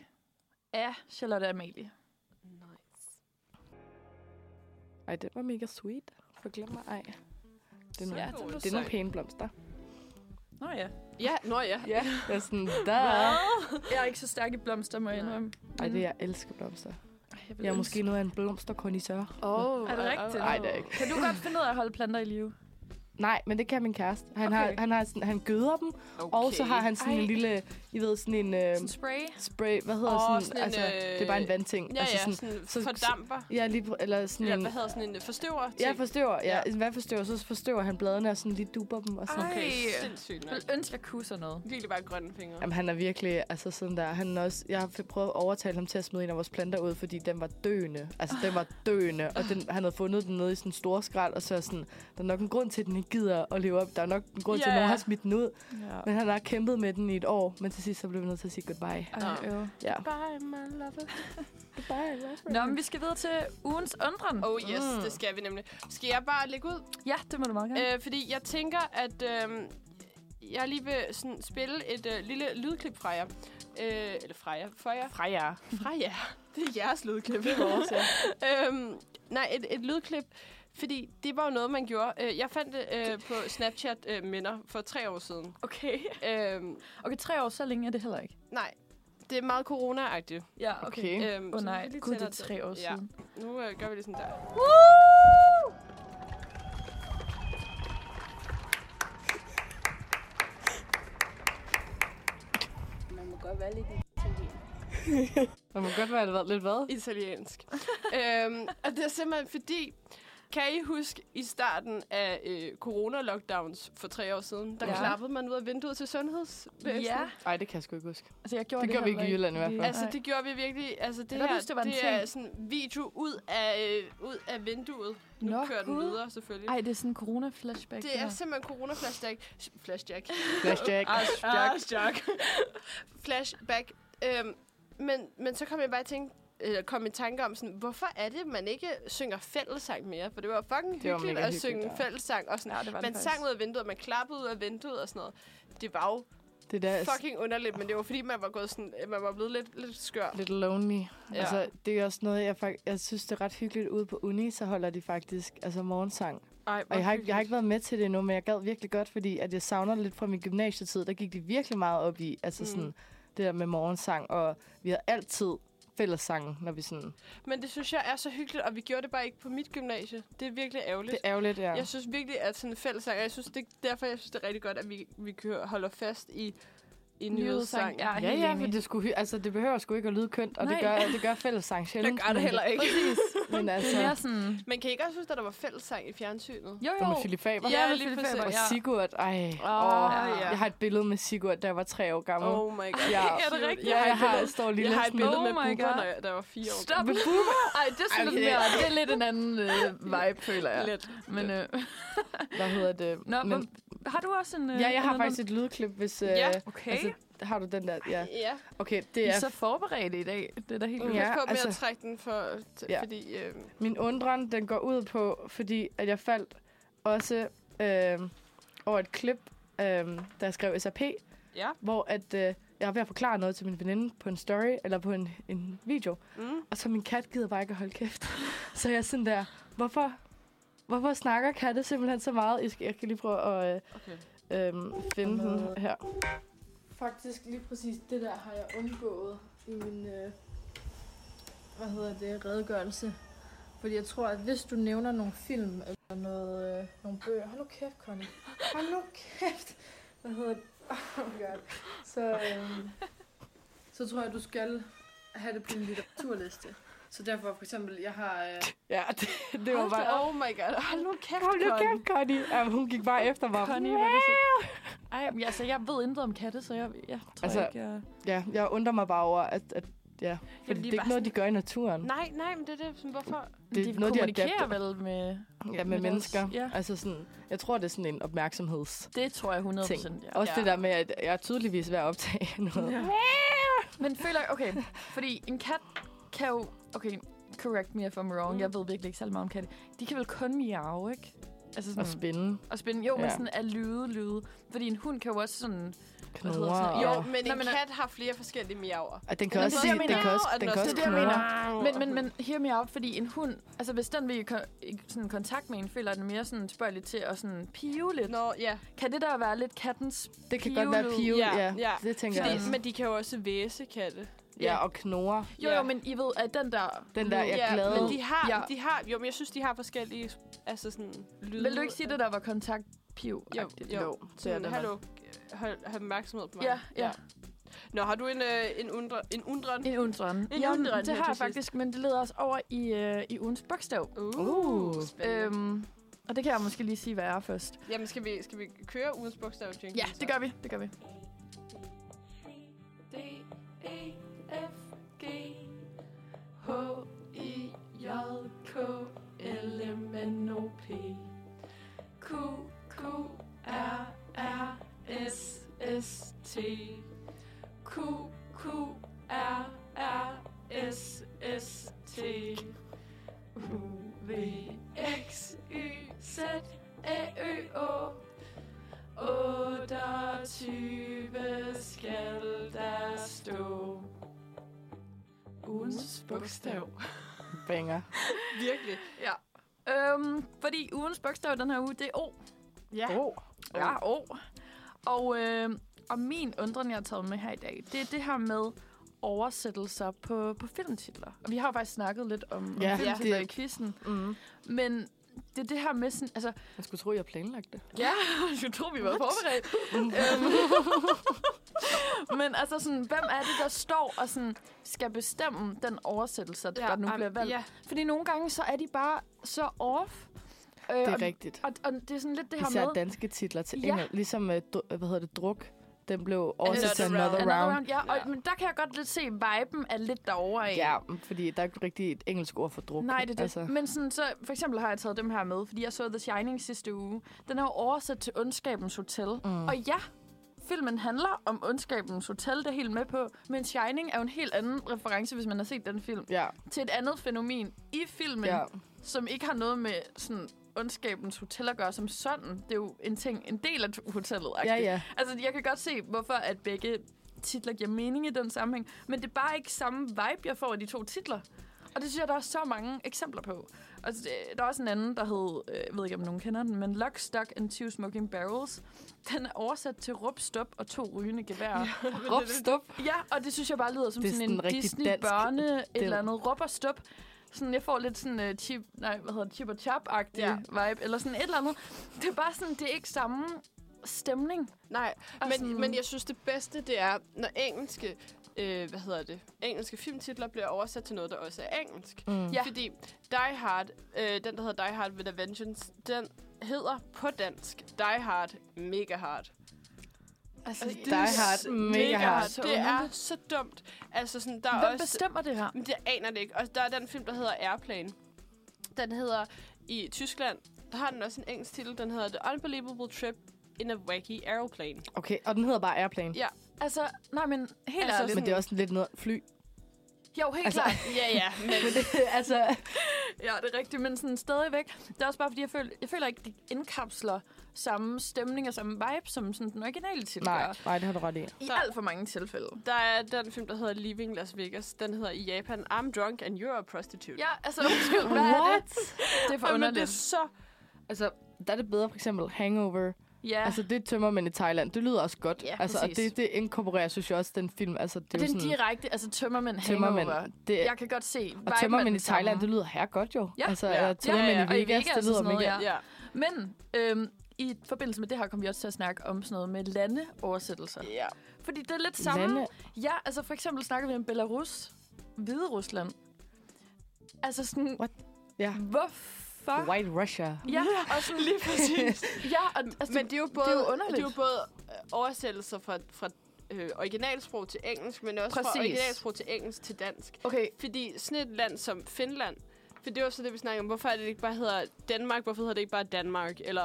[SPEAKER 4] af Charlotte Amalie.
[SPEAKER 3] Ej, det var mega sweet. Forglem mig ej. Det
[SPEAKER 2] Så
[SPEAKER 3] er nogle, ja,
[SPEAKER 2] god
[SPEAKER 3] det er
[SPEAKER 2] sang.
[SPEAKER 3] nogle pæne blomster.
[SPEAKER 4] Nå ja.
[SPEAKER 2] Ja, nå ja.
[SPEAKER 3] Ja. Jeg er sådan, der.
[SPEAKER 4] Jeg er ikke så stærk i blomster, må jeg
[SPEAKER 2] Nej.
[SPEAKER 4] indrømme.
[SPEAKER 3] Ej, det jeg elsker blomster.
[SPEAKER 4] Jeg, vil
[SPEAKER 3] Jeg
[SPEAKER 4] ønske-
[SPEAKER 3] er måske noget af en blomsterkondisør.
[SPEAKER 2] Oh,
[SPEAKER 4] Er det rigtigt?
[SPEAKER 3] Ej, det er ikke.
[SPEAKER 4] Kan du godt finde ud af at holde planter i live?
[SPEAKER 3] Nej, men det kan min kæreste. Han, okay. har,
[SPEAKER 4] Okay.
[SPEAKER 3] han, har sådan, han gøder dem, okay. og så har han sådan
[SPEAKER 4] Ej.
[SPEAKER 3] en lille, I ved, sådan en øh,
[SPEAKER 4] Sådan spray?
[SPEAKER 3] spray, hvad hedder
[SPEAKER 2] Åh,
[SPEAKER 3] sådan,
[SPEAKER 2] sådan en,
[SPEAKER 3] altså, det er bare en vandting.
[SPEAKER 2] Ja,
[SPEAKER 3] altså,
[SPEAKER 2] ja,
[SPEAKER 3] sådan,
[SPEAKER 2] sådan,
[SPEAKER 3] så-
[SPEAKER 2] sådan fordamper.
[SPEAKER 3] ja, lige, pr- eller sådan
[SPEAKER 2] Eller
[SPEAKER 3] en,
[SPEAKER 2] hvad hedder sådan en øh, forstøver?
[SPEAKER 3] jeg forstøver, ja,
[SPEAKER 2] Ja.
[SPEAKER 3] ja. hvad forstøver, så forstøver han bladene og sådan lige duber dem og sådan.
[SPEAKER 2] Okay,
[SPEAKER 4] Ej.
[SPEAKER 2] sindssygt
[SPEAKER 4] Jeg
[SPEAKER 2] nok.
[SPEAKER 4] vil ønske, jeg kunne sådan noget.
[SPEAKER 2] Virkelig bare grønne fingre.
[SPEAKER 3] Jamen, han er virkelig, altså sådan der, han er også, jeg har f- prøvet at overtale ham til at smide en af vores planter ud, fordi den var døende. Altså, den var døende, og den, han havde fundet den nede i sådan en stor skrald, og så er jeg sådan, der er nok en grund til, at den ikke gider at leve op. Der er nok en grund yeah. til, at
[SPEAKER 2] Ja.
[SPEAKER 3] nogen har smidt den ud.
[SPEAKER 4] Ja.
[SPEAKER 3] Men han har kæmpet med den i et år, men til sidst så blev vi nødt til at sige goodbye.
[SPEAKER 4] Ej, øv.
[SPEAKER 3] Ja.
[SPEAKER 2] Bye, my lover.
[SPEAKER 4] Nå, men vi skal videre til ugens undren.
[SPEAKER 2] Oh yes,
[SPEAKER 3] Mm.
[SPEAKER 2] mm. det skal vi nemlig. Skal jeg bare lægge ud?
[SPEAKER 4] Ja, det må du meget gerne.
[SPEAKER 2] Øh, fordi jeg tænker, at øh, jeg lige vil sådan, spille et øh, lille lydklip fra jer. Øh, eller fra jer. For jer.
[SPEAKER 4] Fra jer.
[SPEAKER 2] Fra jer. Det er jeres lydklip.
[SPEAKER 3] Vores, ja.
[SPEAKER 2] øhm, nej, et, et lydklip, Fordi det var jo noget, man gjorde. Øh, Jeg fandt det øh, på Snapchat øh, minder for tre år siden.
[SPEAKER 4] Okay.
[SPEAKER 2] Øhm,
[SPEAKER 4] Okay, tre år, så længe er det heller ikke.
[SPEAKER 2] nej, det er meget corona-agtigt.
[SPEAKER 4] Ja,
[SPEAKER 3] Okay.
[SPEAKER 2] Øhm,
[SPEAKER 4] Åh
[SPEAKER 2] så
[SPEAKER 4] nej,
[SPEAKER 2] vi lige
[SPEAKER 4] gud, det
[SPEAKER 2] tæller
[SPEAKER 4] er tre år
[SPEAKER 2] Ja.
[SPEAKER 4] siden.
[SPEAKER 2] Nu øh, gør vi lige sådan der.
[SPEAKER 3] Man må godt være lidt- lidt hvad?
[SPEAKER 2] Italiensk. øhm, og det er simpelthen fordi, kan I huske i starten af øh, corona-lockdowns for tre år siden, der
[SPEAKER 4] Ja.
[SPEAKER 2] ja. klappede man ud af vinduet til sundhedsvæsenet?
[SPEAKER 4] Ja,
[SPEAKER 3] Nej, det kan jeg sgu ikke huske.
[SPEAKER 4] altså jeg gjorde
[SPEAKER 3] Det
[SPEAKER 4] det,
[SPEAKER 3] gjorde vi ikke i
[SPEAKER 4] heller
[SPEAKER 3] Jylland i hvert fald.
[SPEAKER 2] Altså, det gjorde vi virkelig. Altså, det
[SPEAKER 4] Jeg kan godt
[SPEAKER 2] her,
[SPEAKER 4] huske, det var en
[SPEAKER 2] det
[SPEAKER 4] ting.
[SPEAKER 2] er sådan video ud af, øh, ud af vinduet. Nu
[SPEAKER 4] Nå,
[SPEAKER 2] kører den
[SPEAKER 4] Gud.
[SPEAKER 2] videre, selvfølgelig.
[SPEAKER 4] Ej, det er sådan en corona-flashback.
[SPEAKER 2] Det er
[SPEAKER 4] her.
[SPEAKER 2] simpelthen corona-flashback. Flashjack.
[SPEAKER 3] Flashback.
[SPEAKER 2] Flashjack. Flashback. Øhm, men, men så kom jeg bare i tænke, eller kom i tanke om, sådan, hvorfor er det, man ikke synger fællessang mere? For det var fucking
[SPEAKER 3] Det var
[SPEAKER 2] hyggeligt
[SPEAKER 3] mega
[SPEAKER 2] at
[SPEAKER 3] hyggeligt,
[SPEAKER 2] synge
[SPEAKER 3] ja.
[SPEAKER 2] fællessang. Og sådan,
[SPEAKER 4] Ja, det var det
[SPEAKER 2] man
[SPEAKER 4] faktisk.
[SPEAKER 2] sang ud af vinduet, man klappede ud af vinduet og sådan noget. Det var jo
[SPEAKER 3] Det der er
[SPEAKER 2] fucking underligt, men det var fordi, man var, gået sådan, man var blevet lidt, lidt skør.
[SPEAKER 3] lidt lonely.
[SPEAKER 2] Ja.
[SPEAKER 3] Altså, det er også noget, jeg, fak- jeg synes, det er ret hyggeligt ude på uni, så holder de faktisk altså morgensang.
[SPEAKER 2] Ej,
[SPEAKER 3] Og jeg har, ikke, jeg har ikke været med til det endnu, men jeg gad virkelig godt, fordi at jeg savner det lidt fra min gymnasietid. Der gik de virkelig meget op i, altså
[SPEAKER 2] Mm.
[SPEAKER 3] mm. sådan, det der med morgensang, og vi havde altid fællessang, når vi sådan...
[SPEAKER 2] Men det synes jeg er så hyggeligt, og vi gjorde det bare ikke på mit gymnasie. Det er virkelig ærgerligt.
[SPEAKER 3] Det er ærgerligt, ja.
[SPEAKER 2] Jeg synes virkelig, at sådan en fællessang, og jeg synes, det er derfor, jeg synes, det er rigtig godt, at vi, vi kører, holder fast i, i nyhedssang.
[SPEAKER 4] Ja,
[SPEAKER 3] Ja,
[SPEAKER 4] helt
[SPEAKER 3] ja,
[SPEAKER 4] enig.
[SPEAKER 3] for det, skulle, hy- altså, det behøver sgu ikke at lyde kønt, og
[SPEAKER 4] Nej.
[SPEAKER 3] det gør, det gør fællessang sjældent.
[SPEAKER 2] det gør det
[SPEAKER 3] men-
[SPEAKER 2] heller ikke.
[SPEAKER 3] Præcis. Men
[SPEAKER 4] Det er mere
[SPEAKER 3] altså,
[SPEAKER 4] sådan...
[SPEAKER 2] Men kan I ikke også huske, at der var fællessang i fjernsynet?
[SPEAKER 4] Jo, jo.
[SPEAKER 3] der med Philip Faber.
[SPEAKER 2] Ja,
[SPEAKER 4] med
[SPEAKER 2] lige
[SPEAKER 4] Philip
[SPEAKER 2] præcis.
[SPEAKER 4] Faber,
[SPEAKER 3] Og
[SPEAKER 4] ja.
[SPEAKER 3] Sigurd, ej.
[SPEAKER 4] Åh,
[SPEAKER 3] Oh,
[SPEAKER 4] ja,
[SPEAKER 2] ja.
[SPEAKER 3] Jeg har et billede med Sigurd, da jeg var tre år gammel.
[SPEAKER 2] Oh my god.
[SPEAKER 3] Ja.
[SPEAKER 2] er det rigtigt?
[SPEAKER 3] ja, jeg har,
[SPEAKER 2] et
[SPEAKER 3] jeg står lige
[SPEAKER 2] billede, jeg har et
[SPEAKER 3] lidt
[SPEAKER 2] billede
[SPEAKER 4] Oh
[SPEAKER 2] med
[SPEAKER 4] my
[SPEAKER 2] Bubber,
[SPEAKER 4] god.
[SPEAKER 2] når jeg, da jeg var fire år.
[SPEAKER 4] Stop. Ej, det er sådan lidt
[SPEAKER 3] Ej,
[SPEAKER 4] mere... Det er lidt en anden øh, vibe, føler jeg.
[SPEAKER 2] Lidt.
[SPEAKER 4] Men, øh,
[SPEAKER 3] med- Hvad hedder det?
[SPEAKER 4] nå, men, har du også en... øh,
[SPEAKER 3] ja, jeg har
[SPEAKER 4] en
[SPEAKER 3] faktisk
[SPEAKER 4] anden-
[SPEAKER 3] et lydklip, hvis... Øh,
[SPEAKER 2] Ja,
[SPEAKER 4] Okay.
[SPEAKER 3] Altså, har du den der? Ja.
[SPEAKER 2] Ja,
[SPEAKER 3] Okay,
[SPEAKER 4] I
[SPEAKER 3] det
[SPEAKER 4] er
[SPEAKER 3] er
[SPEAKER 4] så forberedte i dag. Det er da helt
[SPEAKER 2] du
[SPEAKER 3] Ja,
[SPEAKER 2] ja, på med altså,
[SPEAKER 3] altså-
[SPEAKER 2] at trække den, for, t-
[SPEAKER 3] Ja.
[SPEAKER 2] fordi... Øh,
[SPEAKER 3] Min undren, den går ud på, fordi at jeg faldt også øh, over et klip, øh, da jeg skrev SAP,
[SPEAKER 2] ja.
[SPEAKER 3] hvor at, øh, jeg var ved at forklare noget til min veninde på en story, eller på en, en video,
[SPEAKER 2] Mm.
[SPEAKER 3] og så min kat gider bare ikke at holde kæft. så jeg er sådan der, hvorfor, hvorfor snakker katte simpelthen så meget? Jeg, skal, jeg kan lige prøve at
[SPEAKER 2] Okay.
[SPEAKER 3] øh, øh, finde den her.
[SPEAKER 5] Faktisk lige præcis det der har jeg undgået i min, øh, hvad hedder det, redegørelse. Fordi jeg tror, at hvis du nævner nogle film eller noget, øh, nogle bøger, hold nu kæft, Connie, hold nu kæft, hvad hedder det, oh my god, så, øh, så tror jeg, du skal have det på din litteraturliste. Så derfor for eksempel, jeg har... Øh,
[SPEAKER 3] Ja, det, det var bare...
[SPEAKER 2] Oh my god. Hold nu kæft,
[SPEAKER 3] Hold nu
[SPEAKER 2] Connie.
[SPEAKER 3] kæft, Connie! Ja, hun gik bare efter mig.
[SPEAKER 4] Connie, hvor er det så- Ej, men altså, jeg ved intet om katte, så jeg, jeg tror
[SPEAKER 3] Altså,
[SPEAKER 4] ikke, jeg...
[SPEAKER 3] Ja, jeg undrer mig bare over, at, at ja, fordi
[SPEAKER 4] de
[SPEAKER 3] det
[SPEAKER 4] er
[SPEAKER 3] er ikke
[SPEAKER 4] bare
[SPEAKER 3] noget, de gør i naturen.
[SPEAKER 2] Nej, nej, men det er det. Sådan, hvorfor?
[SPEAKER 3] det er
[SPEAKER 4] de
[SPEAKER 3] noget, de
[SPEAKER 4] kommunikerer
[SPEAKER 3] adapter.
[SPEAKER 4] vel med...
[SPEAKER 3] Ja, med
[SPEAKER 4] Med
[SPEAKER 3] mennesker.
[SPEAKER 4] deres- ja.
[SPEAKER 3] Ja. Altså sådan, jeg tror, det er sådan en opmærksomheds...
[SPEAKER 4] Det tror jeg 100
[SPEAKER 3] Ting.
[SPEAKER 4] procent, ja.
[SPEAKER 3] Også det der med, at jeg er tydeligvis ved at optage noget. Ja.
[SPEAKER 4] Men føler jeg, okay, fordi en kat kan jo... Okay, correct me if I'm wrong,
[SPEAKER 2] Mm.
[SPEAKER 4] jeg ved virkelig ikke særlig meget om katte. De kan vel kun miave, ikke? Altså sådan,
[SPEAKER 3] Og spænde,
[SPEAKER 4] og spænde. Jo, ja. men
[SPEAKER 3] Ja.
[SPEAKER 4] sådan af lyde, lyde. Fordi en hund kan jo også sådan... hedder
[SPEAKER 3] knurre
[SPEAKER 4] sådan noget?
[SPEAKER 2] Jo,
[SPEAKER 3] og...
[SPEAKER 2] men
[SPEAKER 4] Nå,
[SPEAKER 2] en
[SPEAKER 4] men-
[SPEAKER 2] kat har flere forskellige miaver.
[SPEAKER 3] Og den
[SPEAKER 4] Men
[SPEAKER 3] kan også
[SPEAKER 4] det er
[SPEAKER 3] sige,
[SPEAKER 4] det, jeg
[SPEAKER 3] den kan
[SPEAKER 2] mener.
[SPEAKER 3] også,
[SPEAKER 2] Og den
[SPEAKER 3] den
[SPEAKER 2] er
[SPEAKER 3] kan
[SPEAKER 2] også
[SPEAKER 3] også
[SPEAKER 4] det, jeg mener.
[SPEAKER 3] knurre.
[SPEAKER 4] Men, men, men hear me out, fordi en hund... Altså, hvis den vil i ko- i sådan kontakt med en, føler den mere sådan spørgelig til at sådan pive lidt.
[SPEAKER 2] Nå, ja.
[SPEAKER 4] Kan det der være lidt kattens...
[SPEAKER 3] Det kan godt være
[SPEAKER 4] Pivelyd.
[SPEAKER 3] pive,
[SPEAKER 2] Ja,
[SPEAKER 3] ja. ja.
[SPEAKER 2] ja.
[SPEAKER 3] Det tænker jeg
[SPEAKER 2] Fordi,
[SPEAKER 3] også.
[SPEAKER 2] men de kan jo også væse katte.
[SPEAKER 3] Ja, og knurre.
[SPEAKER 4] Jo,
[SPEAKER 2] Ja.
[SPEAKER 4] jo, men I ved, at den der...
[SPEAKER 3] Den der,
[SPEAKER 4] lyd-
[SPEAKER 3] jeg er glad.
[SPEAKER 2] men de har,
[SPEAKER 4] Ja.
[SPEAKER 2] ja. de har, jo, men jeg synes, de har forskellige, altså sådan, lyde.
[SPEAKER 4] Vil du ikke sige det, der var kontakt piv?
[SPEAKER 2] Jo, jo.
[SPEAKER 3] Jo, det er
[SPEAKER 2] Sådan,
[SPEAKER 3] det.
[SPEAKER 2] hallo, øh, hold, hold opmærksomhed på mig.
[SPEAKER 4] Ja, ja.
[SPEAKER 2] Nå, har du en, øh, en, undre, en undren?
[SPEAKER 4] En undren.
[SPEAKER 2] En
[SPEAKER 4] Jamen,
[SPEAKER 2] undren
[SPEAKER 4] det
[SPEAKER 2] her
[SPEAKER 4] har jeg
[SPEAKER 2] til
[SPEAKER 4] faktisk, men det leder os over i, øh, i ugens bogstav.
[SPEAKER 3] Uh.
[SPEAKER 2] Øhm.
[SPEAKER 4] Øhm, og det kan jeg måske lige sige, hvad jeg er først.
[SPEAKER 2] Jamen, skal vi, skal vi køre ugens bogstav?
[SPEAKER 4] Ja, det gør vi. Det gør vi.
[SPEAKER 2] D, E, F, G, H, I, J, K, L, M, N, O, P, Q, Q, R, R, S, S, T, Q, Q, R, R, S, S, T, U, V, X, Y, Z, A, Ø, Å, 28 skal der stå. Ugens bogstav.
[SPEAKER 3] Banger.
[SPEAKER 2] Virkelig.
[SPEAKER 4] Ja. Øhm, fordi ugens bogstav den her uge, det er O.
[SPEAKER 3] Ja.
[SPEAKER 2] Oh.
[SPEAKER 4] Ja, O. Og, øhm, og min undren, jeg har taget med her i dag, det er det her med oversættelser på, på filmtitler. Og vi har jo faktisk snakket lidt om,
[SPEAKER 3] Ja,
[SPEAKER 4] om filmtitler
[SPEAKER 3] det-
[SPEAKER 4] i quizzen,
[SPEAKER 3] Mm.
[SPEAKER 4] men det er det her med sådan, altså,
[SPEAKER 3] Jeg skulle tro, jeg planlagde det.
[SPEAKER 4] Ja, jeg tror, vi var forberedt. Øhm, Men altså sådan, hvem er det, der står og sådan, skal bestemme den oversættelse, ja, der nu
[SPEAKER 2] ej,
[SPEAKER 4] bliver valgt? Ja.
[SPEAKER 2] Ja,
[SPEAKER 4] Fordi nogle gange, så er de bare så off. Øh,
[SPEAKER 3] Det
[SPEAKER 4] og,
[SPEAKER 3] er rigtigt.
[SPEAKER 4] og, og det er sådan lidt det her
[SPEAKER 3] Især
[SPEAKER 4] med...
[SPEAKER 3] danske titler til
[SPEAKER 4] Ja.
[SPEAKER 3] engelsk. Ligesom, øh, dru- hvad hedder det, druk. Den blev oversat til
[SPEAKER 2] Another
[SPEAKER 3] Another
[SPEAKER 2] Round.
[SPEAKER 3] Round.
[SPEAKER 4] Altså, Another round. Ja, og,
[SPEAKER 2] Ja.
[SPEAKER 4] ja. Men der kan jeg godt lidt se, viben er lidt derovre af.
[SPEAKER 3] Ja, fordi der er ikke rigtig et engelsk ord for druk.
[SPEAKER 4] Nej, det er det.
[SPEAKER 3] Altså,
[SPEAKER 4] Altså. Men sådan, så for eksempel har jeg taget dem her med, fordi jeg så The Shining sidste uge. Den er jo oversat til Ondskabens Hotel. Mm. Og ja, filmen handler om Ondskabens Hotel, det er jeg helt med på. Men Shining er jo en helt anden reference, hvis man har set den film,
[SPEAKER 3] ja,
[SPEAKER 4] til et andet fænomen i filmen,
[SPEAKER 3] ja.
[SPEAKER 4] ja. som ikke har noget med sådan Ondskabens Hotel at gøre som sådan. Det er jo en ting, en del af hotellet.
[SPEAKER 3] Ja, ja.
[SPEAKER 4] Altså, jeg kan godt se, hvorfor at begge titler giver mening i den sammenhæng, men det er bare ikke samme vibe, jeg får af de to titler. Og det synes jeg, der er så mange eksempler på. Og så, øh, der er også en anden, der hed, øh, jeg ved ikke om nogen kender den, men Lock, Stock and Two Smoking Barrels. Den er oversat til Rup, Stop og To Rygende Geværer.
[SPEAKER 3] Rup, stop.
[SPEAKER 4] Ja, og det synes jeg bare lyder som
[SPEAKER 3] Det er
[SPEAKER 4] sådan,
[SPEAKER 3] sådan
[SPEAKER 4] en
[SPEAKER 3] rigtig
[SPEAKER 4] Disney
[SPEAKER 3] dansk
[SPEAKER 4] børne et
[SPEAKER 3] del.
[SPEAKER 4] eller andet rub og stop. Sådan, jeg får lidt sådan uh, chip, nej, hvad hedder det, chip og chap agtig
[SPEAKER 2] Ja.
[SPEAKER 4] ja. vibe, eller sådan et eller andet. Det er bare sådan, det er ikke samme stemning.
[SPEAKER 2] nej.
[SPEAKER 4] Og
[SPEAKER 2] Men,
[SPEAKER 4] Altså sådan-
[SPEAKER 2] men jeg synes, det bedste, det er, når engelske, øh, hvad hedder det, engelske filmtitler bliver oversat til noget, der også er engelsk.
[SPEAKER 3] Mm.
[SPEAKER 4] Ja.
[SPEAKER 2] Fordi Die Hard, øh, den der hedder Die Hard with a Vengeance, den hedder på dansk Die Hard Mega Hard.
[SPEAKER 4] Altså,
[SPEAKER 2] Altså,
[SPEAKER 4] det,
[SPEAKER 2] er
[SPEAKER 3] Die Hard,
[SPEAKER 2] s-
[SPEAKER 3] Mega Hard.
[SPEAKER 4] Så
[SPEAKER 2] Det er
[SPEAKER 4] underligt.
[SPEAKER 2] så dumt. Altså sådan, der er
[SPEAKER 4] Hvem
[SPEAKER 2] også...
[SPEAKER 4] bestemmer det her?
[SPEAKER 2] Men det aner det ikke. Og der er den film, der hedder Airplane. Den hedder i Tyskland, der har den også en engelsk titel, den hedder The Unbelievable Trip in a Wacky Aeroplane.
[SPEAKER 3] Okay, og den hedder bare Airplane.
[SPEAKER 2] Ja,
[SPEAKER 4] Altså, nej, men helt
[SPEAKER 2] Altså,
[SPEAKER 4] altså, ærligt.
[SPEAKER 3] Men det er også lidt noget fly.
[SPEAKER 4] Jo, helt
[SPEAKER 3] altså-
[SPEAKER 4] altså, klart.
[SPEAKER 2] Ja, ja, men
[SPEAKER 3] altså,
[SPEAKER 4] Ja, det er rigtigt, men sådan stadigvæk. Det er også bare, fordi jeg føler, jeg føler ikke, de indkapsler samme stemning og samme vibe, som sådan den originale titel
[SPEAKER 3] nej,
[SPEAKER 4] gør.
[SPEAKER 3] nej, det har du ret i.
[SPEAKER 4] I alt for mange tilfælde.
[SPEAKER 2] der er den film, der hedder Leaving Las Vegas. Den hedder i Japan, I'm drunk and you're a prostitute.
[SPEAKER 4] Ja, altså, undskyld, hvad er det? Det er for
[SPEAKER 2] Ej, men det er
[SPEAKER 4] underligt.
[SPEAKER 2] så...
[SPEAKER 3] Altså, der er det bedre for eksempel Hangover.
[SPEAKER 4] Ja,
[SPEAKER 3] Ja. Altså, det tømmer man i Thailand. Det lyder også godt.
[SPEAKER 4] Ja,
[SPEAKER 3] altså, og
[SPEAKER 4] præcis.
[SPEAKER 3] det, det inkorporerer, synes jeg også, den film. Altså, det er,
[SPEAKER 4] det er
[SPEAKER 3] jo
[SPEAKER 4] den
[SPEAKER 3] sådan,
[SPEAKER 4] direkte, altså tømmermænd
[SPEAKER 3] tømmermænd.
[SPEAKER 4] hangover.
[SPEAKER 3] Det,
[SPEAKER 4] Jeg kan godt se,
[SPEAKER 3] og
[SPEAKER 4] viben er
[SPEAKER 3] tømmermænd
[SPEAKER 4] den
[SPEAKER 3] i Thailand,
[SPEAKER 4] samme.
[SPEAKER 3] det lyder her godt jo.
[SPEAKER 4] Ja.
[SPEAKER 3] altså,
[SPEAKER 2] Ja.
[SPEAKER 3] ja. tømmermænd
[SPEAKER 4] Ja, ja, og i
[SPEAKER 3] i
[SPEAKER 4] Vegas
[SPEAKER 3] Vegas, det
[SPEAKER 4] og
[SPEAKER 3] lyder
[SPEAKER 4] sådan noget,
[SPEAKER 3] mega.
[SPEAKER 4] ja.
[SPEAKER 2] Ja.
[SPEAKER 4] Men øhm, i forbindelse med det her kommer vi også til at snakke om sådan noget med landeoversættelser.
[SPEAKER 2] ja.
[SPEAKER 4] Fordi det er lidt samme.
[SPEAKER 3] Lande.
[SPEAKER 4] Ja, altså for eksempel snakker vi om Belarus, Hvide Rusland. Altså sådan...
[SPEAKER 3] What? Ja.
[SPEAKER 4] Hvorfor?
[SPEAKER 3] White Russia.
[SPEAKER 4] Ja, og sådan,
[SPEAKER 2] Lige præcis.
[SPEAKER 4] ja, og, altså,
[SPEAKER 2] men det er jo både,
[SPEAKER 4] det er jo underligt.
[SPEAKER 2] Det er jo både øh, oversættelser fra, fra øh, originalsprog til engelsk, men også
[SPEAKER 4] Præcis.
[SPEAKER 2] fra originalsprog til engelsk til dansk.
[SPEAKER 4] Okay,
[SPEAKER 2] Fordi sådan et land som Finland, for det var så det, vi snakkede om. Hvorfor er det ikke bare hedder Danmark? Hvorfor hedder det ikke bare Danmark? Eller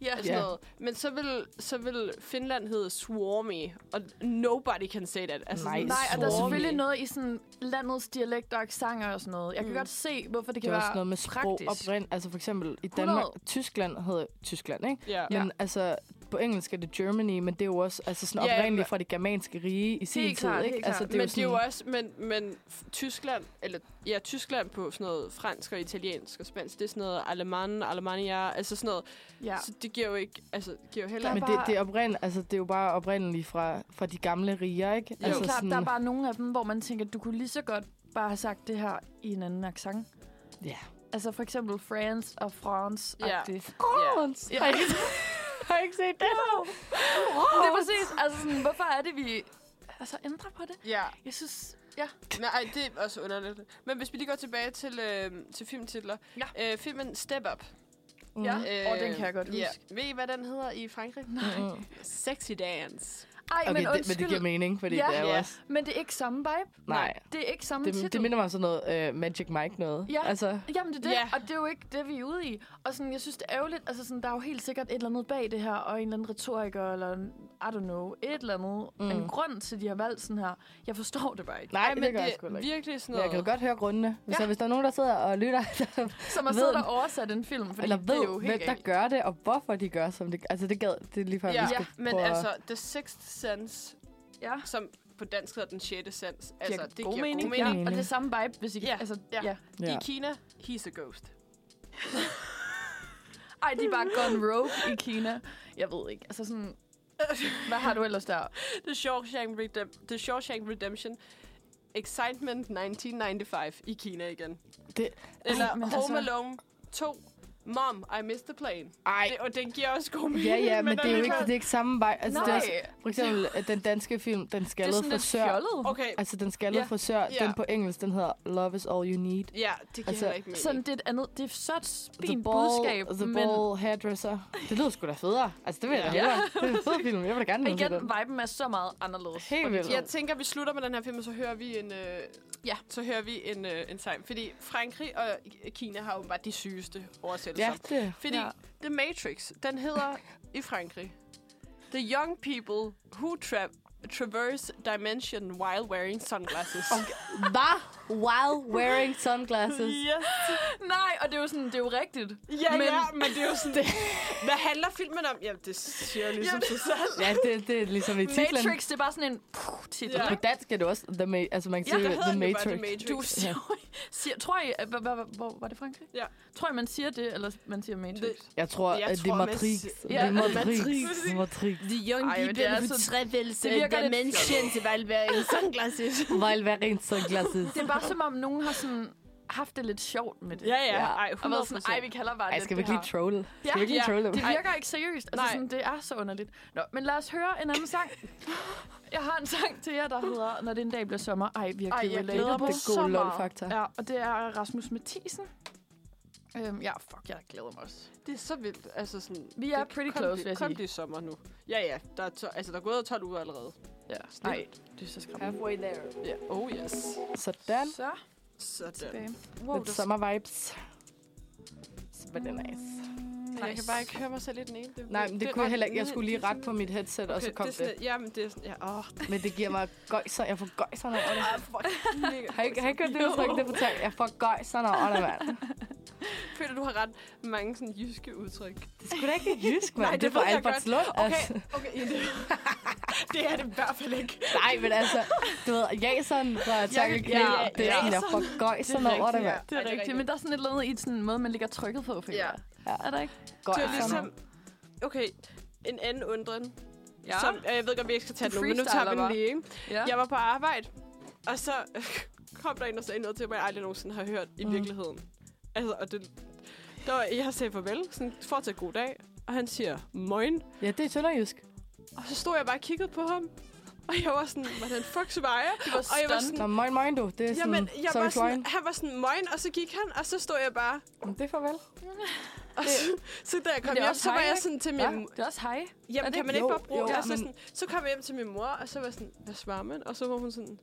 [SPEAKER 4] ja.
[SPEAKER 2] sådan
[SPEAKER 3] Ja.
[SPEAKER 2] yeah. noget. Men så vil, så vil Finland hedde Suomi, og nobody can say that. Altså,
[SPEAKER 3] Nej,
[SPEAKER 2] sådan-
[SPEAKER 4] Nej, og der er
[SPEAKER 3] Swarmy.
[SPEAKER 4] selvfølgelig noget i sådan landets dialekt og aksanger og sådan noget. Jeg kan
[SPEAKER 2] Mm.
[SPEAKER 4] mm. godt se, hvorfor det
[SPEAKER 3] Det
[SPEAKER 4] kan
[SPEAKER 3] er
[SPEAKER 4] være
[SPEAKER 3] også noget med sprog
[SPEAKER 4] praktisk.
[SPEAKER 3] oprind. Altså for eksempel i Danmark,
[SPEAKER 4] 100.
[SPEAKER 3] Tyskland hedder Tyskland, ikke?
[SPEAKER 2] Ja.
[SPEAKER 3] Men altså, på engelsk er det Germany, men det er jo også altså sådan
[SPEAKER 2] Ja,
[SPEAKER 3] oprindeligt
[SPEAKER 2] men-
[SPEAKER 3] fra det germanske rige i sin tid,
[SPEAKER 4] klart,
[SPEAKER 3] ikke?
[SPEAKER 4] helt
[SPEAKER 3] Altså,
[SPEAKER 4] klart.
[SPEAKER 2] men det er
[SPEAKER 3] sådan,
[SPEAKER 2] jo også, men, men f- Tyskland, eller ja, Tyskland på sådan noget fransk og italiensk og spansk, det er sådan noget alemann, alemannia, altså sådan noget.
[SPEAKER 4] Ja.
[SPEAKER 2] Ja. Så det giver jo ikke, altså, det giver jo heller
[SPEAKER 4] Der
[SPEAKER 2] ikke.
[SPEAKER 3] men
[SPEAKER 4] er
[SPEAKER 3] det,
[SPEAKER 4] bare-
[SPEAKER 3] det, er oprindeligt, altså, det er jo bare oprindeligt fra, fra de gamle riger, ikke?
[SPEAKER 4] Jo,
[SPEAKER 3] altså,
[SPEAKER 4] klart, der er bare nogle af dem, hvor man tænker, du kunne lige så godt bare have sagt det her i en anden accent.
[SPEAKER 3] Ja.
[SPEAKER 4] Altså for eksempel France og France.
[SPEAKER 2] Ja.
[SPEAKER 3] Ja.
[SPEAKER 4] Ja.
[SPEAKER 3] Har I ikke- Har I ikke set det?
[SPEAKER 4] Det er præcis. Altså sådan, hvorfor er det, vi altså, ændrer på det?
[SPEAKER 2] Ja,
[SPEAKER 4] Jeg synes... Ja.
[SPEAKER 2] men ej, det er også underligt. Men hvis vi lige går tilbage til, øh, til filmtitler.
[SPEAKER 4] Ja.
[SPEAKER 2] Øh, filmen Step Up.
[SPEAKER 4] ja.
[SPEAKER 3] Mm.
[SPEAKER 4] Åh, den kan jeg godt
[SPEAKER 2] ja.
[SPEAKER 4] huske.
[SPEAKER 2] Ved I, hvad den hedder i Frankrig?
[SPEAKER 3] Mm.
[SPEAKER 2] Sexy Dance.
[SPEAKER 4] Ej,
[SPEAKER 3] Okay,
[SPEAKER 4] men
[SPEAKER 3] men, det, men
[SPEAKER 4] undskyld.
[SPEAKER 3] det giver mening, fordi
[SPEAKER 4] Ja.
[SPEAKER 3] det er jo
[SPEAKER 2] Ja.
[SPEAKER 3] også...
[SPEAKER 4] men det er ikke samme vibe.
[SPEAKER 3] Nej.
[SPEAKER 4] Det er ikke samme titel.
[SPEAKER 3] Det, det minder mig om sådan noget uh, Magic Mike noget.
[SPEAKER 4] Ja.
[SPEAKER 3] Altså,
[SPEAKER 4] Jamen, det er det,
[SPEAKER 2] Ja.
[SPEAKER 4] og det er jo ikke det, vi er ude i. Og sådan, jeg synes, det er ærgerligt. Altså, sådan, der er jo helt sikkert et eller andet bag det her, og en eller anden retoriker, eller en, I don't know, et eller andet.
[SPEAKER 3] Mm.
[SPEAKER 4] Mm. En grund til, de har valgt sådan her. Jeg forstår det bare ikke.
[SPEAKER 3] nej,
[SPEAKER 2] Ej,
[SPEAKER 3] det
[SPEAKER 2] men
[SPEAKER 3] gør jeg
[SPEAKER 2] det
[SPEAKER 3] sgu heller
[SPEAKER 2] er
[SPEAKER 3] ikke.
[SPEAKER 2] virkelig sådan
[SPEAKER 3] Men jeg
[SPEAKER 2] noget.
[SPEAKER 3] kan jo godt høre grundene. Hvis,
[SPEAKER 4] Ja.
[SPEAKER 3] der, hvis der er nogen, der sidder og lytter,
[SPEAKER 4] Som at
[SPEAKER 3] ved-
[SPEAKER 4] sidde der og oversætte en film, fordi
[SPEAKER 3] eller
[SPEAKER 4] det er
[SPEAKER 3] ved,
[SPEAKER 4] jo
[SPEAKER 3] hvem
[SPEAKER 4] helt
[SPEAKER 3] der
[SPEAKER 4] galt.
[SPEAKER 3] gør det, og hvorfor de gør, som det Altså, det gad det er lige før,
[SPEAKER 2] Ja,
[SPEAKER 3] vi skal
[SPEAKER 2] men
[SPEAKER 3] prøve at-
[SPEAKER 2] altså, The Sixth Sense,
[SPEAKER 4] Ja.
[SPEAKER 2] som på dansk hedder Den Sjette Sens, altså,
[SPEAKER 4] Giver
[SPEAKER 2] det
[SPEAKER 4] god
[SPEAKER 2] giver
[SPEAKER 4] mening.
[SPEAKER 2] god mening.
[SPEAKER 4] altså, Ja, og det er samme vibe, hvis I...
[SPEAKER 2] Ja.
[SPEAKER 4] Altså,
[SPEAKER 2] Ja.
[SPEAKER 4] ja.
[SPEAKER 2] I Kina, he's a ghost.
[SPEAKER 4] Ej, de er bare gone rogue i Kina. Jeg ved ikke. Altså sådan... Hvad har du ellers der?
[SPEAKER 3] Altså,
[SPEAKER 2] The Shawshank, Redem- The Shawshank Redemption. Excitement 1995 i Kina igen.
[SPEAKER 3] Det-
[SPEAKER 2] Eller
[SPEAKER 4] Ej, men
[SPEAKER 2] Home
[SPEAKER 4] altså-
[SPEAKER 2] Alone 2. Mom, I missed the plane.
[SPEAKER 3] Ej.
[SPEAKER 2] Det, og den giver også god mening.
[SPEAKER 3] Ja, ja, men det er jo ikke,
[SPEAKER 2] alligevel-
[SPEAKER 3] det er ikke samme vej. Altså, det
[SPEAKER 4] Nej.
[SPEAKER 3] er også, for eksempel øh, den danske film, Den
[SPEAKER 4] Det er
[SPEAKER 3] skaldede
[SPEAKER 4] sådan lidt
[SPEAKER 3] frisør.
[SPEAKER 4] fjollet.
[SPEAKER 2] Okay,
[SPEAKER 3] Altså, Den skaldede
[SPEAKER 2] Ja.
[SPEAKER 3] frisør,
[SPEAKER 2] Ja.
[SPEAKER 3] den på engelsk, den hedder Love is all you need.
[SPEAKER 2] ja, det giver
[SPEAKER 3] Altså,
[SPEAKER 2] altså, ikke mening.
[SPEAKER 4] Sådan, det er et andet... Det er så et
[SPEAKER 3] The
[SPEAKER 4] fint
[SPEAKER 3] Ball-
[SPEAKER 4] budskab,
[SPEAKER 3] The
[SPEAKER 4] men...
[SPEAKER 3] Ball Hairdresser. Det lyder sgu da federe. Altså, det vil jeg da
[SPEAKER 2] Ja.
[SPEAKER 3] hellere. Det er en fed film. Jeg vil da gerne
[SPEAKER 4] Og
[SPEAKER 3] ned
[SPEAKER 4] igen,
[SPEAKER 3] den.
[SPEAKER 4] viben er så meget anderledes.
[SPEAKER 3] Helt vildt.
[SPEAKER 2] Jeg tænker, vi slutter med den her film, og så hører vi en, øh,
[SPEAKER 4] Ja.
[SPEAKER 2] så hører vi en, øh, en sang. Fordi Frankrig og Kina har jo bare de sygeste oversættelser.
[SPEAKER 3] Ja, det.
[SPEAKER 2] Fordi
[SPEAKER 4] Ja.
[SPEAKER 2] ja. The Matrix, den hedder i Frankrig, The young people who tra- traverse dimension while wearing sunglasses.
[SPEAKER 3] Oh,
[SPEAKER 2] Okay.
[SPEAKER 3] Hvad? While wearing sunglasses.
[SPEAKER 2] Yes.
[SPEAKER 4] Nej, og det er jo sådan... Det er jo rigtigt.
[SPEAKER 2] Ja, men,
[SPEAKER 4] Men-
[SPEAKER 2] ja, men det er jo sådan... Hvad handler filmen om? Jamen, det siger jo ligesom sig selv.
[SPEAKER 3] Ja, det, det er ligesom i titlen.
[SPEAKER 4] Matrix, det er bare sådan en... Puh, titel.
[SPEAKER 2] Ja.
[SPEAKER 3] På dansk er det også The Ma- altså man kan
[SPEAKER 2] Ja,
[SPEAKER 3] sige
[SPEAKER 2] der hedder
[SPEAKER 3] The
[SPEAKER 2] den jo bare
[SPEAKER 3] Matrix.
[SPEAKER 2] The Matrix.
[SPEAKER 4] Du siger, siger, tror I, at- hvad- hvad- hvor var det Frankrig?
[SPEAKER 2] Ja.
[SPEAKER 4] Tror I, man siger det, eller man siger Matrix?
[SPEAKER 2] Det-
[SPEAKER 3] Jeg tror,
[SPEAKER 2] Jeg
[SPEAKER 3] at det er
[SPEAKER 2] tror, man
[SPEAKER 3] Matrix.
[SPEAKER 2] siger-
[SPEAKER 3] Det er
[SPEAKER 4] Ja,
[SPEAKER 3] Matrix.
[SPEAKER 2] Matrix.
[SPEAKER 3] Matrix.
[SPEAKER 6] The young
[SPEAKER 4] Ej, men det
[SPEAKER 6] people
[SPEAKER 4] er
[SPEAKER 6] who
[SPEAKER 4] så-
[SPEAKER 6] travels
[SPEAKER 4] det virker lidt
[SPEAKER 6] dimensions while wearing sunglasses.
[SPEAKER 3] While wearing sunglasses.
[SPEAKER 4] Det er bare som om, nogen har sådan haft det lidt sjovt med det.
[SPEAKER 2] Ja, ja. Ej,
[SPEAKER 4] Og
[SPEAKER 2] 100
[SPEAKER 4] været sådan, ej, vi kalder bare
[SPEAKER 3] Ej,
[SPEAKER 4] lidt
[SPEAKER 3] skal vi
[SPEAKER 4] det
[SPEAKER 3] ikke lige
[SPEAKER 4] her."
[SPEAKER 3] trolle? Skal vi ikke lige
[SPEAKER 2] ja.
[SPEAKER 3] trolle?
[SPEAKER 4] Det virker ikke seriøst. Altså,
[SPEAKER 2] Nej.
[SPEAKER 4] sådan, det er så underligt. Nå, men lad os høre en anden sang. Jeg har en sang til jer, der hedder Når den dag bliver sommer. Ej, virkelig
[SPEAKER 2] Ej, jeg
[SPEAKER 4] relatable.
[SPEAKER 2] glæder mig
[SPEAKER 3] Det er god
[SPEAKER 2] så meget.
[SPEAKER 3] lol-faktor.
[SPEAKER 4] Ja, og det er Rasmus Mathisen. Øhm, ja, fuck, jeg glæder mig også.
[SPEAKER 2] Det er så vildt. Altså sådan,
[SPEAKER 4] Vi er
[SPEAKER 2] det-
[SPEAKER 4] pretty
[SPEAKER 2] kom
[SPEAKER 4] close, vil jeg
[SPEAKER 2] det, kom
[SPEAKER 4] sige.
[SPEAKER 2] det sommer nu. Ja, ja. Der er, to, altså, der er gået 12 uger allerede.
[SPEAKER 4] Ja. Nej, det er så skræmmende.
[SPEAKER 5] Halfway there.
[SPEAKER 2] Ja. Oh, yes.
[SPEAKER 3] Sådan.
[SPEAKER 4] Så
[SPEAKER 2] Sådan.
[SPEAKER 4] tilbage.
[SPEAKER 2] Wow,
[SPEAKER 3] Lidt summer vibes. Super nice.
[SPEAKER 2] nice. Jeg kan bare ikke høre mig selv i den ene. Det,
[SPEAKER 3] Nej, men det kunne jeg heller ikke. Jeg skulle lige rette på mit headset, og så kom
[SPEAKER 2] det. er
[SPEAKER 3] det.
[SPEAKER 2] sådan- Jamen, det er sådan... Ja, åh,
[SPEAKER 3] Men det giver mig gøjser. Jeg får gøjserne over det.
[SPEAKER 2] Ah, fuck. Mega
[SPEAKER 3] Har I ikke- har I ikke hørt det
[SPEAKER 2] Jo.
[SPEAKER 3] udtryk, det fortalte? Jeg får gøjserne over det, mand.
[SPEAKER 2] Jeg føler, du har ret mange sådan jyske udtryk.
[SPEAKER 3] Det skulle da ikke jysk, mand.
[SPEAKER 2] Nej,
[SPEAKER 3] Nej, det,
[SPEAKER 2] det
[SPEAKER 3] er fra
[SPEAKER 2] ved jeg
[SPEAKER 3] Albertslund.
[SPEAKER 2] Okay,
[SPEAKER 3] altså.
[SPEAKER 2] okay. Ja, det, det er det i hvert fald ikke.
[SPEAKER 3] Nej, men altså, du ved, Jason fra Tangle Kniv,
[SPEAKER 2] ja,
[SPEAKER 3] ja, det er sådan, jeg
[SPEAKER 2] Jason.
[SPEAKER 3] får gøjserne over det, mand.
[SPEAKER 4] Det er rigtigt, men der er sådan et eller andet i sådan en måde, man ligger trykket på, føler
[SPEAKER 2] Ja.
[SPEAKER 4] jeg. Er der ikke?
[SPEAKER 2] Det er
[SPEAKER 3] Gøjserne.
[SPEAKER 2] ligesom... Okay, en anden undren. Ja.
[SPEAKER 4] Ja.
[SPEAKER 2] Som, øh, jeg ved godt, vi ikke skal tage
[SPEAKER 4] Du
[SPEAKER 2] den nu, men nu tager vi
[SPEAKER 4] freestyler
[SPEAKER 2] den lige. Ikke?
[SPEAKER 4] Ja.
[SPEAKER 2] Jeg var på arbejde, og så øh, kom der en og sagde noget til mig, jeg aldrig nogensinde har hørt
[SPEAKER 4] Mm.
[SPEAKER 2] i virkeligheden. Altså, og det, der var, jeg sagde farvel, sådan, fortsat god dag, og han siger, moin.
[SPEAKER 3] Ja, det er sønderjysk.
[SPEAKER 2] Og så stod jeg bare og kiggede på ham, og jeg var sådan, hvordan fuck så var jeg?
[SPEAKER 4] Det var
[SPEAKER 2] Og jeg var
[SPEAKER 4] stunt.
[SPEAKER 2] sådan,
[SPEAKER 3] Nå, moin, moin du. Det er sådan,
[SPEAKER 2] Jamen, jeg
[SPEAKER 3] sorry,
[SPEAKER 2] var
[SPEAKER 3] Twine.
[SPEAKER 2] sådan, han var sådan, moin, og så gik han, og så stod jeg bare.
[SPEAKER 3] Sådan... Det er farvel.
[SPEAKER 2] Og så, så da jeg
[SPEAKER 4] det
[SPEAKER 2] kom
[SPEAKER 4] er
[SPEAKER 2] hjem,
[SPEAKER 4] også
[SPEAKER 2] så var
[SPEAKER 4] hej,
[SPEAKER 2] jeg
[SPEAKER 4] ikke?
[SPEAKER 2] sådan til
[SPEAKER 4] Ja,
[SPEAKER 2] min...
[SPEAKER 4] det er også hej.
[SPEAKER 2] Jamen,
[SPEAKER 3] det
[SPEAKER 2] kan man
[SPEAKER 3] ikke?
[SPEAKER 2] ikke
[SPEAKER 3] Jo,
[SPEAKER 2] bare bruge
[SPEAKER 3] jo,
[SPEAKER 2] det? Og
[SPEAKER 3] men-
[SPEAKER 2] så, sådan, så kom jeg hjem til min mor, og så var jeg sådan, hvad svarer man? Og så var hun sådan,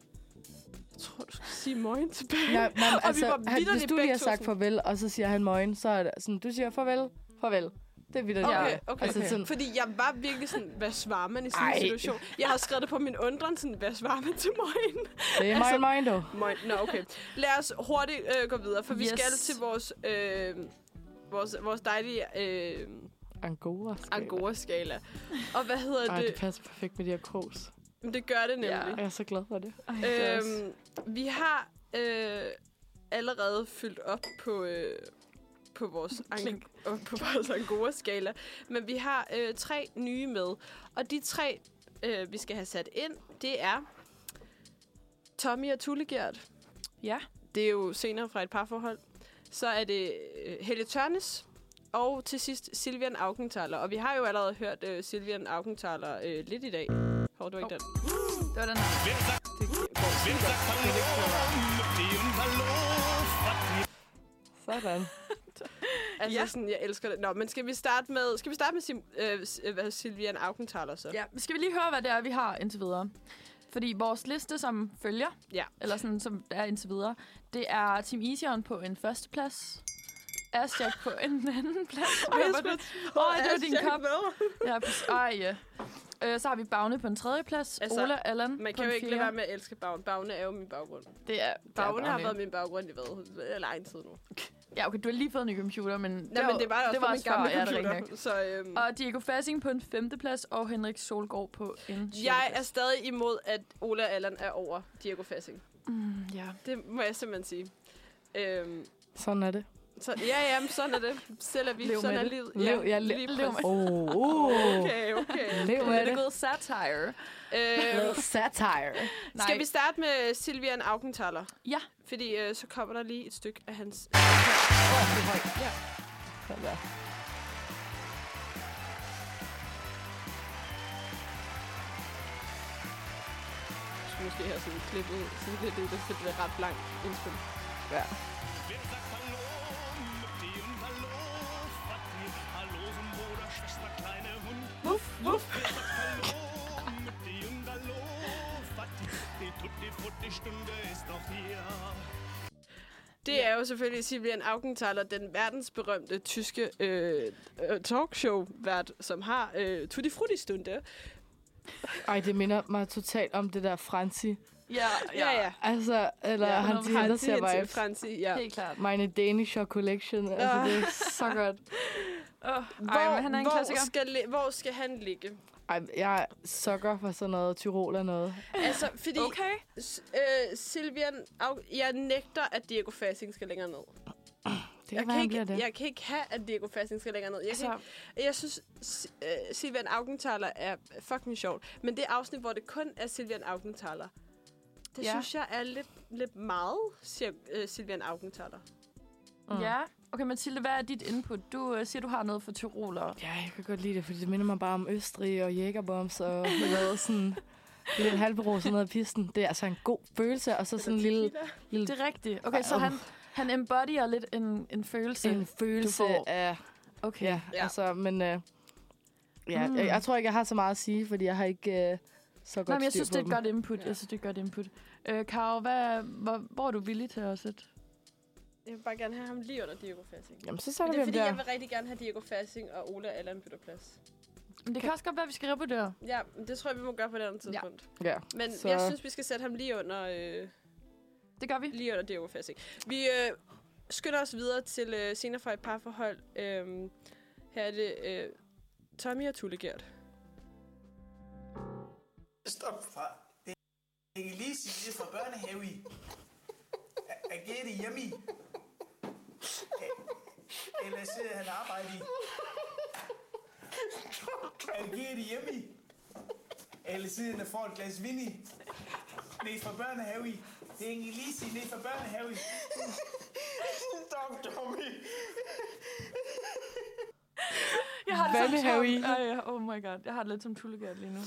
[SPEAKER 2] jeg tror, du skal sige moin tilbage.
[SPEAKER 3] Nej, nej,
[SPEAKER 2] vi
[SPEAKER 3] altså,
[SPEAKER 2] var
[SPEAKER 3] han,
[SPEAKER 2] vitterligt
[SPEAKER 3] hvis du lige
[SPEAKER 2] begge
[SPEAKER 3] har
[SPEAKER 2] to
[SPEAKER 3] sagt
[SPEAKER 2] sådan-
[SPEAKER 3] farvel, og så siger han moin, så er det sådan, du siger farvel, farvel. Det er videre.
[SPEAKER 2] Okay, okay.
[SPEAKER 3] Altså, sådan,
[SPEAKER 2] Fordi jeg var virkelig sådan, hvad svarer man i sådan en
[SPEAKER 3] Ej.
[SPEAKER 2] situation? Jeg havde skrevet det på min undren, sådan, hvad svarer man til moin?
[SPEAKER 3] det er
[SPEAKER 2] Altså-
[SPEAKER 3] moin, moin du.
[SPEAKER 2] moin. Nå, okay. Lad os hurtigt øh, gå videre, for yes. vi
[SPEAKER 4] Yes.
[SPEAKER 2] skal til vores, øh, vores, vores dejlige øh,
[SPEAKER 3] Angora.
[SPEAKER 2] Angora-skala. Og hvad hedder
[SPEAKER 3] Ej, det
[SPEAKER 2] det?
[SPEAKER 3] passer perfekt med de her kors.
[SPEAKER 2] Det, det gør det nemlig.
[SPEAKER 3] Jeg er så glad for det.
[SPEAKER 2] Ja. Øhm, vi har øh, allerede fyldt op på... Øh, på vores, ang- og på vores Angora-skala. Men vi har øh, tre nye med. Og de tre, øh, vi skal have sat ind, det er Tommy og Tullegert.
[SPEAKER 4] Ja.
[SPEAKER 2] Det er jo senere fra et parforhold. Så er det øh, Helle Tørnes. Og til sidst Silvian Augenthaler. Og vi har jo allerede hørt øh, Silvian Augenthaler øh, lidt i dag. Hov, det var ikke oh. den.
[SPEAKER 4] Det var den her.
[SPEAKER 3] Sådan.
[SPEAKER 2] Altså
[SPEAKER 4] Ja.
[SPEAKER 2] ja. sådan, jeg elsker det. Nå, men skal vi starte med, skal vi starte med Sim, øh, s- øh, hvad, Silvian Augenthaler så?
[SPEAKER 4] Ja, skal vi lige høre, hvad det er, vi har indtil videre? Fordi vores liste, som følger,
[SPEAKER 2] Ja.
[SPEAKER 4] eller sådan, som der er indtil videre, det er Team Easyon på en førsteplads, Asjak på en anden plads. Ej,
[SPEAKER 2] jeg
[SPEAKER 4] hvor
[SPEAKER 2] skulle
[SPEAKER 4] det- Åh, det var din
[SPEAKER 2] Asjak
[SPEAKER 4] kop.
[SPEAKER 2] med.
[SPEAKER 4] Ja, præcis. Ej, ja. Øh, så har vi Bagne på en tredje plads,
[SPEAKER 2] Altså,
[SPEAKER 4] altså, Ola Allan
[SPEAKER 2] Man
[SPEAKER 4] på
[SPEAKER 2] kan jo
[SPEAKER 4] en
[SPEAKER 2] ikke lade
[SPEAKER 4] fjerde.
[SPEAKER 2] være med at elske Bagne. Bagne er jo min baggrund.
[SPEAKER 4] Det er,
[SPEAKER 2] Bagne har
[SPEAKER 4] Bagne.
[SPEAKER 2] været min baggrund i hvad? Eller egen tid nu.
[SPEAKER 4] Ja, okay, du har lige fået en ny computer, men...
[SPEAKER 2] Nej, men det var også
[SPEAKER 4] det var
[SPEAKER 2] min gamle
[SPEAKER 4] før, ja, det er
[SPEAKER 2] computer.
[SPEAKER 4] rigtigt nok.
[SPEAKER 2] så øhm,
[SPEAKER 4] Og Diego Fassing på en femteplads, og Henrik Solgaard på en
[SPEAKER 2] jeg er
[SPEAKER 4] sjetteplads.
[SPEAKER 2] stadig imod, at Ola Allan er over Diego Fassing.
[SPEAKER 4] Mm, ja.
[SPEAKER 2] Det må jeg simpelthen sige. Øhm,
[SPEAKER 3] Sådan er det.
[SPEAKER 2] Så, ja, ja, men sådan er det. Selv er vi,
[SPEAKER 4] Lev
[SPEAKER 2] sådan
[SPEAKER 4] med
[SPEAKER 2] er
[SPEAKER 4] det.
[SPEAKER 2] livet.
[SPEAKER 3] Lev, ja, le-
[SPEAKER 2] lige
[SPEAKER 4] lev med
[SPEAKER 2] præcis.
[SPEAKER 3] Oh, oh.
[SPEAKER 2] Okay, okay.
[SPEAKER 3] Lev
[SPEAKER 4] Det
[SPEAKER 3] med
[SPEAKER 4] er det
[SPEAKER 3] det.
[SPEAKER 4] god satire.
[SPEAKER 2] Øhm,
[SPEAKER 3] Satire.
[SPEAKER 4] Nej.
[SPEAKER 2] skal vi starte med Silvian Augenthaler?
[SPEAKER 4] Ja.
[SPEAKER 2] Fordi øh, så kommer der lige et stykke af hans...
[SPEAKER 3] Kom der.
[SPEAKER 2] Jeg skulle måske have sådan klippet, sådan lidt ud, for det er ret langt indspil.
[SPEAKER 3] Ja.
[SPEAKER 7] Wer sagt Hallo mit dem Hallo? Fragt ihr Hallo, zum Bruder, Schwester, kleine Hund. Wuff, wuff. Wer sagt Hallo mit dem Hallo? Fragt ihr, die tut die Fut, die Stunde ist noch hier.
[SPEAKER 2] Det er jo selvfølgelig Silvian Augenthaler, den verdensberømte tyske øh, øh, talkshow-vært, som har øh, Tutti Frutti-stunde.
[SPEAKER 3] Ej, det minder mig totalt om det der Franci.
[SPEAKER 4] Ja,
[SPEAKER 2] Ja, ja.
[SPEAKER 3] Altså, eller
[SPEAKER 4] Ja,
[SPEAKER 3] ja, han
[SPEAKER 4] når
[SPEAKER 3] siger, der
[SPEAKER 2] Franzi,
[SPEAKER 3] ser
[SPEAKER 2] indtil
[SPEAKER 3] bare
[SPEAKER 2] Franzi, ja.
[SPEAKER 4] Helt klart.
[SPEAKER 3] Mine Danisher Collection. Altså,
[SPEAKER 2] Ah.
[SPEAKER 3] det er så godt.
[SPEAKER 4] Oh, Ej, men han er en
[SPEAKER 2] hvor,
[SPEAKER 4] klassiker.
[SPEAKER 2] Skal, li- hvor skal han ligge?
[SPEAKER 3] Ej, jeg sukker for sådan noget Tyrol eller noget.
[SPEAKER 2] Altså, fordi okay.
[SPEAKER 4] Okay.
[SPEAKER 2] øh, Silvian, Aug- jeg nægter, at Diego Fassing skal længere ned.
[SPEAKER 3] Det kan
[SPEAKER 2] Jeg
[SPEAKER 3] være,
[SPEAKER 2] kan,
[SPEAKER 3] han bliver
[SPEAKER 2] ikke,
[SPEAKER 3] det.
[SPEAKER 2] jeg kan ikke have, at Diego Fassing skal længere ned. Jeg, altså,
[SPEAKER 4] Altså,
[SPEAKER 2] ikke, jeg synes, S- øh, Silvian Augenthaler er fucking sjovt. Men det afsnit, hvor det kun er Silvian Augenthaler, det
[SPEAKER 4] Ja.
[SPEAKER 2] ja. synes jeg er lidt, lidt meget, siger øh, Silvian Augenthaler.
[SPEAKER 4] mm. ja. Okay, Mathilde, hvad er dit input? Du øh, siger, du har noget for tyroler.
[SPEAKER 3] Ja, jeg kan godt lide det, fordi det minder mig bare om Østrig og Jægerbombs og noget sådan... Lidt halvberuset ned ad pisten. Det er altså en god følelse, og så sådan en lille, lille
[SPEAKER 4] Det er rigtigt. Okay, så
[SPEAKER 3] Ej,
[SPEAKER 4] han, han embodyer lidt en, en følelse.
[SPEAKER 3] en følelse
[SPEAKER 4] får-
[SPEAKER 3] af...
[SPEAKER 4] Okay.
[SPEAKER 3] Ja,
[SPEAKER 2] Ja.
[SPEAKER 3] ja. altså, men... Øh, ja,
[SPEAKER 4] Mm.
[SPEAKER 3] mm. jeg, jeg, tror ikke, jeg har så meget at sige, fordi jeg har ikke øh, så godt
[SPEAKER 4] Nej, men jeg
[SPEAKER 3] styr
[SPEAKER 4] synes,
[SPEAKER 3] på
[SPEAKER 4] det er
[SPEAKER 3] dem.
[SPEAKER 4] et godt input. Jeg synes, det er et godt input. Øh, Karo, hvad, hvor, hvor er du villig til at sætte?
[SPEAKER 2] Jeg vil bare gerne have ham lige under Diego Fassing.
[SPEAKER 3] Jamen, så
[SPEAKER 2] Men det
[SPEAKER 3] sætter vi
[SPEAKER 2] er
[SPEAKER 3] ham
[SPEAKER 2] fordi, jeg
[SPEAKER 3] der.
[SPEAKER 2] vil rigtig gerne have Diego Fassing og Ola Allan bytter plads.
[SPEAKER 4] Men det kan også godt være, at vi skal revurdere.
[SPEAKER 2] Ja, men det tror jeg, vi må gøre på et andet tidspunkt.
[SPEAKER 3] Ja.
[SPEAKER 2] Men
[SPEAKER 3] Så-
[SPEAKER 2] jeg synes, vi skal sætte ham lige under, øh,
[SPEAKER 4] Det gør vi.
[SPEAKER 2] lige under Diego Fassing. Vi øh, skynder os videre til øh, senere fra et parforhold. Øh, her er det øh, Tommy og Tulle Gert.
[SPEAKER 8] Stop fra. Det jeg kan lige sige det er fra børnehave i. Er- Er Gert det hjemme i? E- Eller sidder han arbejde i? Er Gert det hjemme i? Eller sidder han og får et glas vin i? Ned fra børnehave i. Det er egentlig lige sige ned fra børnehave i. Stop, Tommy.
[SPEAKER 4] Jeg har det
[SPEAKER 3] Hvad med
[SPEAKER 4] som
[SPEAKER 3] Harry?
[SPEAKER 4] Tom- Ej, ja, oh my god. Jeg har det lidt som tullegært lige nu.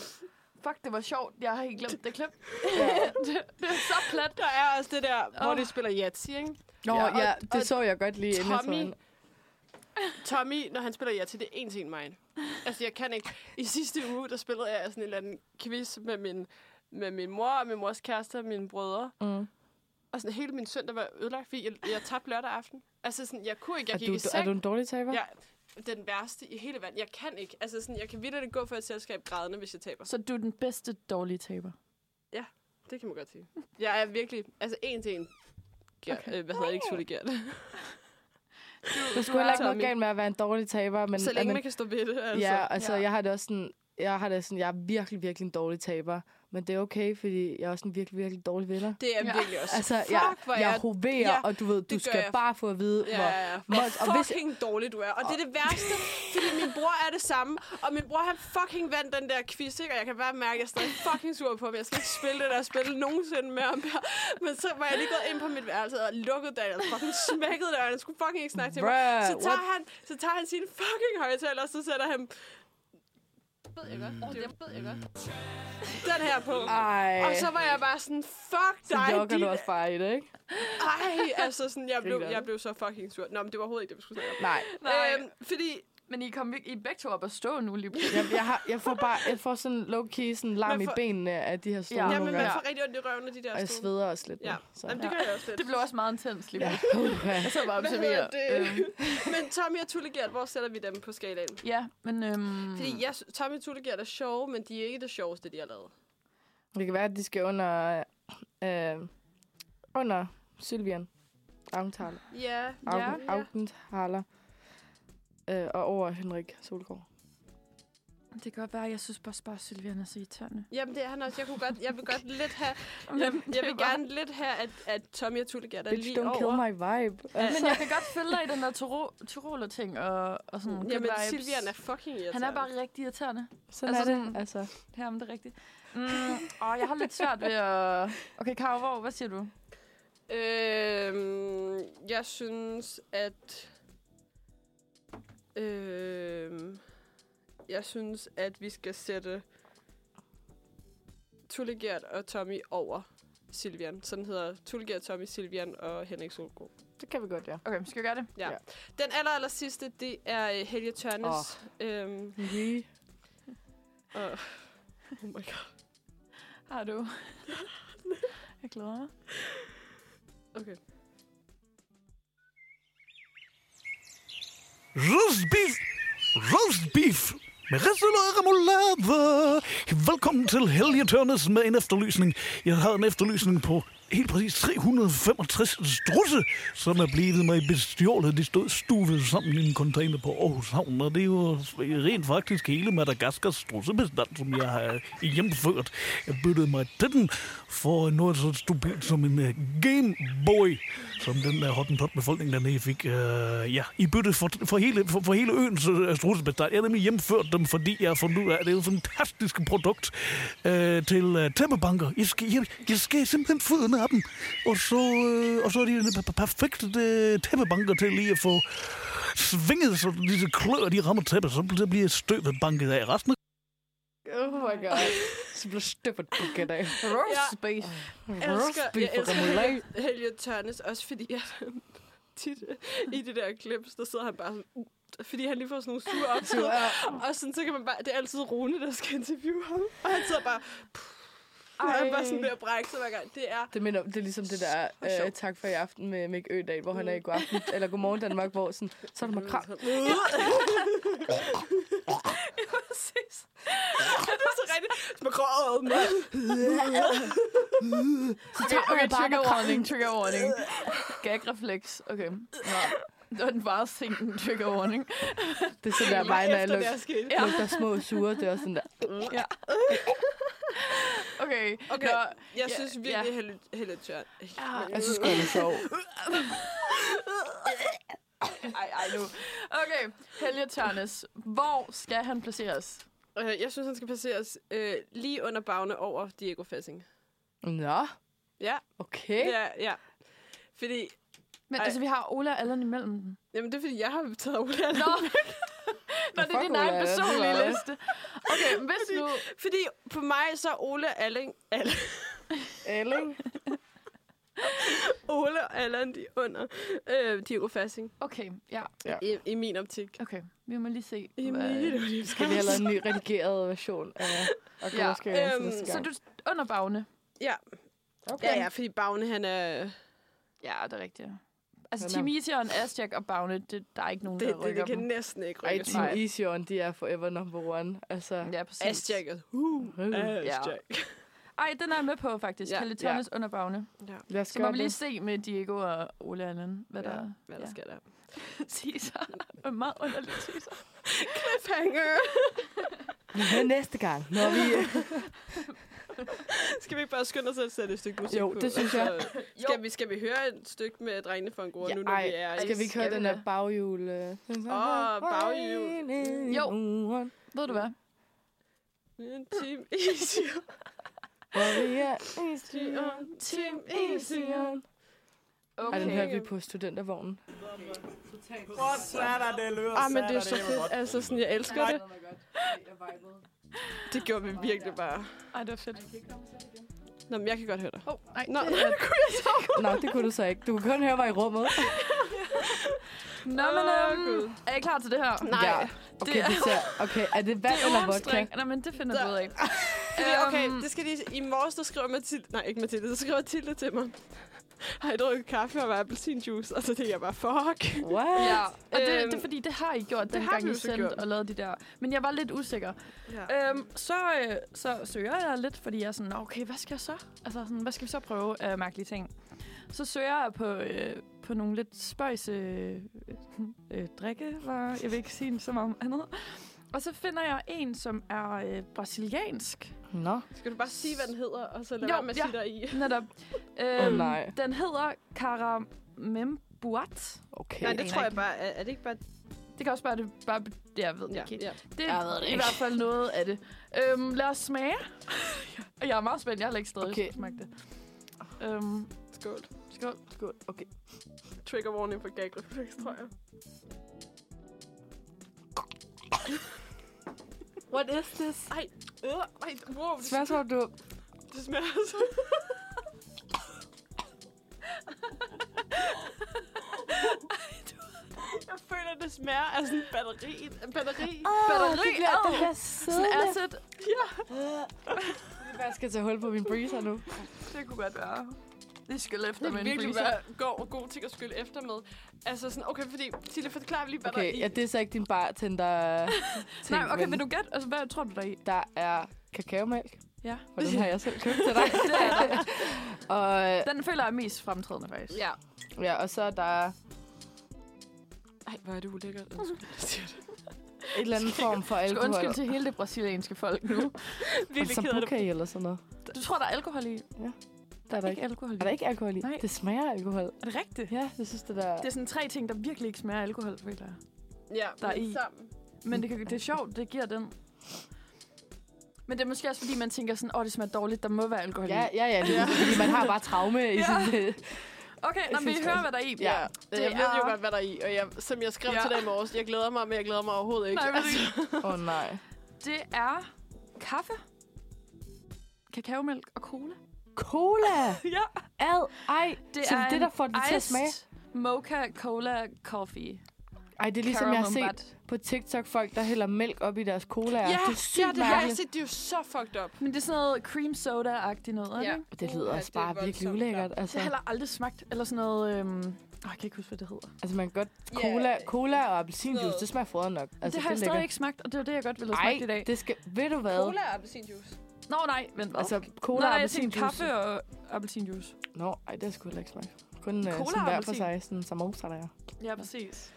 [SPEAKER 4] Fuck, det var sjovt. Jeg har helt glemt det klip. det, det, er så plat.
[SPEAKER 2] Der er også det der, hvor
[SPEAKER 4] Åh.
[SPEAKER 2] de spiller Yatzy, ikke?
[SPEAKER 3] Nå,
[SPEAKER 2] Ja, og-
[SPEAKER 3] ja, ja det
[SPEAKER 2] og
[SPEAKER 3] så jeg godt lige inden jeg så
[SPEAKER 2] Tommy-
[SPEAKER 3] hende.
[SPEAKER 2] Tommy, når han spiller Yatzy, det er en ting mig. Altså, jeg kan ikke. I sidste uge, der spillede jeg sådan en eller anden quiz med min, med min mor og min mors kæreste og mine brødre.
[SPEAKER 3] Mm.
[SPEAKER 2] Og sådan hele min søndag var ødelagt, fordi jeg, jeg tabte lørdag aften. Altså sådan, jeg kunne ikke, jeg
[SPEAKER 3] Er
[SPEAKER 2] gik i
[SPEAKER 3] du,
[SPEAKER 2] seng.
[SPEAKER 3] er du en dårlig taber?
[SPEAKER 2] Jeg er den værste i hele verden. Jeg kan ikke. Altså sådan, jeg kan vildt gå for et selskab grædende, hvis jeg taber.
[SPEAKER 4] Så du er den bedste dårlige taber.
[SPEAKER 2] Det kan man godt sige. Jeg er virkelig, altså en til en. Gert,
[SPEAKER 4] Okay.
[SPEAKER 2] øh, hvad hedder jeg ikke, Tulli Gert.
[SPEAKER 3] Der skulle heller ikke
[SPEAKER 2] Tommy.
[SPEAKER 3] noget galt med at være en dårlig taber. Men,
[SPEAKER 2] Så længe
[SPEAKER 3] men,
[SPEAKER 2] man kan stå ved det, altså.
[SPEAKER 3] Ja, altså,
[SPEAKER 4] Ja.
[SPEAKER 3] jeg har det også sådan, jeg har det sådan, jeg er virkelig, virkelig en dårlig taber. Men det er okay, fordi jeg er også en virkelig, virkelig dårlig vinder.
[SPEAKER 2] Det er
[SPEAKER 4] Ja.
[SPEAKER 2] virkelig også.
[SPEAKER 3] Altså,
[SPEAKER 2] fuck,
[SPEAKER 3] jeg,
[SPEAKER 2] hvor er
[SPEAKER 3] jeg hoverer,
[SPEAKER 2] Ja,
[SPEAKER 3] ja, og du ved, du
[SPEAKER 2] gør
[SPEAKER 3] skal
[SPEAKER 2] jeg.
[SPEAKER 3] bare få at vide,
[SPEAKER 2] Ja,
[SPEAKER 3] hvor...
[SPEAKER 2] ja, ja.
[SPEAKER 3] Hvor, og
[SPEAKER 2] Hvor
[SPEAKER 3] hvis,
[SPEAKER 2] fucking dårlig du er. Og det er det værste, fordi min bror er det samme. Og min bror, han fucking vandt den der quiz, ikke? Og jeg kan bare mærke, at jeg er stadig fucking sur på, at jeg skal ikke spille det der spil nogensinde mere og mere. Men så var jeg lige gået ind på mit værelse og lukket døren, og fucking smækkede døren. Jeg skulle fucking ikke snakke til mig.
[SPEAKER 3] Bruh,
[SPEAKER 2] Så tager, han, så tager han sin fucking højtaler, og så sætter han
[SPEAKER 4] Ved jeg godt. Det ved jeg godt.
[SPEAKER 2] den her på.
[SPEAKER 3] Ej,
[SPEAKER 2] Og så var jeg bare sådan, fuck
[SPEAKER 3] så
[SPEAKER 2] dig,
[SPEAKER 3] jokker
[SPEAKER 2] din...
[SPEAKER 3] du også bare i det, ikke?
[SPEAKER 2] Ej, altså sådan, jeg blev,
[SPEAKER 3] Griner.
[SPEAKER 2] jeg blev så fucking sur. Nå, men det var overhovedet ikke det, vi skulle snakke om.
[SPEAKER 3] Nej,
[SPEAKER 4] Nej.
[SPEAKER 2] Øhm, fordi
[SPEAKER 4] Men I kom vir- I er begge to op at stå nu lige pludselig.
[SPEAKER 3] jeg, jeg, har, jeg får bare jeg får sådan low-key sådan larm
[SPEAKER 2] Man
[SPEAKER 3] i
[SPEAKER 2] får-
[SPEAKER 3] benene af de her store
[SPEAKER 4] Ja,
[SPEAKER 3] Ah, ja,
[SPEAKER 2] Ja, men
[SPEAKER 3] nogle
[SPEAKER 2] man
[SPEAKER 3] gange.
[SPEAKER 2] får rigtig ondt i røven af de der
[SPEAKER 3] Og jeg
[SPEAKER 2] stole.
[SPEAKER 3] sveder også lidt.
[SPEAKER 2] Ja,
[SPEAKER 3] nu, så.
[SPEAKER 2] Jamen, det gør jeg også lidt.
[SPEAKER 4] Det blev også meget intens lige pludselig.
[SPEAKER 3] Puha.
[SPEAKER 4] Jeg sad bare
[SPEAKER 2] Hvad hedder
[SPEAKER 4] observerer.
[SPEAKER 2] det?
[SPEAKER 4] Øhm,
[SPEAKER 2] Men Tommy og Tullegert, hvor sætter vi dem på skalaen?
[SPEAKER 4] ja, men... Øhm,
[SPEAKER 3] Mm.
[SPEAKER 2] Fordi jeg, sy- Tommy og Tullegert er sjove, men de er ikke det sjoveste, de har lavet.
[SPEAKER 3] Det kan være, at de skal under... Øh, under Sylvian. Augenthaler.
[SPEAKER 2] Ja,
[SPEAKER 4] Ja.
[SPEAKER 3] Augen, Augenthaler. Øh, og over Henrik Solgaard.
[SPEAKER 4] Det kan godt være, jeg synes bare, bare Sylvian er så irriterende.
[SPEAKER 2] Jamen, det er han også. Jeg, kunne godt, jeg vil godt lidt have, jeg,
[SPEAKER 4] Jamen, det
[SPEAKER 2] jeg
[SPEAKER 4] er
[SPEAKER 2] vil
[SPEAKER 4] bare-
[SPEAKER 2] gerne lidt have, at, at Tommy og Tulle er
[SPEAKER 3] Bitch,
[SPEAKER 2] lige
[SPEAKER 3] don't kill
[SPEAKER 2] over.
[SPEAKER 3] my vibe. Øh,
[SPEAKER 4] Men
[SPEAKER 2] Altså.
[SPEAKER 4] jeg kan godt følge dig i den der tyro- tyroler-ting og, og sådan
[SPEAKER 3] Mm,
[SPEAKER 4] good
[SPEAKER 2] Mm, Jamen,
[SPEAKER 4] vibes.
[SPEAKER 2] Silvian er fucking irriterende.
[SPEAKER 4] Han er bare rigtig irriterende.
[SPEAKER 3] Sådan
[SPEAKER 4] altså
[SPEAKER 3] er det.
[SPEAKER 4] sådan-
[SPEAKER 3] Altså,
[SPEAKER 4] Her om det er rigtigt. Mm, og jeg har lidt svært ved at... Okay, Karo, hvor, hvad siger du?
[SPEAKER 2] Øhm, jeg synes, at... Øhm, jeg synes, at vi skal sætte Tulle Gert og Tommy over Silvian. Sådan hedder Tulle Gert, Tommy, Silvian og Henrik Solgaard.
[SPEAKER 3] det kan vi godt, ja.
[SPEAKER 4] Okay, skal vi gøre det?
[SPEAKER 2] Den aller, aller sidste, det er øh, Helge Tørnes. Oh. Øhm,
[SPEAKER 3] Lige.
[SPEAKER 2] og, oh my god.
[SPEAKER 4] Har du? jeg glæder mig.
[SPEAKER 2] Okay.
[SPEAKER 9] Roast beef. Roast beef. Med ristel og remoulade. Velkommen til Helge Tørnes med en efterlysning. Jeg har en efterlysning på helt præcis 365 strusse, som er blevet mig bestjålet. De stod stuvet sammen i en container på Aarhus Havn, og det er jo rent faktisk hele Madagaskars strussebestand, som jeg har hjemført. Jeg byttede mig til den for noget så stupidt som en øh, Game Boy, som den der Hottentot-befolkning dernede fik. Øh, ja, i bytte for, for, hele, for, for hele øens øh, strudsebestand. Jeg har nemlig hjemført dem, fordi jeg har fundet ud af, at det er et fantastisk produkt øh, til øh, tæmmerbanker. Jeg skal, jeg, jeg skal simpelthen føde af dem, og så, øh, og så er de en per- perfekte øh, tæmmerbanker til lige at få svinget, så disse klør de rammer tæppet, så så bliver støvet banket af. Resten af
[SPEAKER 3] Oh my god. Så blev støppet på i dag.
[SPEAKER 2] Ja.
[SPEAKER 3] Roast beef. Roast
[SPEAKER 2] jeg
[SPEAKER 3] beef og
[SPEAKER 2] elsker
[SPEAKER 3] remoulade.
[SPEAKER 2] Helge, Helge Tørnes, også fordi at han tit øh, i det der klips, der sidder han bare sådan, uh, fordi han lige får sådan nogle sure optid. og sådan, så kan man bare, det er altid Rune, der skal interviewe ham. Og han sidder bare, Ej. han er bare sådan ved at brække sig hver gang. Det er,
[SPEAKER 3] Det, minder, det er ligesom det der øh, tak for i aften med Mick Ødal, hvor han er i god aften, eller godmorgen Danmark, hvor sådan, så er det makrel.
[SPEAKER 2] "Uh,"
[SPEAKER 4] Præcis.
[SPEAKER 2] det er så rigtigt. Smakrøjet med.
[SPEAKER 4] Okay, okay trigger warning, trigger warning. Gag refleks. Okay. Nå. Det var den bare sinken trigger warning.
[SPEAKER 3] Det er sådan der vej,
[SPEAKER 2] Efter det
[SPEAKER 3] når jeg lugter,
[SPEAKER 2] er sket.
[SPEAKER 3] ja. lugter små sure, det er også sådan der.
[SPEAKER 4] Okay. Nå,
[SPEAKER 2] Okay,
[SPEAKER 4] Altså,
[SPEAKER 2] jeg
[SPEAKER 4] Ja,
[SPEAKER 2] synes virkelig, Helge, Helge Tørnes.
[SPEAKER 3] Jeg synes godt, det er sjov.
[SPEAKER 4] ej, ej nu. Okay, Helge Tørnes. Hvor skal han placeres?
[SPEAKER 2] Øh, Jeg synes, han skal placeres øh, lige under bagne over Diego Fassing.
[SPEAKER 3] Nå,
[SPEAKER 2] Ja,
[SPEAKER 3] okay.
[SPEAKER 2] ja, ja. Fordi
[SPEAKER 4] Men
[SPEAKER 2] Ej.
[SPEAKER 4] altså, vi har Ola og Allan imellem den.
[SPEAKER 2] Jamen, det er, fordi jeg har taget Ola.
[SPEAKER 4] Nå. Nå, det er
[SPEAKER 3] fuck
[SPEAKER 4] din egen
[SPEAKER 3] Ola, det
[SPEAKER 4] personlige
[SPEAKER 3] var det.
[SPEAKER 4] liste. Okay, hvis nu...
[SPEAKER 2] Fordi på mig så er Ole Alling... Alling.
[SPEAKER 3] Elling.
[SPEAKER 2] Ole og Allan, de er under øh, Diego Fassing.
[SPEAKER 4] Okay, ja,
[SPEAKER 2] I, I min optik.
[SPEAKER 4] okay. Vi må lige se.
[SPEAKER 2] I
[SPEAKER 4] hvad-
[SPEAKER 2] min optik.
[SPEAKER 3] Skal vi have lavet en ny redigeret version af og
[SPEAKER 4] Ja,
[SPEAKER 3] ja, skal jeg
[SPEAKER 2] øhm,
[SPEAKER 3] næste gang.
[SPEAKER 4] Så du under Bagne.
[SPEAKER 2] Ja. Okay. Ja, ja, fordi Bagne, han er...
[SPEAKER 4] Ja, det er rigtigt. Altså,
[SPEAKER 3] Hvem er-
[SPEAKER 4] Team Etion, Asjak og Bagne, det, der er ikke nogen,
[SPEAKER 2] Det,
[SPEAKER 4] der
[SPEAKER 2] det,
[SPEAKER 4] rykker
[SPEAKER 2] det kan
[SPEAKER 4] dem.
[SPEAKER 2] næsten ikke
[SPEAKER 3] Ej,
[SPEAKER 2] rykkes.
[SPEAKER 3] Team
[SPEAKER 4] Nej.
[SPEAKER 3] Easyon, de er forever number one. Altså, øh,
[SPEAKER 4] Ja, præcis.
[SPEAKER 2] Asjacket. Uh, Asjak.
[SPEAKER 4] Ej, den er jeg med på, faktisk. Ja.
[SPEAKER 2] Ja.
[SPEAKER 4] Helle Tørnes under Bagne.
[SPEAKER 3] lad os
[SPEAKER 4] Så må
[SPEAKER 3] gøre
[SPEAKER 4] vi lige
[SPEAKER 3] det.
[SPEAKER 4] se med Diego og Ole Allen, hvad
[SPEAKER 2] Ja,
[SPEAKER 4] der
[SPEAKER 2] Hvad der sker der?
[SPEAKER 4] siges her. Det er Meget underligt, siges her.
[SPEAKER 2] Cliffhanger!
[SPEAKER 3] Men næste gang, når vi...
[SPEAKER 2] Skal vi ikke bare skynde os at sætte et stykke musik
[SPEAKER 3] Jo,
[SPEAKER 2] på?
[SPEAKER 3] det synes jeg.
[SPEAKER 2] Altså, Skal vi, skal vi høre et stykke med drengene fra Angora ja, nu, når
[SPEAKER 3] Ej,
[SPEAKER 2] vi er...
[SPEAKER 3] skal vi ikke høre
[SPEAKER 4] Skal vi
[SPEAKER 3] den der
[SPEAKER 4] da?
[SPEAKER 3] baghjul? øh? Åh,
[SPEAKER 2] Åh, baghjul.
[SPEAKER 4] Jo. Ved du hvad?
[SPEAKER 2] Team Easy.
[SPEAKER 3] Hvor vi er
[SPEAKER 2] Team
[SPEAKER 3] Easyon. Ej, den hører vi på studentervognen.
[SPEAKER 2] Ah, men det er så fedt. Altså, sådan, jeg elsker det. Det gjorde vi virkelig bare.
[SPEAKER 4] Ej, det var fedt.
[SPEAKER 2] Nå, men jeg kan godt høre dig.
[SPEAKER 4] Åh, oh, nej.
[SPEAKER 2] Nå,
[SPEAKER 4] det-
[SPEAKER 3] Nej, det kunne du så ikke. Du kunne kun høre mig i rummet.
[SPEAKER 4] Nå, men
[SPEAKER 2] Åh, Gud.
[SPEAKER 4] øhm, er I klar til det her?
[SPEAKER 2] Nej.
[SPEAKER 3] Ja. Okay,
[SPEAKER 4] Det er-
[SPEAKER 3] det ser, okay, er det vand
[SPEAKER 4] Det
[SPEAKER 3] eller
[SPEAKER 4] er
[SPEAKER 3] vodka?
[SPEAKER 4] ordenstrik. Nå, men det finder du ud af. Øhm,
[SPEAKER 2] Fordi, okay, det skal lige... I morges, der skriver Mathilde... Nej, ikke Mathilde. Der skriver Mathilde til mig. Har I drukket kaffe og appelsinjuice? Og så tænker jeg bare, fuck.
[SPEAKER 3] What?
[SPEAKER 4] Ja, og det,
[SPEAKER 2] Øhm,
[SPEAKER 4] det er fordi, det har I gjort, den
[SPEAKER 2] har
[SPEAKER 4] gang
[SPEAKER 2] vi
[SPEAKER 4] I
[SPEAKER 2] jo så
[SPEAKER 4] sendte
[SPEAKER 2] gjort.
[SPEAKER 4] og lavede de der. Men jeg var lidt usikker.
[SPEAKER 2] Ja.
[SPEAKER 4] Øhm, så, øh, så søger jeg lidt, fordi jeg er sådan, "Nå, okay, hvad skal jeg så? Altså, sådan, hvad skal vi så prøve af mærkelige ting? Så søger jeg på, øh, på nogle lidt spøjse øh, øh, drikkevarer. Jeg vil ikke sige så meget om andet. Og så finder jeg en, som er øh, brasiliansk.
[SPEAKER 3] Nå.
[SPEAKER 2] Skal du bare sige, hvad den hedder, og så lad
[SPEAKER 4] Jo,
[SPEAKER 2] være med at
[SPEAKER 4] ja.
[SPEAKER 2] sige dig i?
[SPEAKER 4] Netop. Øhm,
[SPEAKER 3] Åh, nej.
[SPEAKER 4] Den hedder Caramembuat.
[SPEAKER 3] Okay.
[SPEAKER 2] Nej, det
[SPEAKER 4] aner
[SPEAKER 2] tror jeg
[SPEAKER 4] ikke.
[SPEAKER 2] bare. Er, er det ikke bare...
[SPEAKER 4] Det kan også bare, det bare det, jeg ved det
[SPEAKER 2] Ja,
[SPEAKER 4] ikke.
[SPEAKER 2] ja.
[SPEAKER 4] Det
[SPEAKER 3] Jeg ved
[SPEAKER 4] er
[SPEAKER 3] det
[SPEAKER 4] i
[SPEAKER 3] ikke.
[SPEAKER 4] hvert fald noget af det. Øhm, lad os smage. Og jeg er meget spændt. Jeg har heller ikke stadig
[SPEAKER 3] Okay.
[SPEAKER 4] okay. smagt det. Øhm,
[SPEAKER 2] Skål.
[SPEAKER 4] skål.
[SPEAKER 3] Skål. Okay.
[SPEAKER 2] Trigger warning for gag reflex, tror jeg.
[SPEAKER 3] What is this?
[SPEAKER 2] Ej, øh, ej, wow, det,
[SPEAKER 3] Smager som du...
[SPEAKER 2] det smager så... Jeg føler, det smager af sådan batteri. Batteri.
[SPEAKER 4] Batteri.
[SPEAKER 3] Det bliver,
[SPEAKER 4] Åh,
[SPEAKER 3] det bliver
[SPEAKER 4] Sådan
[SPEAKER 3] siddende.
[SPEAKER 4] acid.
[SPEAKER 3] Jeg skal tage hul på min breezer nu.
[SPEAKER 4] Det kunne godt være. Det skal efter
[SPEAKER 2] Det
[SPEAKER 4] med
[SPEAKER 2] kan
[SPEAKER 4] en
[SPEAKER 2] virkelig
[SPEAKER 4] breezer.
[SPEAKER 2] være god, god ting at skylle efter med. Altså sådan, okay, fordi... Tilde, forklar lige, hvad der er
[SPEAKER 3] Okay,
[SPEAKER 2] i.
[SPEAKER 3] ja, det er så ikke din bartender ting,
[SPEAKER 4] Nej, okay, vil du gætte? Altså, hvad tror du der er i?
[SPEAKER 3] der er kakaomælk,
[SPEAKER 4] Ja.
[SPEAKER 3] og den har jeg selv købt til dig.
[SPEAKER 4] Det er der.
[SPEAKER 3] og,
[SPEAKER 4] Den føler jeg er mest fremtrædende, faktisk.
[SPEAKER 2] Ja.
[SPEAKER 3] ja, og så er der
[SPEAKER 2] Ej, hvor er det ulækkert. Undskyld, jeg siger det.
[SPEAKER 3] et eller andet form for
[SPEAKER 4] Jeg skal
[SPEAKER 3] alkohol.
[SPEAKER 4] undskylde til hele det brasilianske folk nu.
[SPEAKER 3] Og
[SPEAKER 2] Virkelig ked af det.
[SPEAKER 3] sambuca i eller sådan noget.
[SPEAKER 4] Du tror, der er alkohol i?
[SPEAKER 3] Der er der
[SPEAKER 4] Ikke
[SPEAKER 3] ikke.
[SPEAKER 4] alkohol i.
[SPEAKER 3] Er der ikke alkohol i?
[SPEAKER 4] Nej.
[SPEAKER 3] Det smager af alkohol.
[SPEAKER 4] Er det rigtigt?
[SPEAKER 3] Ja, jeg synes, det der...
[SPEAKER 4] Det er sådan tre ting, der virkelig ikke smager af alkohol, føler jeg.
[SPEAKER 2] Ja,
[SPEAKER 4] Der er
[SPEAKER 2] men
[SPEAKER 4] i.
[SPEAKER 2] sammen.
[SPEAKER 4] Men det, kan, det er sjovt, det giver den. Men det er måske også, fordi man tænker sådan, åh, oh, det smager dårligt, der må være alkohol
[SPEAKER 3] Ja,
[SPEAKER 4] i.
[SPEAKER 3] ja, ja. Det er, fordi man har bare traume i
[SPEAKER 4] Ja.
[SPEAKER 3] sådan
[SPEAKER 4] Okay, nå, men vi
[SPEAKER 3] synes
[SPEAKER 4] hører,
[SPEAKER 3] også.
[SPEAKER 4] hvad der er i.
[SPEAKER 3] Ja.
[SPEAKER 2] Det
[SPEAKER 4] Det
[SPEAKER 2] jeg ved jo
[SPEAKER 4] er-
[SPEAKER 2] godt, hvad der er i, og jeg, som jeg skrev
[SPEAKER 4] Ja.
[SPEAKER 2] ja. til dig i morges, jeg glæder mig, men jeg glæder mig overhovedet ikke.
[SPEAKER 4] Nej, men
[SPEAKER 2] altså,
[SPEAKER 3] Åh, oh, nej.
[SPEAKER 4] Det er kaffe, kakaomælk og cola.
[SPEAKER 3] Cola!
[SPEAKER 4] Ja,
[SPEAKER 3] Ad! Ej!
[SPEAKER 4] det
[SPEAKER 3] så
[SPEAKER 4] er
[SPEAKER 3] det er det,
[SPEAKER 4] en
[SPEAKER 3] der får det til at
[SPEAKER 4] iced
[SPEAKER 3] smage?
[SPEAKER 4] mocha, cola, coffee.
[SPEAKER 3] Ej, det er ligesom, jeg har set
[SPEAKER 4] Caramombat.
[SPEAKER 3] på TikTok folk, der hælder mælk op i deres cola.
[SPEAKER 2] ja,
[SPEAKER 3] det er sygt
[SPEAKER 2] ja, det har jeg
[SPEAKER 3] mærkeligt.
[SPEAKER 2] set, det er jo så fucked up.
[SPEAKER 4] Men det er sådan noget cream soda-agtigt noget,
[SPEAKER 2] Ja.
[SPEAKER 4] ja. ikke?
[SPEAKER 3] Det lyder
[SPEAKER 2] Uha,
[SPEAKER 3] også
[SPEAKER 2] det er
[SPEAKER 3] bare virkelig
[SPEAKER 2] voldsomt,
[SPEAKER 3] ulækkert. Altså,
[SPEAKER 4] Det har heller aldrig smagt, eller sådan noget... Øhm, åh, jeg kan ikke huske, hvad det hedder. Men
[SPEAKER 3] altså man kan godt... Cola, cola og appelsinjuice,
[SPEAKER 2] Noget.
[SPEAKER 3] det smager fodret nok. Altså,
[SPEAKER 4] det har jeg stadig
[SPEAKER 3] lækkert.
[SPEAKER 4] ikke smagt, og det var det, jeg godt ville have
[SPEAKER 3] Ej,
[SPEAKER 4] smagt i dag.
[SPEAKER 3] det skal... Ved du hvad?
[SPEAKER 2] Cola og appelsinjuice.
[SPEAKER 4] Nå, nej, vent, hvad?
[SPEAKER 3] Altså,
[SPEAKER 4] Nå,
[SPEAKER 3] cola
[SPEAKER 4] nej,
[SPEAKER 3] og
[SPEAKER 4] jeg tænkte
[SPEAKER 3] appelsinjuice.
[SPEAKER 4] kaffe og appelsinjuice.
[SPEAKER 3] Nå, ej, det har jeg sgu heller ikke smagt. Kun øh,
[SPEAKER 4] Cola
[SPEAKER 3] sådan
[SPEAKER 4] og
[SPEAKER 3] hver for
[SPEAKER 4] appelsin.
[SPEAKER 3] sig, sådan samosa der. er.
[SPEAKER 4] Ja, præcis.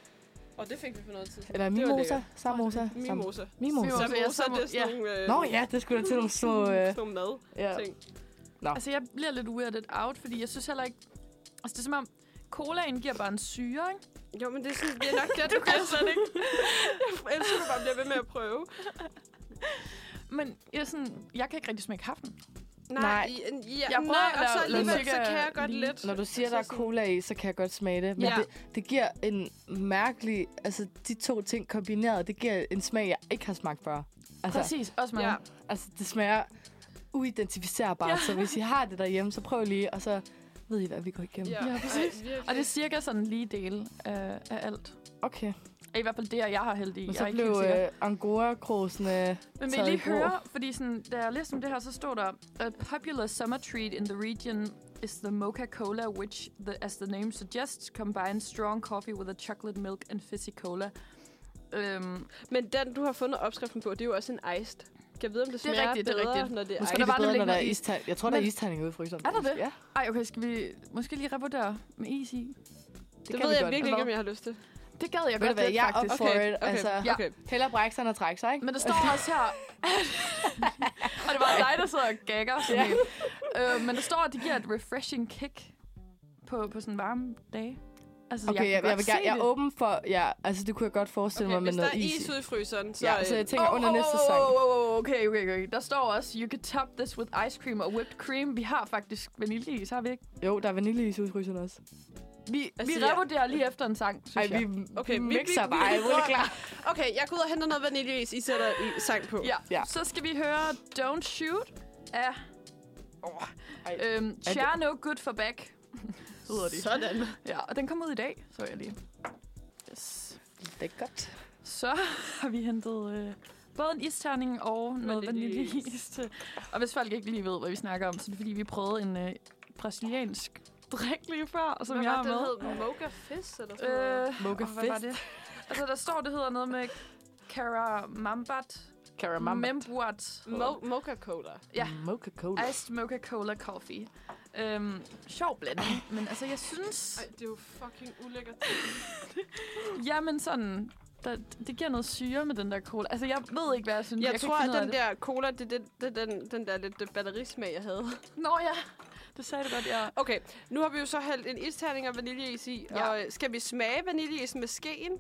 [SPEAKER 2] Og det fik vi for noget tid.
[SPEAKER 3] Eller
[SPEAKER 2] Det var
[SPEAKER 3] mimosa,
[SPEAKER 2] lækkert.
[SPEAKER 3] samosa. sam-
[SPEAKER 2] Mimosa.
[SPEAKER 3] Mimosa.
[SPEAKER 4] Mimosa.
[SPEAKER 2] Så vil jeg så,
[SPEAKER 4] Mimosa,
[SPEAKER 2] det er sådan
[SPEAKER 4] ja.
[SPEAKER 2] nogle... Øh,
[SPEAKER 3] Nå ja, det skulle da til nogle små... Øh,
[SPEAKER 2] Sådan nogle mad.
[SPEAKER 3] ja.
[SPEAKER 2] Ting.
[SPEAKER 4] Altså, jeg bliver lidt weird it out, fordi jeg synes heller ikke... Altså, det er som om, colaen giver bare en syre, ikke?
[SPEAKER 2] Jo, men det er, sådan, det er nok det, du kan slet ikke. Ellers kan du bare blive ved med at prøve.
[SPEAKER 4] Men jeg, er sådan, jeg kan ikke rigtig smage kaffen.
[SPEAKER 3] Nej.
[SPEAKER 2] I, ja,
[SPEAKER 4] Jeg
[SPEAKER 2] jeg
[SPEAKER 4] prøver
[SPEAKER 2] nej, og
[SPEAKER 4] at
[SPEAKER 2] så
[SPEAKER 4] lave- lave
[SPEAKER 2] alligevel, så
[SPEAKER 4] cirka
[SPEAKER 2] kan jeg godt
[SPEAKER 4] lige-
[SPEAKER 2] lidt.
[SPEAKER 3] Når du siger,
[SPEAKER 2] Så
[SPEAKER 3] der er
[SPEAKER 2] sådan-
[SPEAKER 3] cola i, så kan jeg godt smage det. Men
[SPEAKER 2] Ja.
[SPEAKER 3] ja. det, det giver en mærkelig... Altså, de to ting kombineret, det giver en smag, jeg ikke har smagt før. Altså,
[SPEAKER 4] Præcis, også mig.
[SPEAKER 2] Ja.
[SPEAKER 4] Ja.
[SPEAKER 3] altså det smager uidentificerbart. Ja. Så hvis I har det derhjemme, så prøv lige, og så ved I, hvad vi går igennem.
[SPEAKER 2] Ja,
[SPEAKER 3] Ja.
[SPEAKER 4] Ja,
[SPEAKER 2] Ej,
[SPEAKER 4] præcis.
[SPEAKER 2] virkelig.
[SPEAKER 4] Og det er cirka sådan lige dele øh, af alt.
[SPEAKER 3] Okay,
[SPEAKER 4] I hvert fald det, jeg har heldig.
[SPEAKER 3] men
[SPEAKER 4] jeg er
[SPEAKER 3] så
[SPEAKER 4] ikke
[SPEAKER 3] blev
[SPEAKER 4] helt sikker.
[SPEAKER 3] øh, angora-krosene...
[SPEAKER 4] Men vil I
[SPEAKER 3] taget i
[SPEAKER 4] lige
[SPEAKER 3] brug.
[SPEAKER 4] høre, fordi sådan, da jeg læste om det her, så stod der, A popular summer treat in the region is the mocha cola, which, the, as the name suggests, combines strong coffee with a chocolate milk and fizzy cola. Øhm,
[SPEAKER 2] Men den, du har fundet opskriften på, det er jo også en iced. Kan jeg vide, om det
[SPEAKER 4] Det er
[SPEAKER 2] smager
[SPEAKER 4] rigtigt, det er
[SPEAKER 2] bedre,
[SPEAKER 4] rigtigt.
[SPEAKER 2] når det er
[SPEAKER 3] Måske
[SPEAKER 2] iced?
[SPEAKER 3] er det
[SPEAKER 4] der var
[SPEAKER 3] bedre,
[SPEAKER 4] nemlig
[SPEAKER 3] når der er
[SPEAKER 4] noget is.
[SPEAKER 3] isterning. Jeg tror, der er
[SPEAKER 4] Men-
[SPEAKER 3] isterning ude i fryseren.
[SPEAKER 4] Er der det?
[SPEAKER 3] Ja,
[SPEAKER 4] ej, okay, skal vi måske lige revurdere med is i?
[SPEAKER 3] det,
[SPEAKER 2] Det, det
[SPEAKER 3] kan
[SPEAKER 2] ved
[SPEAKER 3] vi
[SPEAKER 2] jeg
[SPEAKER 3] godt.
[SPEAKER 2] virkelig
[SPEAKER 4] Eller
[SPEAKER 2] ikke, om jeg har lyst til.
[SPEAKER 4] Det gad jeg
[SPEAKER 3] Ved du
[SPEAKER 4] godt
[SPEAKER 3] hvad,
[SPEAKER 4] lidt,
[SPEAKER 3] jeg er
[SPEAKER 4] faktisk.
[SPEAKER 3] up for it.
[SPEAKER 2] okay,
[SPEAKER 3] Altså,
[SPEAKER 2] okay.
[SPEAKER 4] Ja.
[SPEAKER 2] okay.
[SPEAKER 3] hellere brække sig, end at trække sig, ikke?
[SPEAKER 4] Men der står også her... og det var dig, der sidder og gagger. Sådan helt. øh, men der står, at det giver et refreshing kick på, på sådan varme dage. Altså,
[SPEAKER 3] Okay, jeg,
[SPEAKER 4] kan
[SPEAKER 3] jeg,
[SPEAKER 4] godt
[SPEAKER 3] vil
[SPEAKER 4] se
[SPEAKER 3] gerne, jeg er
[SPEAKER 4] det.
[SPEAKER 3] åben for... Ja, altså, det kunne jeg godt forestille
[SPEAKER 2] Okay,
[SPEAKER 3] mig med
[SPEAKER 2] hvis der
[SPEAKER 3] noget
[SPEAKER 2] er
[SPEAKER 3] is.
[SPEAKER 2] is ude i fryseren, så...
[SPEAKER 3] Ja, så jeg tænker under næste
[SPEAKER 4] oh,
[SPEAKER 3] sang.
[SPEAKER 4] oh, oh, okay, okay, okay. Der står også, you can top this with ice cream og whipped cream. Vi har faktisk vaniljeis, har vi ikke?
[SPEAKER 3] Jo, der er vaniljeis ude i fryseren også.
[SPEAKER 4] Vi, altså,
[SPEAKER 2] Altså,
[SPEAKER 4] vi
[SPEAKER 2] ja.
[SPEAKER 4] revurderer lige efter en sang, synes
[SPEAKER 3] Ej,
[SPEAKER 4] jeg.
[SPEAKER 3] vi
[SPEAKER 2] Okay,
[SPEAKER 3] okay,
[SPEAKER 2] vi- vi-
[SPEAKER 3] mixer
[SPEAKER 2] vi-
[SPEAKER 3] bare.
[SPEAKER 2] vi-
[SPEAKER 3] Jeg er ikke klar.
[SPEAKER 2] Okay, jeg går ud og henter noget vaniljeis, I sætter i sang på.
[SPEAKER 4] Ja.
[SPEAKER 3] Ja.
[SPEAKER 4] ja. Så skal vi høre Don't Shoot af...
[SPEAKER 3] Ej.
[SPEAKER 4] Oh. Øhm, Char No Good For Back. Hedder de.
[SPEAKER 2] Sådan.
[SPEAKER 4] Ja, og den kom ud i dag, så jeg lige. Yes.
[SPEAKER 3] Det er godt.
[SPEAKER 4] Så har vi hentet øh, både en isterning og noget
[SPEAKER 2] Vaniljeis.
[SPEAKER 4] vaniljeis. til- Og hvis folk ikke lige ved, hvad vi snakker om, så er det fordi, vi prøvede en øh, brasiliansk drik lige før, som
[SPEAKER 2] Hvad
[SPEAKER 4] jeg
[SPEAKER 2] var
[SPEAKER 4] har
[SPEAKER 2] det,
[SPEAKER 4] med.
[SPEAKER 2] den hed? Mocha Fizz, eller sådan noget?
[SPEAKER 4] Øh,
[SPEAKER 3] Mocha
[SPEAKER 4] åh, hvad var
[SPEAKER 3] Fest.
[SPEAKER 4] det? Altså, der står, det hedder noget med Caramambat.
[SPEAKER 3] Caramamba.
[SPEAKER 4] Membuat.
[SPEAKER 2] Mo- Mocha Cola.
[SPEAKER 4] ja.
[SPEAKER 3] Mocha cola.
[SPEAKER 4] Iced Mocha Cola Coffee. Øhm, sjov blanding, men altså, jeg synes...
[SPEAKER 2] det er jo fucking ulækkert.
[SPEAKER 4] Jamen sådan, Der, det giver noget syre med den der cola. Altså, jeg ved ikke, hvad jeg synes.
[SPEAKER 2] Jeg,
[SPEAKER 4] kan
[SPEAKER 2] tror,
[SPEAKER 4] ikke finde
[SPEAKER 2] at
[SPEAKER 4] ud af
[SPEAKER 2] den der cola, det er den, det er den, den der lidt øh, batterismag, jeg havde.
[SPEAKER 4] det. Nå ja, det sagde du godt, ja.
[SPEAKER 2] Okay, nu har vi jo så hældt en isterning og vaniljeis i.
[SPEAKER 4] Ja.
[SPEAKER 2] Ja. Og øh, skal vi smage vaniljeisen med skeen?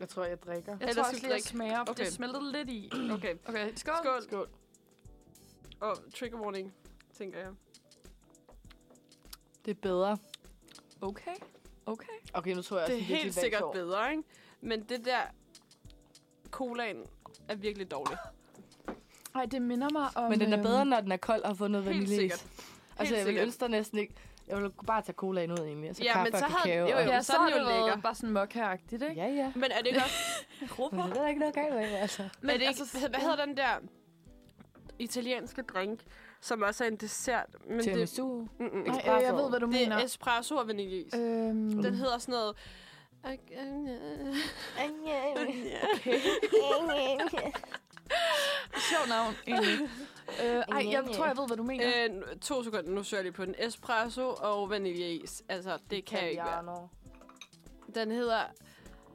[SPEAKER 3] Jeg tror, jeg drikker.
[SPEAKER 4] Jeg
[SPEAKER 2] Ellers
[SPEAKER 4] tror
[SPEAKER 2] skal
[SPEAKER 4] også lige,
[SPEAKER 2] vi
[SPEAKER 4] jeg
[SPEAKER 2] drikke.
[SPEAKER 4] smager, okay.
[SPEAKER 2] Okay.
[SPEAKER 4] det smeltede lidt i.
[SPEAKER 2] Okay.
[SPEAKER 4] Okay, skål.
[SPEAKER 2] Skål.
[SPEAKER 3] Skål.
[SPEAKER 2] Og trigger warning, tænker jeg.
[SPEAKER 3] Det er bedre.
[SPEAKER 4] Okay, okay.
[SPEAKER 3] Okay, nu tror jeg,
[SPEAKER 2] det er
[SPEAKER 3] også, vi virkelig
[SPEAKER 2] helt sikkert
[SPEAKER 3] bagfor.
[SPEAKER 2] bedre, ikke? Men det der colaen er virkelig dårlig.
[SPEAKER 4] Ej, det minder mig om...
[SPEAKER 3] Men den er
[SPEAKER 4] øhm,
[SPEAKER 3] bedre, når den er kold og har fået noget
[SPEAKER 2] Helt
[SPEAKER 3] vaniljeis.
[SPEAKER 2] sikkert.
[SPEAKER 3] Altså, jeg ville
[SPEAKER 2] sikkert.
[SPEAKER 3] ønske dig næsten ikke... Jeg ville bare tage colaen ud, egentlig. Altså,
[SPEAKER 2] Ja,
[SPEAKER 3] kaffe
[SPEAKER 2] men
[SPEAKER 3] og
[SPEAKER 2] så havde-
[SPEAKER 3] kakao.
[SPEAKER 2] jo,
[SPEAKER 3] og-
[SPEAKER 2] jo,
[SPEAKER 4] Ja,
[SPEAKER 2] men
[SPEAKER 4] så,
[SPEAKER 2] så
[SPEAKER 4] så
[SPEAKER 2] er
[SPEAKER 4] har
[SPEAKER 2] den
[SPEAKER 4] det
[SPEAKER 2] jo
[SPEAKER 4] været
[SPEAKER 2] lækker.
[SPEAKER 4] bare sådan mokka-agtigt, ikke?
[SPEAKER 3] Ja, ja.
[SPEAKER 2] Men er det ikke også...
[SPEAKER 3] Men det er der ikke noget galt med, altså.
[SPEAKER 2] Men er det ikke, altså, hvad hedder den der italienske drink, som også er en dessert? Men det,
[SPEAKER 3] Tiramisu.
[SPEAKER 2] mm, mm,
[SPEAKER 1] Nej, øh, jeg ved, hvad du
[SPEAKER 2] det
[SPEAKER 1] mener.
[SPEAKER 2] er espresso og vaniljeis.
[SPEAKER 4] Øh.
[SPEAKER 1] Øhm,
[SPEAKER 2] Den hedder sådan noget... Øh,
[SPEAKER 4] Sjov navn, egentlig. øh, ej, jeg tror, jeg ved, hvad du mener.
[SPEAKER 2] Øh, nu- to sekunder, nu søger jeg lige på den. Espresso og vaniljeis. Altså, det kan jo ikke være. Den hedder...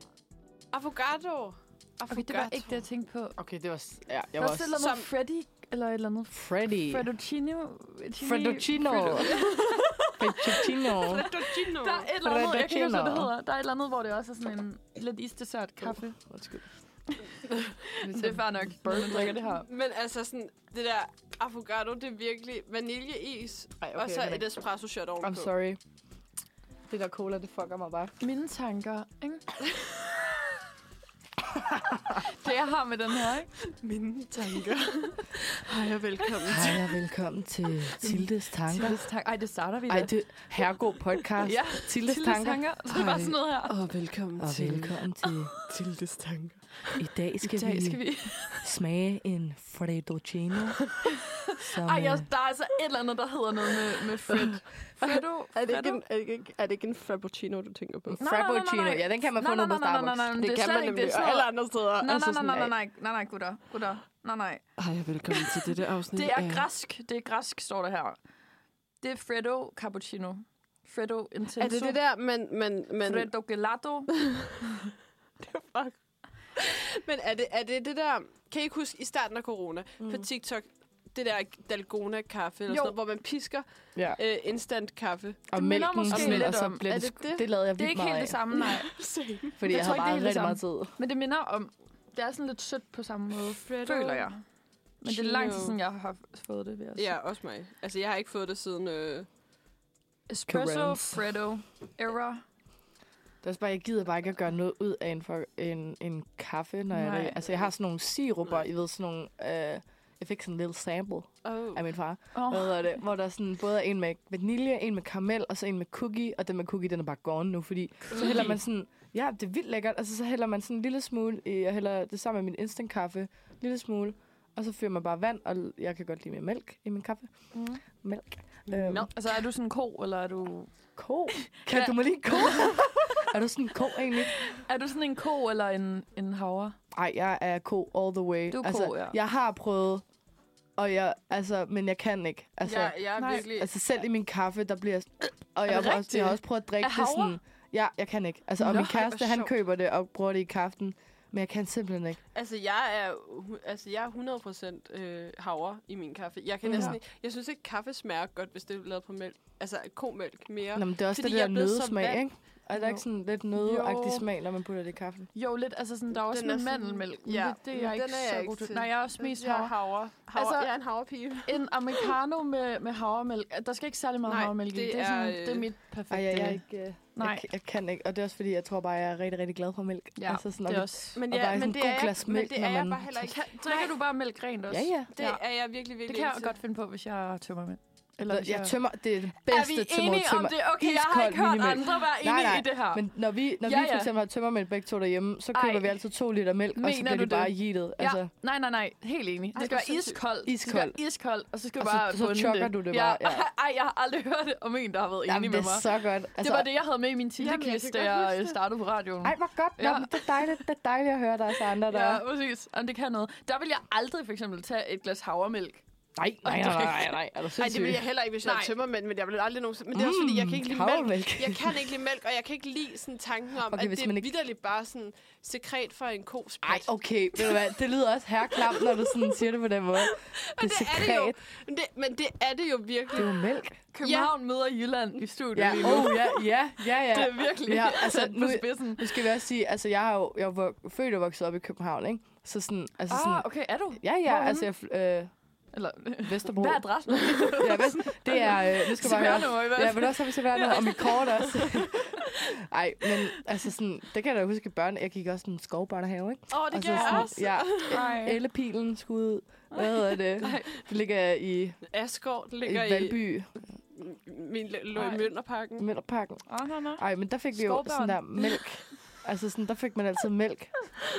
[SPEAKER 2] Avocado. Avocado.
[SPEAKER 4] Okay, det var ikke det, jeg tænkte på.
[SPEAKER 3] Okay, det var... s- Ja, jeg
[SPEAKER 4] Der
[SPEAKER 3] var
[SPEAKER 4] var også et eller
[SPEAKER 3] også...
[SPEAKER 4] andet Freddy, eller et eller andet
[SPEAKER 3] Freddy.
[SPEAKER 4] Fredduccino.
[SPEAKER 3] Fredduccino. Fettuccino.
[SPEAKER 2] Fettuccino.
[SPEAKER 4] Der er et eller andet, jeg kan ikke huske, hvad det
[SPEAKER 3] Fredduccino.
[SPEAKER 4] hedder. Der er et eller andet, hvor det også er sådan en lidt isdessert kaffe.
[SPEAKER 3] Undskyld.
[SPEAKER 4] Det er fair nok.
[SPEAKER 3] Burn drikker det her.
[SPEAKER 2] Men altså sådan, det der avocado, det er virkelig vaniljeis,
[SPEAKER 3] Ej,
[SPEAKER 2] okay, og så
[SPEAKER 3] men-
[SPEAKER 2] et espresso shot ovenpå.
[SPEAKER 3] I'm sorry. Det der cola, det fucker mig bare.
[SPEAKER 4] Mine tanker, ikke? det, jeg har med den her, ikke?
[SPEAKER 2] Mine tanker. Hej og velkommen.
[SPEAKER 3] Hej og velkommen til Tildes Tanker.
[SPEAKER 4] Tildes tanker. Ej, det starter vi da.
[SPEAKER 3] Ej, det er herregod podcast.
[SPEAKER 4] Ja,
[SPEAKER 3] Tildes,
[SPEAKER 4] Tildes
[SPEAKER 3] Tanker.
[SPEAKER 4] tanker. Så er det bare sådan noget her.
[SPEAKER 2] Og velkommen
[SPEAKER 3] Og velkommen til
[SPEAKER 2] Tildes tanker.
[SPEAKER 3] I dag skal,
[SPEAKER 4] I dag skal vi...
[SPEAKER 3] smage en freddoccino. som, øh,
[SPEAKER 4] Ej, jeg, der er altså et eller andet, der hedder noget med, med Fred. Freddo?
[SPEAKER 2] Er det,
[SPEAKER 4] Freddo?
[SPEAKER 2] ikke en, er, det ikke, er det ikke en frappuccino, du tænker på?
[SPEAKER 3] øh,
[SPEAKER 4] nej,
[SPEAKER 3] Frappuccino.
[SPEAKER 4] nej, nej.
[SPEAKER 3] Ja, den kan man
[SPEAKER 4] Nej,
[SPEAKER 3] få nede
[SPEAKER 4] nej,
[SPEAKER 3] på
[SPEAKER 4] nej, nej, nej,
[SPEAKER 3] Starbucks.
[SPEAKER 4] nej, men det er
[SPEAKER 2] kan
[SPEAKER 4] slet
[SPEAKER 2] man
[SPEAKER 4] ikke- det er
[SPEAKER 2] nemlig,
[SPEAKER 4] sådan
[SPEAKER 2] og
[SPEAKER 4] noget-
[SPEAKER 2] alle andre steder.
[SPEAKER 4] Nej, nej, nej, nej, nej, nej, nej, nej, gutter, gutter, nej, nej.
[SPEAKER 2] Hej og velkommen til dette afsnit.
[SPEAKER 4] Det er græsk, det er græsk, står der her. Det er Freddo Cappuccino. Freddo Intenso.
[SPEAKER 2] Er Altså, det det der, men... men, men
[SPEAKER 4] Freddo Gelato.
[SPEAKER 2] Fuck. Men er det, er det det der... Kan I ikke huske i starten af corona mm. på TikTok, det der Dalgona-kaffe,
[SPEAKER 4] Jo.
[SPEAKER 2] eller sådan noget, hvor man pisker
[SPEAKER 3] Ja.
[SPEAKER 2] øh, instant kaffe?
[SPEAKER 3] Og
[SPEAKER 4] Det minder
[SPEAKER 3] mælken,
[SPEAKER 4] måske
[SPEAKER 3] sådan,
[SPEAKER 4] lidt
[SPEAKER 3] og så
[SPEAKER 4] om-
[SPEAKER 3] bliver
[SPEAKER 2] er
[SPEAKER 3] det,
[SPEAKER 2] det
[SPEAKER 3] det,
[SPEAKER 2] det?
[SPEAKER 3] det lavede jeg
[SPEAKER 4] Det er
[SPEAKER 3] vildt
[SPEAKER 4] ikke
[SPEAKER 3] meget
[SPEAKER 4] helt
[SPEAKER 3] af.
[SPEAKER 4] det samme, nej.
[SPEAKER 3] Fordi
[SPEAKER 4] Jeg
[SPEAKER 3] jeg, jeg
[SPEAKER 4] tror ikke, det
[SPEAKER 3] havde
[SPEAKER 4] er
[SPEAKER 3] bare
[SPEAKER 4] helt det
[SPEAKER 3] rigtig meget tid.
[SPEAKER 4] Men det minder om, det er sådan lidt sødt på samme måde,
[SPEAKER 2] Freddo.
[SPEAKER 4] føler jeg. Men det er lang tid
[SPEAKER 2] Chino.
[SPEAKER 4] siden, jeg har fået det, vil jeg sige.
[SPEAKER 2] Ja, også mig. Altså, jeg har ikke fået det siden... Øh...
[SPEAKER 4] Espresso,
[SPEAKER 3] Correct.
[SPEAKER 4] Freddo, Era.
[SPEAKER 3] Det er også bare, jeg gider bare ikke at gøre noget ud af en, for, en, en kaffe, når
[SPEAKER 4] Nej.
[SPEAKER 3] jeg... Altså, jeg har sådan nogle siruper, I ved, sådan nogle... Øh, jeg fik sådan en lille sample
[SPEAKER 2] Oh.
[SPEAKER 3] af min far,
[SPEAKER 4] Oh.
[SPEAKER 3] hvad hedder det, hvor der sådan både er en med vanilje, en med karamel, og så en med cookie, og den med cookie, den er bare gone nu, fordi så hælder man sådan, ja, det er vildt lækkert, og så, så hælder man sådan en lille smule, i- jeg hælder det sammen med min instant kaffe, en lille smule, og så fyrer man bare vand, og l- jeg kan godt lide mere mælk i min kaffe.
[SPEAKER 4] Mm.
[SPEAKER 3] Mælk. Øhm,
[SPEAKER 4] Nå, altså er du sådan en ko, eller er du...
[SPEAKER 3] Ko. Kan du mig lige ko? er du sådan en ko egentlig?
[SPEAKER 4] Er du sådan en ko, eller en, en havre?
[SPEAKER 3] Ej, jeg er ko all the way.
[SPEAKER 4] Du er ko,
[SPEAKER 3] altså,
[SPEAKER 4] ja.
[SPEAKER 3] Jeg har prøvet, og jeg, altså, men jeg kan ikke. Altså,
[SPEAKER 2] jeg, jeg er
[SPEAKER 4] nej.
[SPEAKER 2] virkelig...
[SPEAKER 3] altså selv i min kaffe, der bliver jeg sådan, og jeg,
[SPEAKER 4] det
[SPEAKER 3] har også, jeg har
[SPEAKER 4] rigtigt?
[SPEAKER 3] også prøvet at drikke
[SPEAKER 4] Af
[SPEAKER 3] det
[SPEAKER 4] havre?
[SPEAKER 3] sådan. Ja, jeg kan ikke. Altså, og
[SPEAKER 4] Nå,
[SPEAKER 3] min
[SPEAKER 4] ej, hvor
[SPEAKER 3] kæreste, han
[SPEAKER 4] sjovt.
[SPEAKER 3] køber det og bruger det i kaften, men jeg kan simpelthen ikke.
[SPEAKER 2] Altså, jeg er, hu- altså, jeg er 100% øh, havre i min kaffe. Jeg kan
[SPEAKER 3] Ja.
[SPEAKER 2] næsten ikke, Jeg synes ikke, kaffe smager godt, hvis det er lavet på mælk. Altså, komælk mere.
[SPEAKER 3] Nå, men det er også
[SPEAKER 2] Fordi
[SPEAKER 3] det der
[SPEAKER 2] jeg er blevet så
[SPEAKER 3] nødesmag,
[SPEAKER 2] vant-
[SPEAKER 3] ikke? Er der
[SPEAKER 4] Jo.
[SPEAKER 3] ikke sådan lidt nødeagtig
[SPEAKER 4] Jo.
[SPEAKER 3] smag, når man putter det i kaffen?
[SPEAKER 4] Jo, lidt. Altså sådan, der er også
[SPEAKER 2] Den er
[SPEAKER 4] med
[SPEAKER 2] sådan-
[SPEAKER 4] mandelmælk.
[SPEAKER 2] ja,
[SPEAKER 4] Ja, det, det er
[SPEAKER 2] men
[SPEAKER 4] jeg ikke
[SPEAKER 2] den er jeg
[SPEAKER 4] så
[SPEAKER 2] ikke
[SPEAKER 4] god til.
[SPEAKER 2] til.
[SPEAKER 4] Nej, jeg er også mest
[SPEAKER 2] Jeg er
[SPEAKER 4] havre.
[SPEAKER 2] havre. havre.
[SPEAKER 4] Altså-
[SPEAKER 2] Altså, jeg er en havrepige.
[SPEAKER 4] En americano med, med havremælk. Der skal ikke særlig meget
[SPEAKER 2] Nej,
[SPEAKER 4] havremælk i.
[SPEAKER 2] det
[SPEAKER 4] Det er, sådan,
[SPEAKER 2] er, øh,
[SPEAKER 4] det er mit perfekte.
[SPEAKER 3] Ej, jeg, jeg, er ikke, øh,
[SPEAKER 4] Nej.
[SPEAKER 3] jeg, jeg kan ikke. Og det er også fordi, jeg tror bare, jeg er rigtig, rigtig glad for mælk.
[SPEAKER 4] Ja,
[SPEAKER 3] altså, sådan,
[SPEAKER 4] det er
[SPEAKER 3] og,
[SPEAKER 4] også...
[SPEAKER 2] Men
[SPEAKER 3] og
[SPEAKER 2] ja,
[SPEAKER 3] bare sådan
[SPEAKER 2] men
[SPEAKER 3] en
[SPEAKER 2] det
[SPEAKER 3] god
[SPEAKER 2] er, jeg-
[SPEAKER 3] glas
[SPEAKER 2] men
[SPEAKER 3] mælk,
[SPEAKER 2] det
[SPEAKER 3] når
[SPEAKER 2] er jeg
[SPEAKER 3] man-
[SPEAKER 2] bare heller ikke.
[SPEAKER 4] Kan, drikker du bare mælk rent også?
[SPEAKER 3] Ja, ja.
[SPEAKER 2] Det
[SPEAKER 4] Ja.
[SPEAKER 2] er jeg virkelig, virkelig
[SPEAKER 4] Det kan jeg
[SPEAKER 2] ikke
[SPEAKER 4] godt finde på, hvis jeg tømmer mænd. Eller
[SPEAKER 3] Nå,
[SPEAKER 4] hvis
[SPEAKER 3] Jeg tømmer, det er det
[SPEAKER 4] er
[SPEAKER 3] bedste
[SPEAKER 4] vi
[SPEAKER 3] til mod
[SPEAKER 4] enige om
[SPEAKER 3] tømmer.
[SPEAKER 4] det? Okay, jeg har
[SPEAKER 3] Iskold
[SPEAKER 4] ikke hørt
[SPEAKER 3] minimælk.
[SPEAKER 4] andre være
[SPEAKER 3] Nej,
[SPEAKER 4] enige
[SPEAKER 3] nej,
[SPEAKER 4] i det her.
[SPEAKER 3] Men når vi, når
[SPEAKER 4] Ja,
[SPEAKER 3] vi for
[SPEAKER 4] ja.
[SPEAKER 3] eksempel har tømmermælk begge to derhjemme, så køber
[SPEAKER 4] Ej.
[SPEAKER 3] vi altid to liter mælk, og så
[SPEAKER 4] Mener
[SPEAKER 3] bliver
[SPEAKER 4] du
[SPEAKER 3] det bare
[SPEAKER 4] det?
[SPEAKER 3] jeetet.
[SPEAKER 4] Ja,
[SPEAKER 3] Altså,
[SPEAKER 4] nej, nej, nej. Helt enig.
[SPEAKER 2] Ej,
[SPEAKER 4] Det skal
[SPEAKER 2] hvor
[SPEAKER 4] være
[SPEAKER 2] sindssygt.
[SPEAKER 4] iskoldt. Det skal være
[SPEAKER 3] Iskoldt.
[SPEAKER 4] iskoldt, og så skal
[SPEAKER 3] Og
[SPEAKER 4] du
[SPEAKER 3] så-
[SPEAKER 4] bare
[SPEAKER 3] Altså, så
[SPEAKER 4] bunde
[SPEAKER 3] chokker du det bare, ja.
[SPEAKER 4] Ej, jeg har aldrig hørt det om en, der har været enig
[SPEAKER 3] jamen, det
[SPEAKER 4] med
[SPEAKER 3] er
[SPEAKER 4] mig.
[SPEAKER 3] så godt. Altså,
[SPEAKER 4] Det var det, jeg havde med i min
[SPEAKER 3] jeg kan
[SPEAKER 4] tildequiz, da
[SPEAKER 3] godt huske
[SPEAKER 4] jeg øh,
[SPEAKER 3] det.
[SPEAKER 4] startede på radioen.
[SPEAKER 3] Ej, hvor godt.
[SPEAKER 4] Ja.
[SPEAKER 3] Ja. Nå, men det, er dejligt, det er dejligt at høre, der er så andre, der...
[SPEAKER 4] Ja, præcis. Jamen, det kan noget. Der vil jeg aldrig for eksempel tage et glas havremælk
[SPEAKER 3] Nej, nej, nej, nej, nej. Er du
[SPEAKER 2] Nej, Mm, det
[SPEAKER 3] sindssyg?
[SPEAKER 2] vil jeg heller ikke, hvis jeg var
[SPEAKER 4] Nej.
[SPEAKER 2] tømmermænd, men jeg vil aldrig nogensinde... Men det er også fordi, jeg kan ikke lide mælk.
[SPEAKER 3] Havremelk.
[SPEAKER 2] Jeg kan ikke lide mælk, og jeg kan ikke lide sådan tanken om,
[SPEAKER 3] Okay,
[SPEAKER 2] okay, at
[SPEAKER 3] hvis
[SPEAKER 2] det
[SPEAKER 3] man
[SPEAKER 2] er
[SPEAKER 3] ikke-
[SPEAKER 2] ikke... vidderligt bare sådan sekret fra en kos
[SPEAKER 3] Ej,
[SPEAKER 2] plet.
[SPEAKER 3] okay, ved du hvad, det lyder også herklamt, når du sådan siger det på den måde. Det er
[SPEAKER 2] det er
[SPEAKER 3] sekret.
[SPEAKER 2] det jo. Men det, men det er det jo virkelig.
[SPEAKER 3] Det er jo mælk.
[SPEAKER 4] København ja. møder Jylland i studiet
[SPEAKER 3] Ja,
[SPEAKER 4] lige nu.
[SPEAKER 3] oh, ja, ja, ja, ja.
[SPEAKER 4] Det er virkelig
[SPEAKER 3] Ja,
[SPEAKER 4] ja,
[SPEAKER 3] altså,
[SPEAKER 4] altså, sat
[SPEAKER 3] nu-
[SPEAKER 4] på spidsen.
[SPEAKER 3] Nu skal vi også sige, altså jeg har jo, jeg er vok- født og vokset op i København, ikke? Så sådan, altså sådan,
[SPEAKER 4] Ah, okay, er du?
[SPEAKER 3] ja, ja,
[SPEAKER 4] hvorhenne?
[SPEAKER 3] altså jeg, fl- øh,
[SPEAKER 4] Eller,
[SPEAKER 3] Vesterbro.
[SPEAKER 4] hvad er adressen?
[SPEAKER 3] Ja, vest, det er, øh, nu skal du bare høre.
[SPEAKER 4] Cpr-nummer i hvert
[SPEAKER 3] Ja,
[SPEAKER 4] fald.
[SPEAKER 3] men også har vi CPR nummer, og mit kort også. Ej, men altså sådan, det kan jeg da huske, at børn, jeg gik også sådan en skovbørnehave, ikke?
[SPEAKER 2] Åh, oh, det
[SPEAKER 3] Altså
[SPEAKER 2] kan jeg
[SPEAKER 3] sådan,
[SPEAKER 2] også.
[SPEAKER 3] Ja,
[SPEAKER 4] Nej.
[SPEAKER 3] ellepilen skulle ud. Hvad hedder det? Det ligger i, i
[SPEAKER 2] Asgård ligger i,
[SPEAKER 3] Valby,
[SPEAKER 2] min, lå i
[SPEAKER 4] Ej.
[SPEAKER 2] Mønderparken.
[SPEAKER 3] Møllerparken.
[SPEAKER 4] Åh, nej, nej.
[SPEAKER 3] Ej, men der fik vi jo
[SPEAKER 4] Skovbørn.
[SPEAKER 3] sådan der mælk. Altså sådan, der fik man altid mælk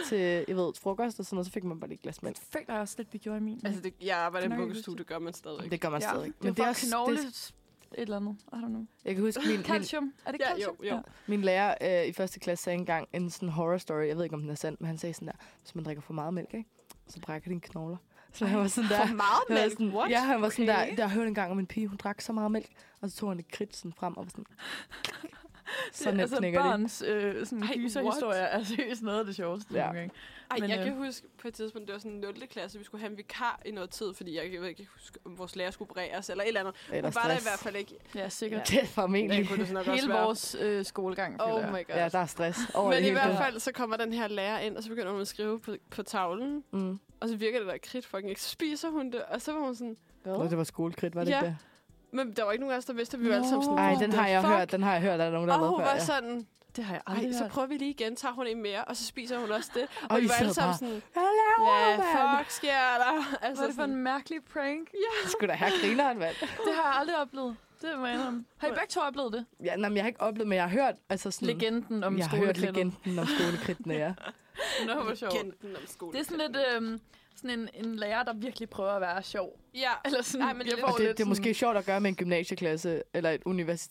[SPEAKER 3] til, jeg ved, frokost og sådan noget, så fik man bare lige et glas mælk.
[SPEAKER 4] Føler jeg også lidt, vi gjorde i min.
[SPEAKER 2] Altså, det, jeg arbejder i en
[SPEAKER 4] Knogle.
[SPEAKER 2] vuggestue, det gør man stadig.
[SPEAKER 3] Det gør man stadig.
[SPEAKER 4] Men det er også knogle
[SPEAKER 3] det,
[SPEAKER 4] et eller andet. I don't know.
[SPEAKER 3] jeg kan huske, min, min,
[SPEAKER 4] Calcium. Er det
[SPEAKER 2] Ja,
[SPEAKER 4] calcium?
[SPEAKER 2] jo, jo.
[SPEAKER 3] min lærer øh, i første klasse sagde engang en sådan horror story. Jeg ved ikke, om den er sand, men han sagde sådan der, hvis man drikker for meget mælk, ikke? så brækker dine knogler. Så han var sådan der...
[SPEAKER 2] For meget
[SPEAKER 3] han var
[SPEAKER 2] mælk?
[SPEAKER 3] Sådan,
[SPEAKER 2] What?
[SPEAKER 3] ja, han var sådan
[SPEAKER 4] Okay.
[SPEAKER 3] der, der hørte en gang om en pige, hun drak så meget mælk, og så tog han et kridt sådan frem og var sådan... Så nemt
[SPEAKER 4] altså,
[SPEAKER 3] knækker de.
[SPEAKER 4] børns øh, sådan
[SPEAKER 2] Ej,
[SPEAKER 4] gyserhistorier er seriøst noget af det sjoveste
[SPEAKER 3] Ja.
[SPEAKER 4] ja. nogle gange.
[SPEAKER 2] Ej,
[SPEAKER 4] Men,
[SPEAKER 2] men, jeg
[SPEAKER 4] øh,
[SPEAKER 2] kan huske på et tidspunkt, det var sådan 0. klasse, vi skulle have en vikar i noget tid, fordi jeg, jeg ved ikke jeg kan huske, om vores lærer skulle opereres eller et eller andet.
[SPEAKER 3] Eller
[SPEAKER 2] Hun var der i
[SPEAKER 3] stress.
[SPEAKER 2] hvert fald ikke.
[SPEAKER 4] Ja, sikkert.
[SPEAKER 3] Det er formentlig.
[SPEAKER 2] Det kunne det så nok også
[SPEAKER 4] Hele
[SPEAKER 2] være.
[SPEAKER 4] vores øh, skolegang, føler
[SPEAKER 2] Oh
[SPEAKER 4] jeg.
[SPEAKER 2] my god.
[SPEAKER 3] Ja, der er stress over
[SPEAKER 2] Men
[SPEAKER 3] det
[SPEAKER 2] i
[SPEAKER 3] hele.
[SPEAKER 2] hvert fald, så kommer den her lærer ind, og så begynder hun at skrive på, på tavlen,
[SPEAKER 3] Mm.
[SPEAKER 2] og så virker det der kridt fucking ikke. Så spiser hun det, og så var hun sådan,
[SPEAKER 3] Nå, det var skolekridt, var det
[SPEAKER 2] Ja.
[SPEAKER 3] ikke det?
[SPEAKER 2] men der var ikke nogen af os, der vidste, at vi var alle sammen sådan,
[SPEAKER 3] Ej,
[SPEAKER 2] "What
[SPEAKER 3] den
[SPEAKER 2] the
[SPEAKER 3] har jeg
[SPEAKER 2] fuck?"
[SPEAKER 3] hørt, den har jeg hørt, at der er nogen, der
[SPEAKER 2] Og
[SPEAKER 3] har
[SPEAKER 2] hun
[SPEAKER 3] været
[SPEAKER 2] var
[SPEAKER 3] før.
[SPEAKER 2] sådan,
[SPEAKER 4] Det har jeg aldrig
[SPEAKER 2] Ej, så
[SPEAKER 4] hørt.
[SPEAKER 2] prøver vi lige igen, tager hun en mere, og så spiser hun også det. Og,
[SPEAKER 3] Og I
[SPEAKER 2] vi var alle
[SPEAKER 3] sidder
[SPEAKER 2] sammen
[SPEAKER 3] bare,
[SPEAKER 2] sådan,
[SPEAKER 3] Hvad laver
[SPEAKER 2] hvad
[SPEAKER 3] du, mand?
[SPEAKER 2] fuck sker der?
[SPEAKER 4] Hvad
[SPEAKER 2] Altså,
[SPEAKER 4] var det for en mærkelig prank?
[SPEAKER 3] Det skulle da have grineren, mand.
[SPEAKER 4] Det har jeg aldrig oplevet. Det må jeg indrømme. Har I begge to oplevet det?
[SPEAKER 3] Ja, nej, men jeg har ikke oplevet, men jeg har hørt, altså sådan...
[SPEAKER 4] Legenden om
[SPEAKER 3] Mm. jeg har hørt
[SPEAKER 4] skoleklæder.
[SPEAKER 3] legenden om skolekridtene, ja.
[SPEAKER 4] Nå, hvor sjovt.
[SPEAKER 2] sådan en om skole.
[SPEAKER 4] Det er sådan lidt øhm, sådan en, en lærer, der virkelig prøver at være sjov.
[SPEAKER 2] ja,
[SPEAKER 4] Eller sådan,
[SPEAKER 2] Ej, men
[SPEAKER 4] jeg
[SPEAKER 2] det-
[SPEAKER 4] får
[SPEAKER 3] Og det,
[SPEAKER 4] lidt
[SPEAKER 3] det er måske
[SPEAKER 4] sådan-
[SPEAKER 3] sjovt at gøre med en gymnasieklasse, eller en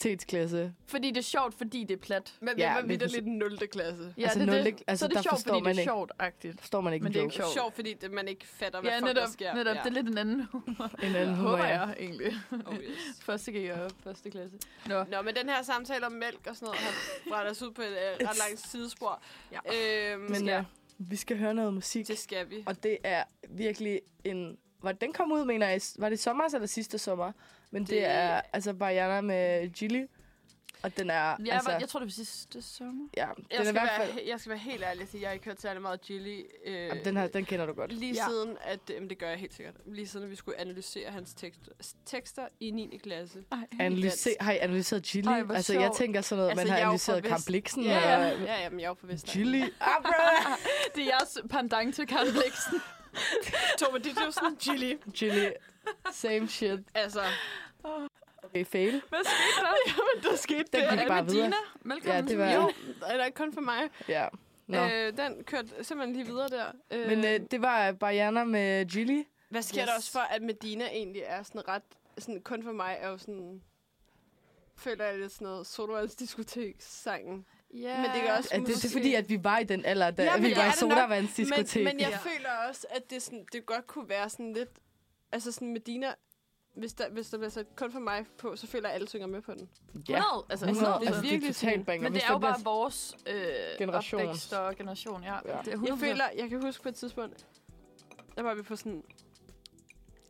[SPEAKER 3] universitetsklasse.
[SPEAKER 4] Fordi det er sjovt, fordi det er plat.
[SPEAKER 2] men
[SPEAKER 3] Ja,
[SPEAKER 2] ja, var
[SPEAKER 3] lige
[SPEAKER 2] vidt
[SPEAKER 3] præcis.
[SPEAKER 2] lidt 0. klasse.
[SPEAKER 4] Ja,
[SPEAKER 3] Altså,
[SPEAKER 4] det,
[SPEAKER 3] nul
[SPEAKER 4] er
[SPEAKER 3] lig-
[SPEAKER 4] det.
[SPEAKER 3] altså,
[SPEAKER 4] så er
[SPEAKER 3] der
[SPEAKER 4] det sjovt,
[SPEAKER 3] forstår
[SPEAKER 4] fordi det
[SPEAKER 3] man
[SPEAKER 4] er
[SPEAKER 3] ikke.
[SPEAKER 4] sjovt-agtigt.
[SPEAKER 3] Forstår man ikke
[SPEAKER 4] Men
[SPEAKER 3] en
[SPEAKER 4] det er
[SPEAKER 3] joke?
[SPEAKER 4] ikke sjovt.
[SPEAKER 2] Sjovt, fordi det, man ikke fatter, hvad
[SPEAKER 4] Ja,
[SPEAKER 2] fuck
[SPEAKER 4] netop.
[SPEAKER 2] der sker.
[SPEAKER 4] netop.
[SPEAKER 2] Ja.
[SPEAKER 4] Det er lidt en anden humor.
[SPEAKER 3] En anden humor,
[SPEAKER 4] Håber
[SPEAKER 3] ja.
[SPEAKER 4] jeg egentlig.
[SPEAKER 2] Oh, yes.
[SPEAKER 4] Første G og første klasse.
[SPEAKER 2] Nå, men den her samtale om mælk og sådan noget har brændt os ud på et øh, ret langt sidespor.
[SPEAKER 4] Ja.
[SPEAKER 2] Øhm,
[SPEAKER 3] Men
[SPEAKER 2] ja,
[SPEAKER 3] ja, vi skal høre noget musik,
[SPEAKER 2] det skal vi.
[SPEAKER 3] og det er virkelig en... Var den kom ud, mener jeg, var det i sommer eller sidste sommer? Men det,
[SPEAKER 2] Det-
[SPEAKER 3] er altså Bariana med Gilly, og den er...
[SPEAKER 4] Ja,
[SPEAKER 3] altså,
[SPEAKER 4] altså, jeg tror, det var sidste sommer.
[SPEAKER 3] ja,
[SPEAKER 2] Jeg
[SPEAKER 3] den er i
[SPEAKER 2] skal,
[SPEAKER 3] hvert
[SPEAKER 2] være,
[SPEAKER 3] fald...
[SPEAKER 2] he- jeg skal være helt ærlig og sige, at jeg har ikke hørt særlig meget Jilly. Øh,
[SPEAKER 3] Jamen, den, her, den kender du godt.
[SPEAKER 2] Lige
[SPEAKER 4] Ja.
[SPEAKER 2] ja. siden, at... øh, Jamen, det gør jeg helt sikkert. Lige siden, at vi skulle analysere hans tekst, tekster i 9. klasse.
[SPEAKER 3] Analyse, har I analyseret chili?
[SPEAKER 4] Ej, hvor
[SPEAKER 3] altså, jeg
[SPEAKER 4] sjovt.
[SPEAKER 3] tænker sådan noget,
[SPEAKER 2] Altså,
[SPEAKER 3] man har
[SPEAKER 2] jeg er jo
[SPEAKER 3] analyseret
[SPEAKER 2] fra
[SPEAKER 3] Kamp
[SPEAKER 2] Vest-
[SPEAKER 3] Blixen
[SPEAKER 2] Ja,
[SPEAKER 3] og
[SPEAKER 2] ja, ja, ja, men jeg er jo på Vestegn.
[SPEAKER 3] chili. Ah, bro!
[SPEAKER 4] Det er jeres pandang til Karen Bliksen.
[SPEAKER 2] Torben Ditlevsen, Jilly.
[SPEAKER 3] chili. Same shit.
[SPEAKER 2] Altså,
[SPEAKER 3] Okay, fail.
[SPEAKER 4] Hvad skete der? Jamen, der skete
[SPEAKER 3] Den
[SPEAKER 4] Er
[SPEAKER 3] gik
[SPEAKER 4] det
[SPEAKER 3] bare
[SPEAKER 4] med
[SPEAKER 3] videre.
[SPEAKER 4] Dina? Velkommen
[SPEAKER 3] Ja, det var-
[SPEAKER 4] til
[SPEAKER 2] jo, er der ikke kun for mig?
[SPEAKER 3] Ja. Nå.
[SPEAKER 2] Øh, den kørte simpelthen lige videre der. Øh,
[SPEAKER 3] Men øh, det var Bariana med chili.
[SPEAKER 2] hvad sker
[SPEAKER 4] yes.
[SPEAKER 2] yes. der også for, at Medina egentlig er sådan ret... Sådan, kun for mig er jo sådan... Føler jeg lidt sådan noget Sodavands diskotek-sangen.
[SPEAKER 4] Ja.
[SPEAKER 2] Men det kan også
[SPEAKER 3] Er det, det er
[SPEAKER 2] måske-
[SPEAKER 3] fordi, at vi var i den alder, da
[SPEAKER 2] Ja,
[SPEAKER 3] ja,
[SPEAKER 2] men
[SPEAKER 3] vi
[SPEAKER 2] det
[SPEAKER 3] var
[SPEAKER 2] er
[SPEAKER 3] i
[SPEAKER 2] det
[SPEAKER 3] sodavandsdiskotek.
[SPEAKER 2] Men, men
[SPEAKER 4] Ja.
[SPEAKER 2] jeg ja. føler også, at det, sådan, det godt kunne være sådan lidt... Altså sådan Medina, hvis der, hvis der bliver sat kun for mig på, så føler jeg, at alle synger med på den.
[SPEAKER 3] ja.
[SPEAKER 4] 100, altså,
[SPEAKER 3] Altså,
[SPEAKER 4] 100,
[SPEAKER 3] altså, det er
[SPEAKER 2] virkelig
[SPEAKER 3] totalt
[SPEAKER 2] sådan-
[SPEAKER 3] banger.
[SPEAKER 4] Men det
[SPEAKER 3] Hvis
[SPEAKER 4] er jo
[SPEAKER 3] der
[SPEAKER 4] bare
[SPEAKER 3] bliver-
[SPEAKER 4] vores øh,
[SPEAKER 3] Generation.
[SPEAKER 4] opvækst og generation, ja.
[SPEAKER 3] Ja.
[SPEAKER 4] ja. Det er 100%.
[SPEAKER 2] Jeg føler, jeg kan huske på et tidspunkt, der var vi på sådan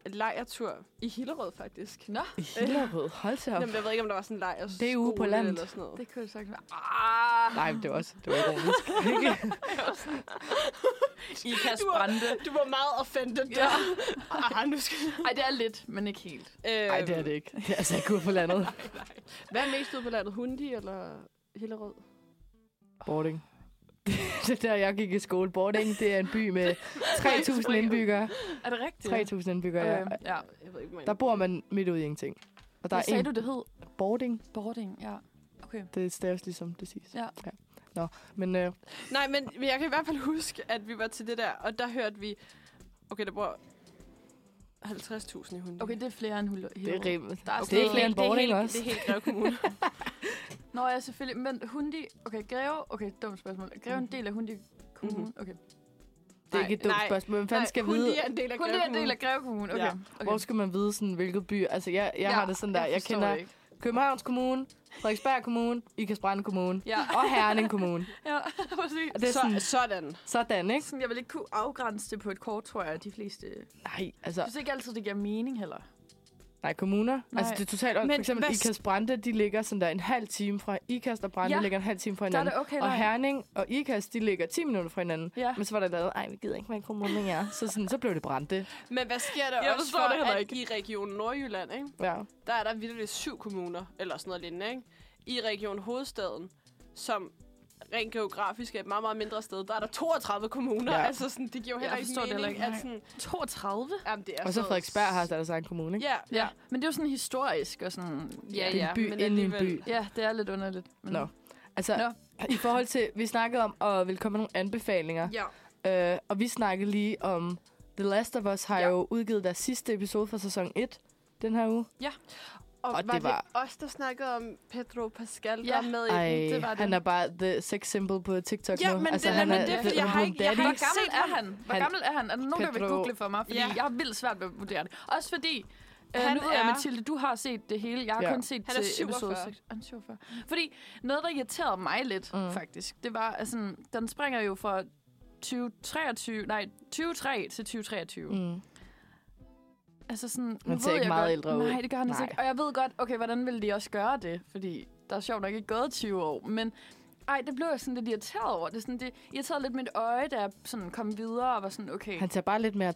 [SPEAKER 2] en lejertur i Hillerød, faktisk.
[SPEAKER 4] Nå,
[SPEAKER 3] Hillerød, hold da op.
[SPEAKER 2] Jamen, jeg ved ikke, om der var sådan en lejr
[SPEAKER 3] Det er ude på landet.
[SPEAKER 2] Eller sådan noget.
[SPEAKER 4] det kunne jeg sagt. Ah,
[SPEAKER 3] Nej, men det var også det var ironisk. Ikke?
[SPEAKER 4] I kan brænde.
[SPEAKER 2] Du var meget offended
[SPEAKER 4] Ja.
[SPEAKER 2] der. Ah, nu skal
[SPEAKER 4] Ej, det er lidt, men ikke helt.
[SPEAKER 2] øh,
[SPEAKER 3] Nej, det er det ikke. Det er altså ikke ude på landet.
[SPEAKER 2] Hvad er mest ude på landet? Hundi eller Hillerød?
[SPEAKER 3] Boarding. det er der, jeg gik i skole. Boarding, det er en by med 3.000 indbyggere.
[SPEAKER 4] Er det rigtigt?
[SPEAKER 3] 3.000 indbyggere, ja.
[SPEAKER 4] Øh, ja.
[SPEAKER 2] Jeg ved ikke, man...
[SPEAKER 3] Der bor man midt ude i ingenting. Og der
[SPEAKER 4] Hvad
[SPEAKER 3] er
[SPEAKER 4] sagde
[SPEAKER 3] en
[SPEAKER 4] du, det hed?
[SPEAKER 3] boarding.
[SPEAKER 4] Boarding, ja. Okay.
[SPEAKER 3] Det staves ligesom, det siges.
[SPEAKER 4] Ja.
[SPEAKER 3] ja. Nå, men øh,
[SPEAKER 2] Nej, men men jeg kan i hvert fald huske, at vi var til det der, og der hørte vi... Okay, der bor 50.000 i Hundi.
[SPEAKER 4] Okay, det er flere end Hul-
[SPEAKER 3] det er
[SPEAKER 4] Hillerød.
[SPEAKER 3] rimeligt.
[SPEAKER 4] Der er
[SPEAKER 3] Det er
[SPEAKER 4] sådan-
[SPEAKER 3] flere end boarding
[SPEAKER 2] det er helt,
[SPEAKER 3] også.
[SPEAKER 2] Det er helt Greve Kommune.
[SPEAKER 4] Nå ja,
[SPEAKER 3] Mhm.
[SPEAKER 4] selvfølgelig. Men Hundi... Okay, Greve... Okay, dumt spørgsmål. Er Greve en del af Hundi Kommune? Okay.
[SPEAKER 3] Det er nej, ikke et dumt
[SPEAKER 4] nej,
[SPEAKER 3] spørgsmål. Hvem
[SPEAKER 4] nej,
[SPEAKER 3] fanden skal
[SPEAKER 4] hun
[SPEAKER 3] vide,
[SPEAKER 4] lige er en del af
[SPEAKER 2] Hun
[SPEAKER 4] Greve
[SPEAKER 2] lige er en
[SPEAKER 4] Kommune.
[SPEAKER 2] del
[SPEAKER 4] af Greve Kommune.
[SPEAKER 2] Okay,
[SPEAKER 4] Okay.
[SPEAKER 2] Ja.
[SPEAKER 4] okay.
[SPEAKER 3] hvor skal man vide, sådan, hvilket by? Altså, jeg, jeg har det sådan der. Jeg, jeg kender
[SPEAKER 4] Ikke.
[SPEAKER 3] Københavns Kommune, Frederiksberg Kommune, Ikast Kommune
[SPEAKER 4] Ja.
[SPEAKER 3] og Herning Kommune.
[SPEAKER 4] Ja, præcis.
[SPEAKER 3] Og det er sådan,
[SPEAKER 2] Så, sådan.
[SPEAKER 3] sådan, ikke?
[SPEAKER 4] Sådan, jeg vil ikke kunne afgrænse det på et kort, tror jeg, de fleste. Jeg
[SPEAKER 3] Nej, altså,
[SPEAKER 4] synes ikke altid, det giver mening heller.
[SPEAKER 3] nej, kommuner. Nej.
[SPEAKER 4] Nej.
[SPEAKER 3] Altså, det er totalt ondt.
[SPEAKER 4] Men
[SPEAKER 3] For eksempel
[SPEAKER 4] hvad-
[SPEAKER 3] Ikast Brande, de ligger sådan der en halv time fra Ikast og Brande, ja.
[SPEAKER 4] Ja.
[SPEAKER 3] ligger en halv time fra
[SPEAKER 4] Der er
[SPEAKER 3] hinanden.
[SPEAKER 4] det okay,
[SPEAKER 3] og
[SPEAKER 4] nej.
[SPEAKER 3] Herning og Ikast, de ligger 10 minutter fra hinanden.
[SPEAKER 4] Ja.
[SPEAKER 3] Men så var der lavet, ej, vi gider ikke, hvad en kommune er. Så, sådan, så blev det Brande.
[SPEAKER 2] Men hvad sker der
[SPEAKER 4] Jeg
[SPEAKER 2] også
[SPEAKER 4] forstår
[SPEAKER 2] for,
[SPEAKER 4] det heller
[SPEAKER 2] at
[SPEAKER 4] ikke.
[SPEAKER 2] i Region Nordjylland, ikke?
[SPEAKER 3] Ja.
[SPEAKER 2] der er der vildt syv kommuner, eller sådan noget lignende, ikke? I Region Hovedstaden, som rent geografisk er et meget, meget mindre sted, der er der 32 kommuner.
[SPEAKER 3] Ja.
[SPEAKER 2] Ja. Altså, sådan, det giver jo heller
[SPEAKER 4] Jeg
[SPEAKER 2] ikke
[SPEAKER 4] forstår det
[SPEAKER 2] mening,
[SPEAKER 4] heller ikke,
[SPEAKER 2] at
[SPEAKER 4] nej.
[SPEAKER 2] sådan...
[SPEAKER 4] 32?
[SPEAKER 2] Jamen, det er
[SPEAKER 3] Og så
[SPEAKER 2] sådan-
[SPEAKER 3] Frederiksberg har altså deres egen kommune, ikke?
[SPEAKER 2] Ja, ja.
[SPEAKER 4] Ja. Men det er jo sådan historisk og sådan... Ja,
[SPEAKER 3] det er
[SPEAKER 4] ja.
[SPEAKER 3] en by
[SPEAKER 2] men
[SPEAKER 3] inde i en by.
[SPEAKER 2] alligevel.
[SPEAKER 4] Ja, det er lidt underligt. Men
[SPEAKER 3] Nå. Altså,
[SPEAKER 4] Nå.
[SPEAKER 3] i forhold til, vi snakkede om at ville komme med nogle anbefalinger.
[SPEAKER 2] ja.
[SPEAKER 3] Øh, og vi snakkede lige om The Last of Us har ja.
[SPEAKER 2] Ja.
[SPEAKER 3] jo udgivet deres sidste episode fra sæson 1 den her uge.
[SPEAKER 2] Og,
[SPEAKER 3] Og
[SPEAKER 2] var
[SPEAKER 3] det
[SPEAKER 2] det,
[SPEAKER 3] var-
[SPEAKER 2] os, der snakkede om Pedro Pascal, der
[SPEAKER 4] Ja.
[SPEAKER 2] er med i
[SPEAKER 3] Ej,
[SPEAKER 2] den? Det var
[SPEAKER 3] han
[SPEAKER 2] det.
[SPEAKER 3] er bare the sex symbol på TikTok
[SPEAKER 2] Ja,
[SPEAKER 3] nu. Altså,
[SPEAKER 2] men det-
[SPEAKER 3] han
[SPEAKER 2] men
[SPEAKER 3] er
[SPEAKER 2] det er, fordi
[SPEAKER 3] blevet
[SPEAKER 2] jeg har
[SPEAKER 3] en
[SPEAKER 2] ikke- jeg har
[SPEAKER 3] daddy.
[SPEAKER 4] Hvor gammel
[SPEAKER 2] set
[SPEAKER 4] er han? Hvor
[SPEAKER 3] Han-
[SPEAKER 4] gammel er han? Er der nogen, der vil
[SPEAKER 3] Pedro-
[SPEAKER 4] google for mig? Fordi
[SPEAKER 2] Ja.
[SPEAKER 4] ja. jeg har vildt svært ved at vurdere det. Også fordi... Øh,
[SPEAKER 2] Han
[SPEAKER 4] nu ved jeg,
[SPEAKER 2] er-
[SPEAKER 4] Mathilde, du har set det hele. Jeg har
[SPEAKER 3] Ja.
[SPEAKER 4] kun set
[SPEAKER 2] Han er
[SPEAKER 4] til episode
[SPEAKER 2] 47.
[SPEAKER 4] 6. Han er 47. Fordi noget, der irriterede mig lidt,
[SPEAKER 3] Mm.
[SPEAKER 4] mm. faktisk, det var, at sådan, den springer jo fra 2023, nej, 23 til 2023. Mm.
[SPEAKER 3] Mm.
[SPEAKER 4] Altså sådan,
[SPEAKER 3] Han
[SPEAKER 4] nu
[SPEAKER 3] ser
[SPEAKER 4] ved
[SPEAKER 3] ikke
[SPEAKER 4] jeg
[SPEAKER 3] meget
[SPEAKER 4] godt,
[SPEAKER 3] ældre ud.
[SPEAKER 4] Nej, det gør han altså
[SPEAKER 3] Nej.
[SPEAKER 4] ikke. Og jeg ved godt, okay, hvordan ville de også gøre det? Fordi der er sjovt nok ikke gået 20 år, men ej, det blev jeg sådan lidt irriteret over. Det, er sådan, det irriterede lidt mit øje, da jeg sådan kom videre og var sådan, okay.
[SPEAKER 3] Mm. Han ser bare lidt mere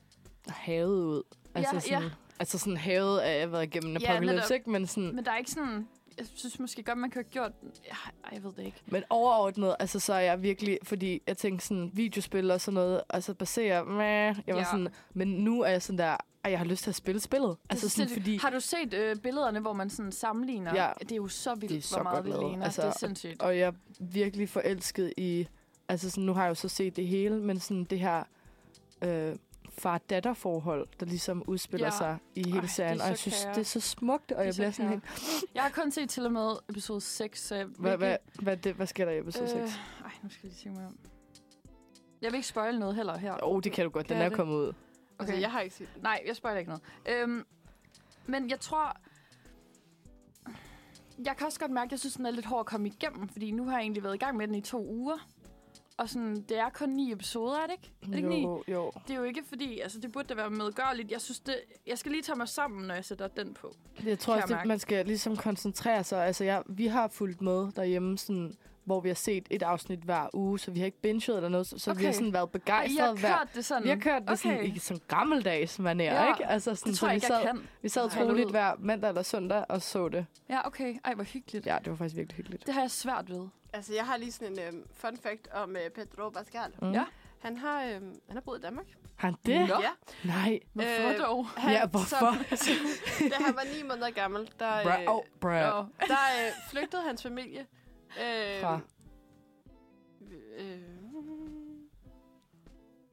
[SPEAKER 3] havet ud. Altså
[SPEAKER 4] Ja,
[SPEAKER 3] sådan,
[SPEAKER 4] ja.
[SPEAKER 3] Altså sådan havet af at have været igennem en
[SPEAKER 4] Ja,
[SPEAKER 3] apocalypse,
[SPEAKER 4] netop.
[SPEAKER 3] ikke? Men, sådan,
[SPEAKER 4] Men der er ikke sådan... Jeg synes måske godt, man kunne have gjort... Ej, ej, jeg ved det ikke.
[SPEAKER 3] men overordnet, altså så er jeg virkelig, fordi jeg tænkte sådan, videospil og sådan noget, og så baserer, meh, jeg var
[SPEAKER 4] Ja.
[SPEAKER 3] sådan, men nu er jeg sådan der, ej, jeg har lyst til at spille spillet. Altså
[SPEAKER 4] Det er
[SPEAKER 3] sådan,
[SPEAKER 4] sindssygt.
[SPEAKER 3] fordi,
[SPEAKER 4] Har du set øh, billederne, hvor man sådan sammenligner?
[SPEAKER 3] Ja.
[SPEAKER 4] Det er jo så vildt,
[SPEAKER 3] Det er så
[SPEAKER 4] hvor meget
[SPEAKER 3] godt
[SPEAKER 4] det
[SPEAKER 3] lavet.
[SPEAKER 4] ligner.
[SPEAKER 3] Altså,
[SPEAKER 4] Altså, det er sindssygt.
[SPEAKER 3] og jeg er virkelig forelsket i, altså sådan, nu har jeg jo så set det hele, men sådan det her øh, far-datter-forhold, der ligesom udspiller ja.
[SPEAKER 4] Ja.
[SPEAKER 3] sig i hele
[SPEAKER 4] Ej, det
[SPEAKER 3] Ej,
[SPEAKER 4] er
[SPEAKER 3] serien, og
[SPEAKER 4] så
[SPEAKER 3] jeg synes,
[SPEAKER 4] kære.
[SPEAKER 3] det er så smukt, og
[SPEAKER 4] er
[SPEAKER 3] jeg
[SPEAKER 4] så
[SPEAKER 3] bliver sådan
[SPEAKER 4] kære.
[SPEAKER 3] helt,
[SPEAKER 4] Jeg har kun set til og med episode 6, så jeg
[SPEAKER 3] hvad, hvad, hvad, det, hvad sker der i episode 6?
[SPEAKER 4] Øh, ej, nu skal jeg lige tænke mig om. Jeg vil ikke spoile noget heller her.
[SPEAKER 3] Åh, oh, det kan du godt, den
[SPEAKER 4] Kan
[SPEAKER 3] er
[SPEAKER 4] jeg det?
[SPEAKER 3] kommet ud.
[SPEAKER 2] Okay. Altså, jeg har ikke set den.
[SPEAKER 4] Nej, jeg spoiler ikke noget. Øhm, men jeg tror... Jeg kan også godt mærke, at jeg synes, den er lidt hård at komme igennem, fordi nu har jeg egentlig været i gang med den i to uger. Og sådan, det er kun ni episoder, er det ikke? Er det ikke ni?
[SPEAKER 3] Jo, jo.
[SPEAKER 4] Det er jo ikke fordi, altså det burde da være medgørligt. Jeg synes det, jeg skal lige tage mig sammen, når jeg sætter den på.
[SPEAKER 3] Jeg tror
[SPEAKER 4] Kan jeg
[SPEAKER 3] også, at
[SPEAKER 4] mærke.
[SPEAKER 3] man skal ligesom koncentrere sig. Altså, jeg, vi har fulgt med derhjemme, sådan, hvor vi har set et afsnit hver uge, så vi har ikke binget eller noget, så, så okay. vi har
[SPEAKER 4] Okay.
[SPEAKER 3] sådan været
[SPEAKER 4] Ej, jeg har
[SPEAKER 3] begejstrede hver...
[SPEAKER 4] kørt det sådan.
[SPEAKER 3] Vi har kørt det okay.
[SPEAKER 4] okay.
[SPEAKER 3] sådan, i sådan gammeldags manér, ja.
[SPEAKER 4] Ja,
[SPEAKER 3] ikke? Altså, sådan,
[SPEAKER 4] Det tror jeg
[SPEAKER 3] så
[SPEAKER 4] ikke,
[SPEAKER 3] vi sad,
[SPEAKER 4] jeg kan.
[SPEAKER 3] Vi sad
[SPEAKER 4] Nej.
[SPEAKER 3] troligt hver mandag eller søndag og så det.
[SPEAKER 4] Ja, okay. Ej, hvor hyggeligt.
[SPEAKER 3] Ja, det var faktisk virkelig hyggeligt.
[SPEAKER 4] Det har jeg svært ved.
[SPEAKER 2] Altså, jeg har lige sådan en um, fun fact om uh, Pedro Pascal.
[SPEAKER 3] Mm.
[SPEAKER 4] Ja.
[SPEAKER 2] Han har, øhm, han har boet i Danmark.
[SPEAKER 3] Har han det?
[SPEAKER 4] Nå.
[SPEAKER 2] Ja.
[SPEAKER 3] Nej.
[SPEAKER 4] Hvorfor
[SPEAKER 2] Øh,
[SPEAKER 4] dog?
[SPEAKER 2] Han,
[SPEAKER 3] Ja, hvorfor?
[SPEAKER 2] Som, da han var ni måneder gammel, der, øh,
[SPEAKER 3] Bra- oh, bra.
[SPEAKER 4] Nå.
[SPEAKER 2] der øh, flygtede hans familie. Øh,
[SPEAKER 3] Fra.
[SPEAKER 2] Øh,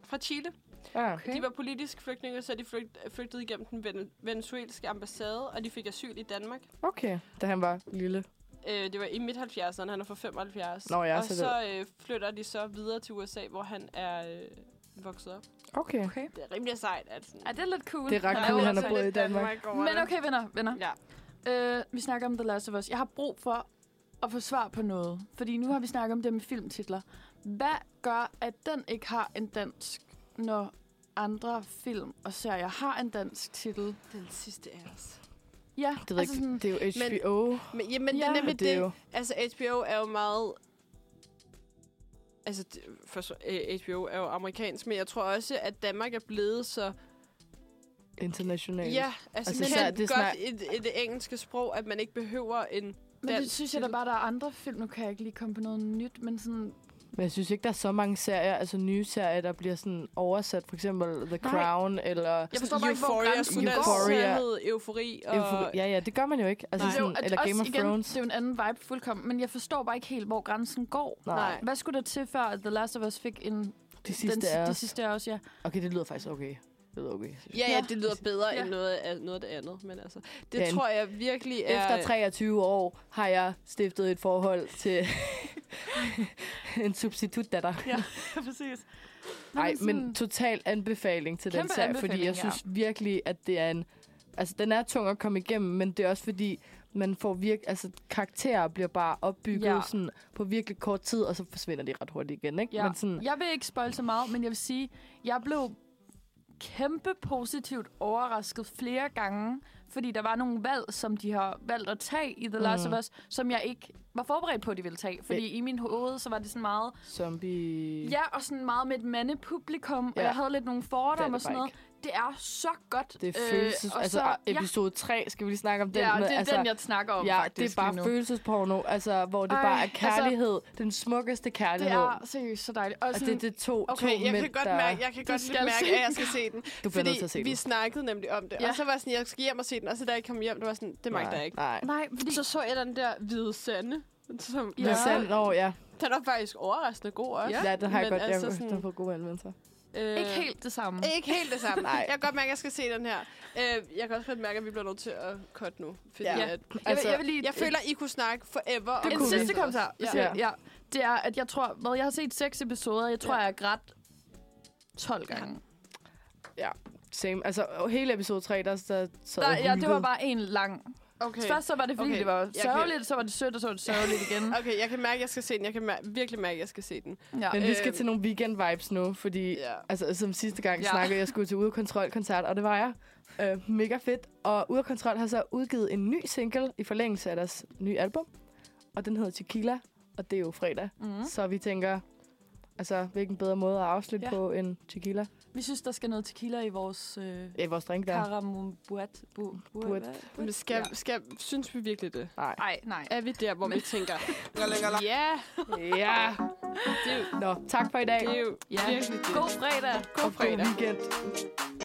[SPEAKER 2] fra Chile.
[SPEAKER 3] Ja.
[SPEAKER 2] Okay. De var politisk flygtninge, så de flygt, flygtede igennem den ven- venezuelske ambassade, og de fik asyl i Danmark.
[SPEAKER 3] Okay, da han var lille.
[SPEAKER 2] Øh, det var i midt-70'erne, han er fra 75.
[SPEAKER 3] Nå ja,
[SPEAKER 2] og
[SPEAKER 3] så
[SPEAKER 2] så,
[SPEAKER 3] det-
[SPEAKER 2] øh, flytter de så videre til USA, hvor han er øh, vokset op.
[SPEAKER 3] Okay.
[SPEAKER 4] Okay.
[SPEAKER 2] Det er rimelig sejt. At, sådan,
[SPEAKER 4] Ej, det er lidt cool.
[SPEAKER 3] Det er ret
[SPEAKER 4] Nej,
[SPEAKER 3] cool,
[SPEAKER 4] men
[SPEAKER 3] han
[SPEAKER 4] altså
[SPEAKER 3] har boet i
[SPEAKER 2] lidt
[SPEAKER 3] Danmark.
[SPEAKER 2] over
[SPEAKER 4] Men
[SPEAKER 2] det.
[SPEAKER 4] okay, venner, venner.
[SPEAKER 2] Ja.
[SPEAKER 4] Øh, vi snakker om The Last of Us. Jeg har brug for at få svar på noget. Fordi nu har vi snakket om det med filmtitler. Hvad gør, at den ikke har en dansk, når andre film og serier har en dansk titel?
[SPEAKER 2] Den sidste er altså- os.
[SPEAKER 4] Ja,
[SPEAKER 3] Det, ved altså, ikke. det er jo HBO.
[SPEAKER 2] Men, jamen, ja,
[SPEAKER 4] Ja,
[SPEAKER 2] det er
[SPEAKER 3] Men
[SPEAKER 2] nemlig
[SPEAKER 3] det er
[SPEAKER 2] det.
[SPEAKER 3] jo...
[SPEAKER 2] Altså, HBO er jo meget... Altså, det- for, så- øh, HBO er jo amerikansk, men jeg tror også, at Danmark er blevet så...
[SPEAKER 3] internationalt.
[SPEAKER 2] Ja, altså,
[SPEAKER 3] Altså,
[SPEAKER 2] altså
[SPEAKER 3] så er
[SPEAKER 2] kendt
[SPEAKER 3] det
[SPEAKER 2] det
[SPEAKER 3] snak-
[SPEAKER 2] godt i, det- i det engelske sprog, at man ikke behøver en...
[SPEAKER 4] Men det
[SPEAKER 2] dansk
[SPEAKER 4] synes jeg da
[SPEAKER 2] titel.
[SPEAKER 4] bare, der er andre film. Nu kan jeg ikke lige komme på noget nyt, men sådan...
[SPEAKER 3] Men jeg synes ikke, der er så mange serier, altså nye serier, der bliver sådan oversat. For eksempel The Crown Nej. eller...
[SPEAKER 4] Jeg forstår bare ikke, hvor
[SPEAKER 2] Euphoria,
[SPEAKER 4] grænsen
[SPEAKER 2] skulle den
[SPEAKER 3] går. Euphoria.
[SPEAKER 2] hedde Eufori, og...
[SPEAKER 3] Eufori- Ja, ja, det gør man jo ikke. Altså
[SPEAKER 2] Nej.
[SPEAKER 3] sådan,
[SPEAKER 4] Det er jo-
[SPEAKER 3] eller Game
[SPEAKER 4] også
[SPEAKER 3] of Thrones.
[SPEAKER 4] Igen, det er jo en anden vibe fuldkommen, men jeg forstår bare ikke helt, hvor grænsen går.
[SPEAKER 3] Nej,
[SPEAKER 2] Nej.
[SPEAKER 4] Hvad skulle der til, før at The Last of Us fik en...
[SPEAKER 3] de sidste
[SPEAKER 4] den,
[SPEAKER 3] er
[SPEAKER 4] De
[SPEAKER 3] også.
[SPEAKER 4] sidste er også, ja.
[SPEAKER 3] Okay, det lyder faktisk okay. Det lyder okay. synes jeg.
[SPEAKER 2] Ja, ja,
[SPEAKER 4] Ja.
[SPEAKER 2] det lyder bedre
[SPEAKER 4] Ja.
[SPEAKER 2] end noget af, noget af det andet, men altså... Det
[SPEAKER 3] Ja, en-
[SPEAKER 2] tror jeg virkelig er...
[SPEAKER 3] Efter 23 år har jeg stiftet et forhold til en substitutdatter.
[SPEAKER 4] Ja, præcis.
[SPEAKER 3] Nej, men total anbefaling til den
[SPEAKER 4] Kæmpe
[SPEAKER 3] serie, fordi jeg
[SPEAKER 4] anbefaling, ja.
[SPEAKER 3] synes virkelig, at det er en... Altså, den er tung at komme igennem, men det er også fordi, man får virk... Altså, karakterer bliver bare opbygget ja.
[SPEAKER 4] Ja.
[SPEAKER 3] sådan, på virkelig kort tid, og så forsvinder de ret hurtigt igen, ikke?
[SPEAKER 4] Ja.
[SPEAKER 3] Men sådan,
[SPEAKER 4] Jeg vil ikke spoil så meget, men jeg vil sige, jeg blev kæmpe positivt overrasket flere gange, fordi der var nogle valg, som de har valgt at tage i The Last
[SPEAKER 3] Mm.
[SPEAKER 4] of Us, som jeg ikke var forberedt på, at de ville tage. Fordi i min hoved, så var det sådan meget,
[SPEAKER 3] zombie...
[SPEAKER 4] ja, og sådan meget med et mandepublikum, ja. og
[SPEAKER 3] Ja.
[SPEAKER 4] jeg havde lidt nogle
[SPEAKER 3] Det er det
[SPEAKER 4] fordomme og sådan
[SPEAKER 3] bare
[SPEAKER 4] noget. Det er så godt.
[SPEAKER 3] Det er følelses...
[SPEAKER 4] øh, og
[SPEAKER 3] altså,
[SPEAKER 4] ja,
[SPEAKER 3] episode 3, skal vi lige snakke om den?
[SPEAKER 4] ja,
[SPEAKER 3] med,
[SPEAKER 4] det er
[SPEAKER 3] altså,
[SPEAKER 4] den, jeg snakker om
[SPEAKER 3] Ja,
[SPEAKER 4] faktisk
[SPEAKER 3] det er
[SPEAKER 4] lige nu.
[SPEAKER 3] bare følelsesporno, altså, hvor det
[SPEAKER 4] Ej,
[SPEAKER 3] bare er
[SPEAKER 4] altså-
[SPEAKER 3] kærlighed. den smukkeste
[SPEAKER 4] Det
[SPEAKER 3] kærlighed.
[SPEAKER 4] er seriøst så dejligt. Og
[SPEAKER 3] altså, det,
[SPEAKER 4] sådan,
[SPEAKER 3] det er to,
[SPEAKER 4] Okay,
[SPEAKER 3] to
[SPEAKER 2] jeg
[SPEAKER 3] mænd,
[SPEAKER 2] kan godt
[SPEAKER 3] der...
[SPEAKER 2] mærke, jeg kan godt lidt
[SPEAKER 4] skal
[SPEAKER 2] mærke,
[SPEAKER 4] se
[SPEAKER 2] at jeg skal se den.
[SPEAKER 3] Du bliver nødt til at se
[SPEAKER 2] Fordi vi
[SPEAKER 3] den.
[SPEAKER 2] snakkede nemlig om det,
[SPEAKER 4] Ja.
[SPEAKER 2] og så var jeg sådan, jeg skal hjem og se den, og så da jeg kom hjem, det var sådan, det magter jeg ikke.
[SPEAKER 3] Nej.
[SPEAKER 4] nej, fordi,
[SPEAKER 2] Så så jeg den der hvide sande, som
[SPEAKER 3] Ja. Sand, oh, ja.
[SPEAKER 2] den var faktisk overraskende god også.
[SPEAKER 3] ja, den har jeg
[SPEAKER 2] Men
[SPEAKER 3] godt. Jeg,
[SPEAKER 2] altså
[SPEAKER 3] altså
[SPEAKER 2] sådan-
[SPEAKER 3] sådan... har fået gode anmeldelser.
[SPEAKER 2] Øh,
[SPEAKER 4] ikke helt det samme.
[SPEAKER 2] Ikke helt det samme.
[SPEAKER 3] Nej.
[SPEAKER 2] Jeg kan godt mærke, at jeg skal se den her. Øh, jeg kan også godt mærke, at vi bliver nødt til at cut nu. Fordi
[SPEAKER 3] Ja.
[SPEAKER 2] ja. at,
[SPEAKER 4] Jeg,
[SPEAKER 3] altså,
[SPEAKER 4] vil, jeg vil lige
[SPEAKER 2] jeg føler, I kunne snakke forever. om
[SPEAKER 4] Det en
[SPEAKER 3] kunne vi.
[SPEAKER 4] sidste kommentar.
[SPEAKER 2] Ja.
[SPEAKER 4] Ja. Ja. ja. Det er, at jeg tror, hvad jeg har set seks episoder, jeg tror, ja. jeg har grædt 12 gange.
[SPEAKER 3] Same. Altså, og hele episode 3, der, der sad
[SPEAKER 4] Der,
[SPEAKER 3] jeg
[SPEAKER 4] ja, det var
[SPEAKER 3] hulkede.
[SPEAKER 4] bare en lang.
[SPEAKER 2] Okay.
[SPEAKER 4] Først så var det, fordi
[SPEAKER 2] Okay.
[SPEAKER 4] okay. det var
[SPEAKER 2] Jeg
[SPEAKER 4] sørgeligt, så var det sødt, og så var det sørgeligt igen.
[SPEAKER 2] Okay, jeg kan mærke, at jeg skal se den. Jeg kan mær- virkelig mærke, at jeg skal se den.
[SPEAKER 4] Ja.
[SPEAKER 3] Men vi skal
[SPEAKER 2] Øh,
[SPEAKER 3] til nogle weekend-vibes nu, fordi
[SPEAKER 2] Ja.
[SPEAKER 3] altså, som sidste gang
[SPEAKER 4] Ja.
[SPEAKER 3] ja. snakkede jeg skulle til Ude af Kontrol-koncert, og det var jeg. Øh, mega fedt. Og Ude af Kontrol har så udgivet en ny single i forlængelse af deres nye album, og den hedder Tequila, og det er jo fredag.
[SPEAKER 4] Mm.
[SPEAKER 3] Mm. Så vi tænker, altså, hvilken bedre måde at afslutte
[SPEAKER 4] Ja.
[SPEAKER 3] ja. på end tequila?
[SPEAKER 4] Vi synes, der skal noget tequila i vores øh,
[SPEAKER 3] Ja, vores drink der.
[SPEAKER 4] karambuat. Bu, bu,
[SPEAKER 3] Buat.
[SPEAKER 2] Men skal, ja. skal, synes vi virkelig det?
[SPEAKER 3] Nej.
[SPEAKER 4] Nej, nej.
[SPEAKER 2] Er vi der, hvor vi tænker, ja,
[SPEAKER 3] Ja.
[SPEAKER 2] det er jo,
[SPEAKER 3] Nå, tak for i dag.
[SPEAKER 2] det er jo
[SPEAKER 4] Ja.
[SPEAKER 2] virkelig det.
[SPEAKER 4] God fredag.
[SPEAKER 3] og god weekend.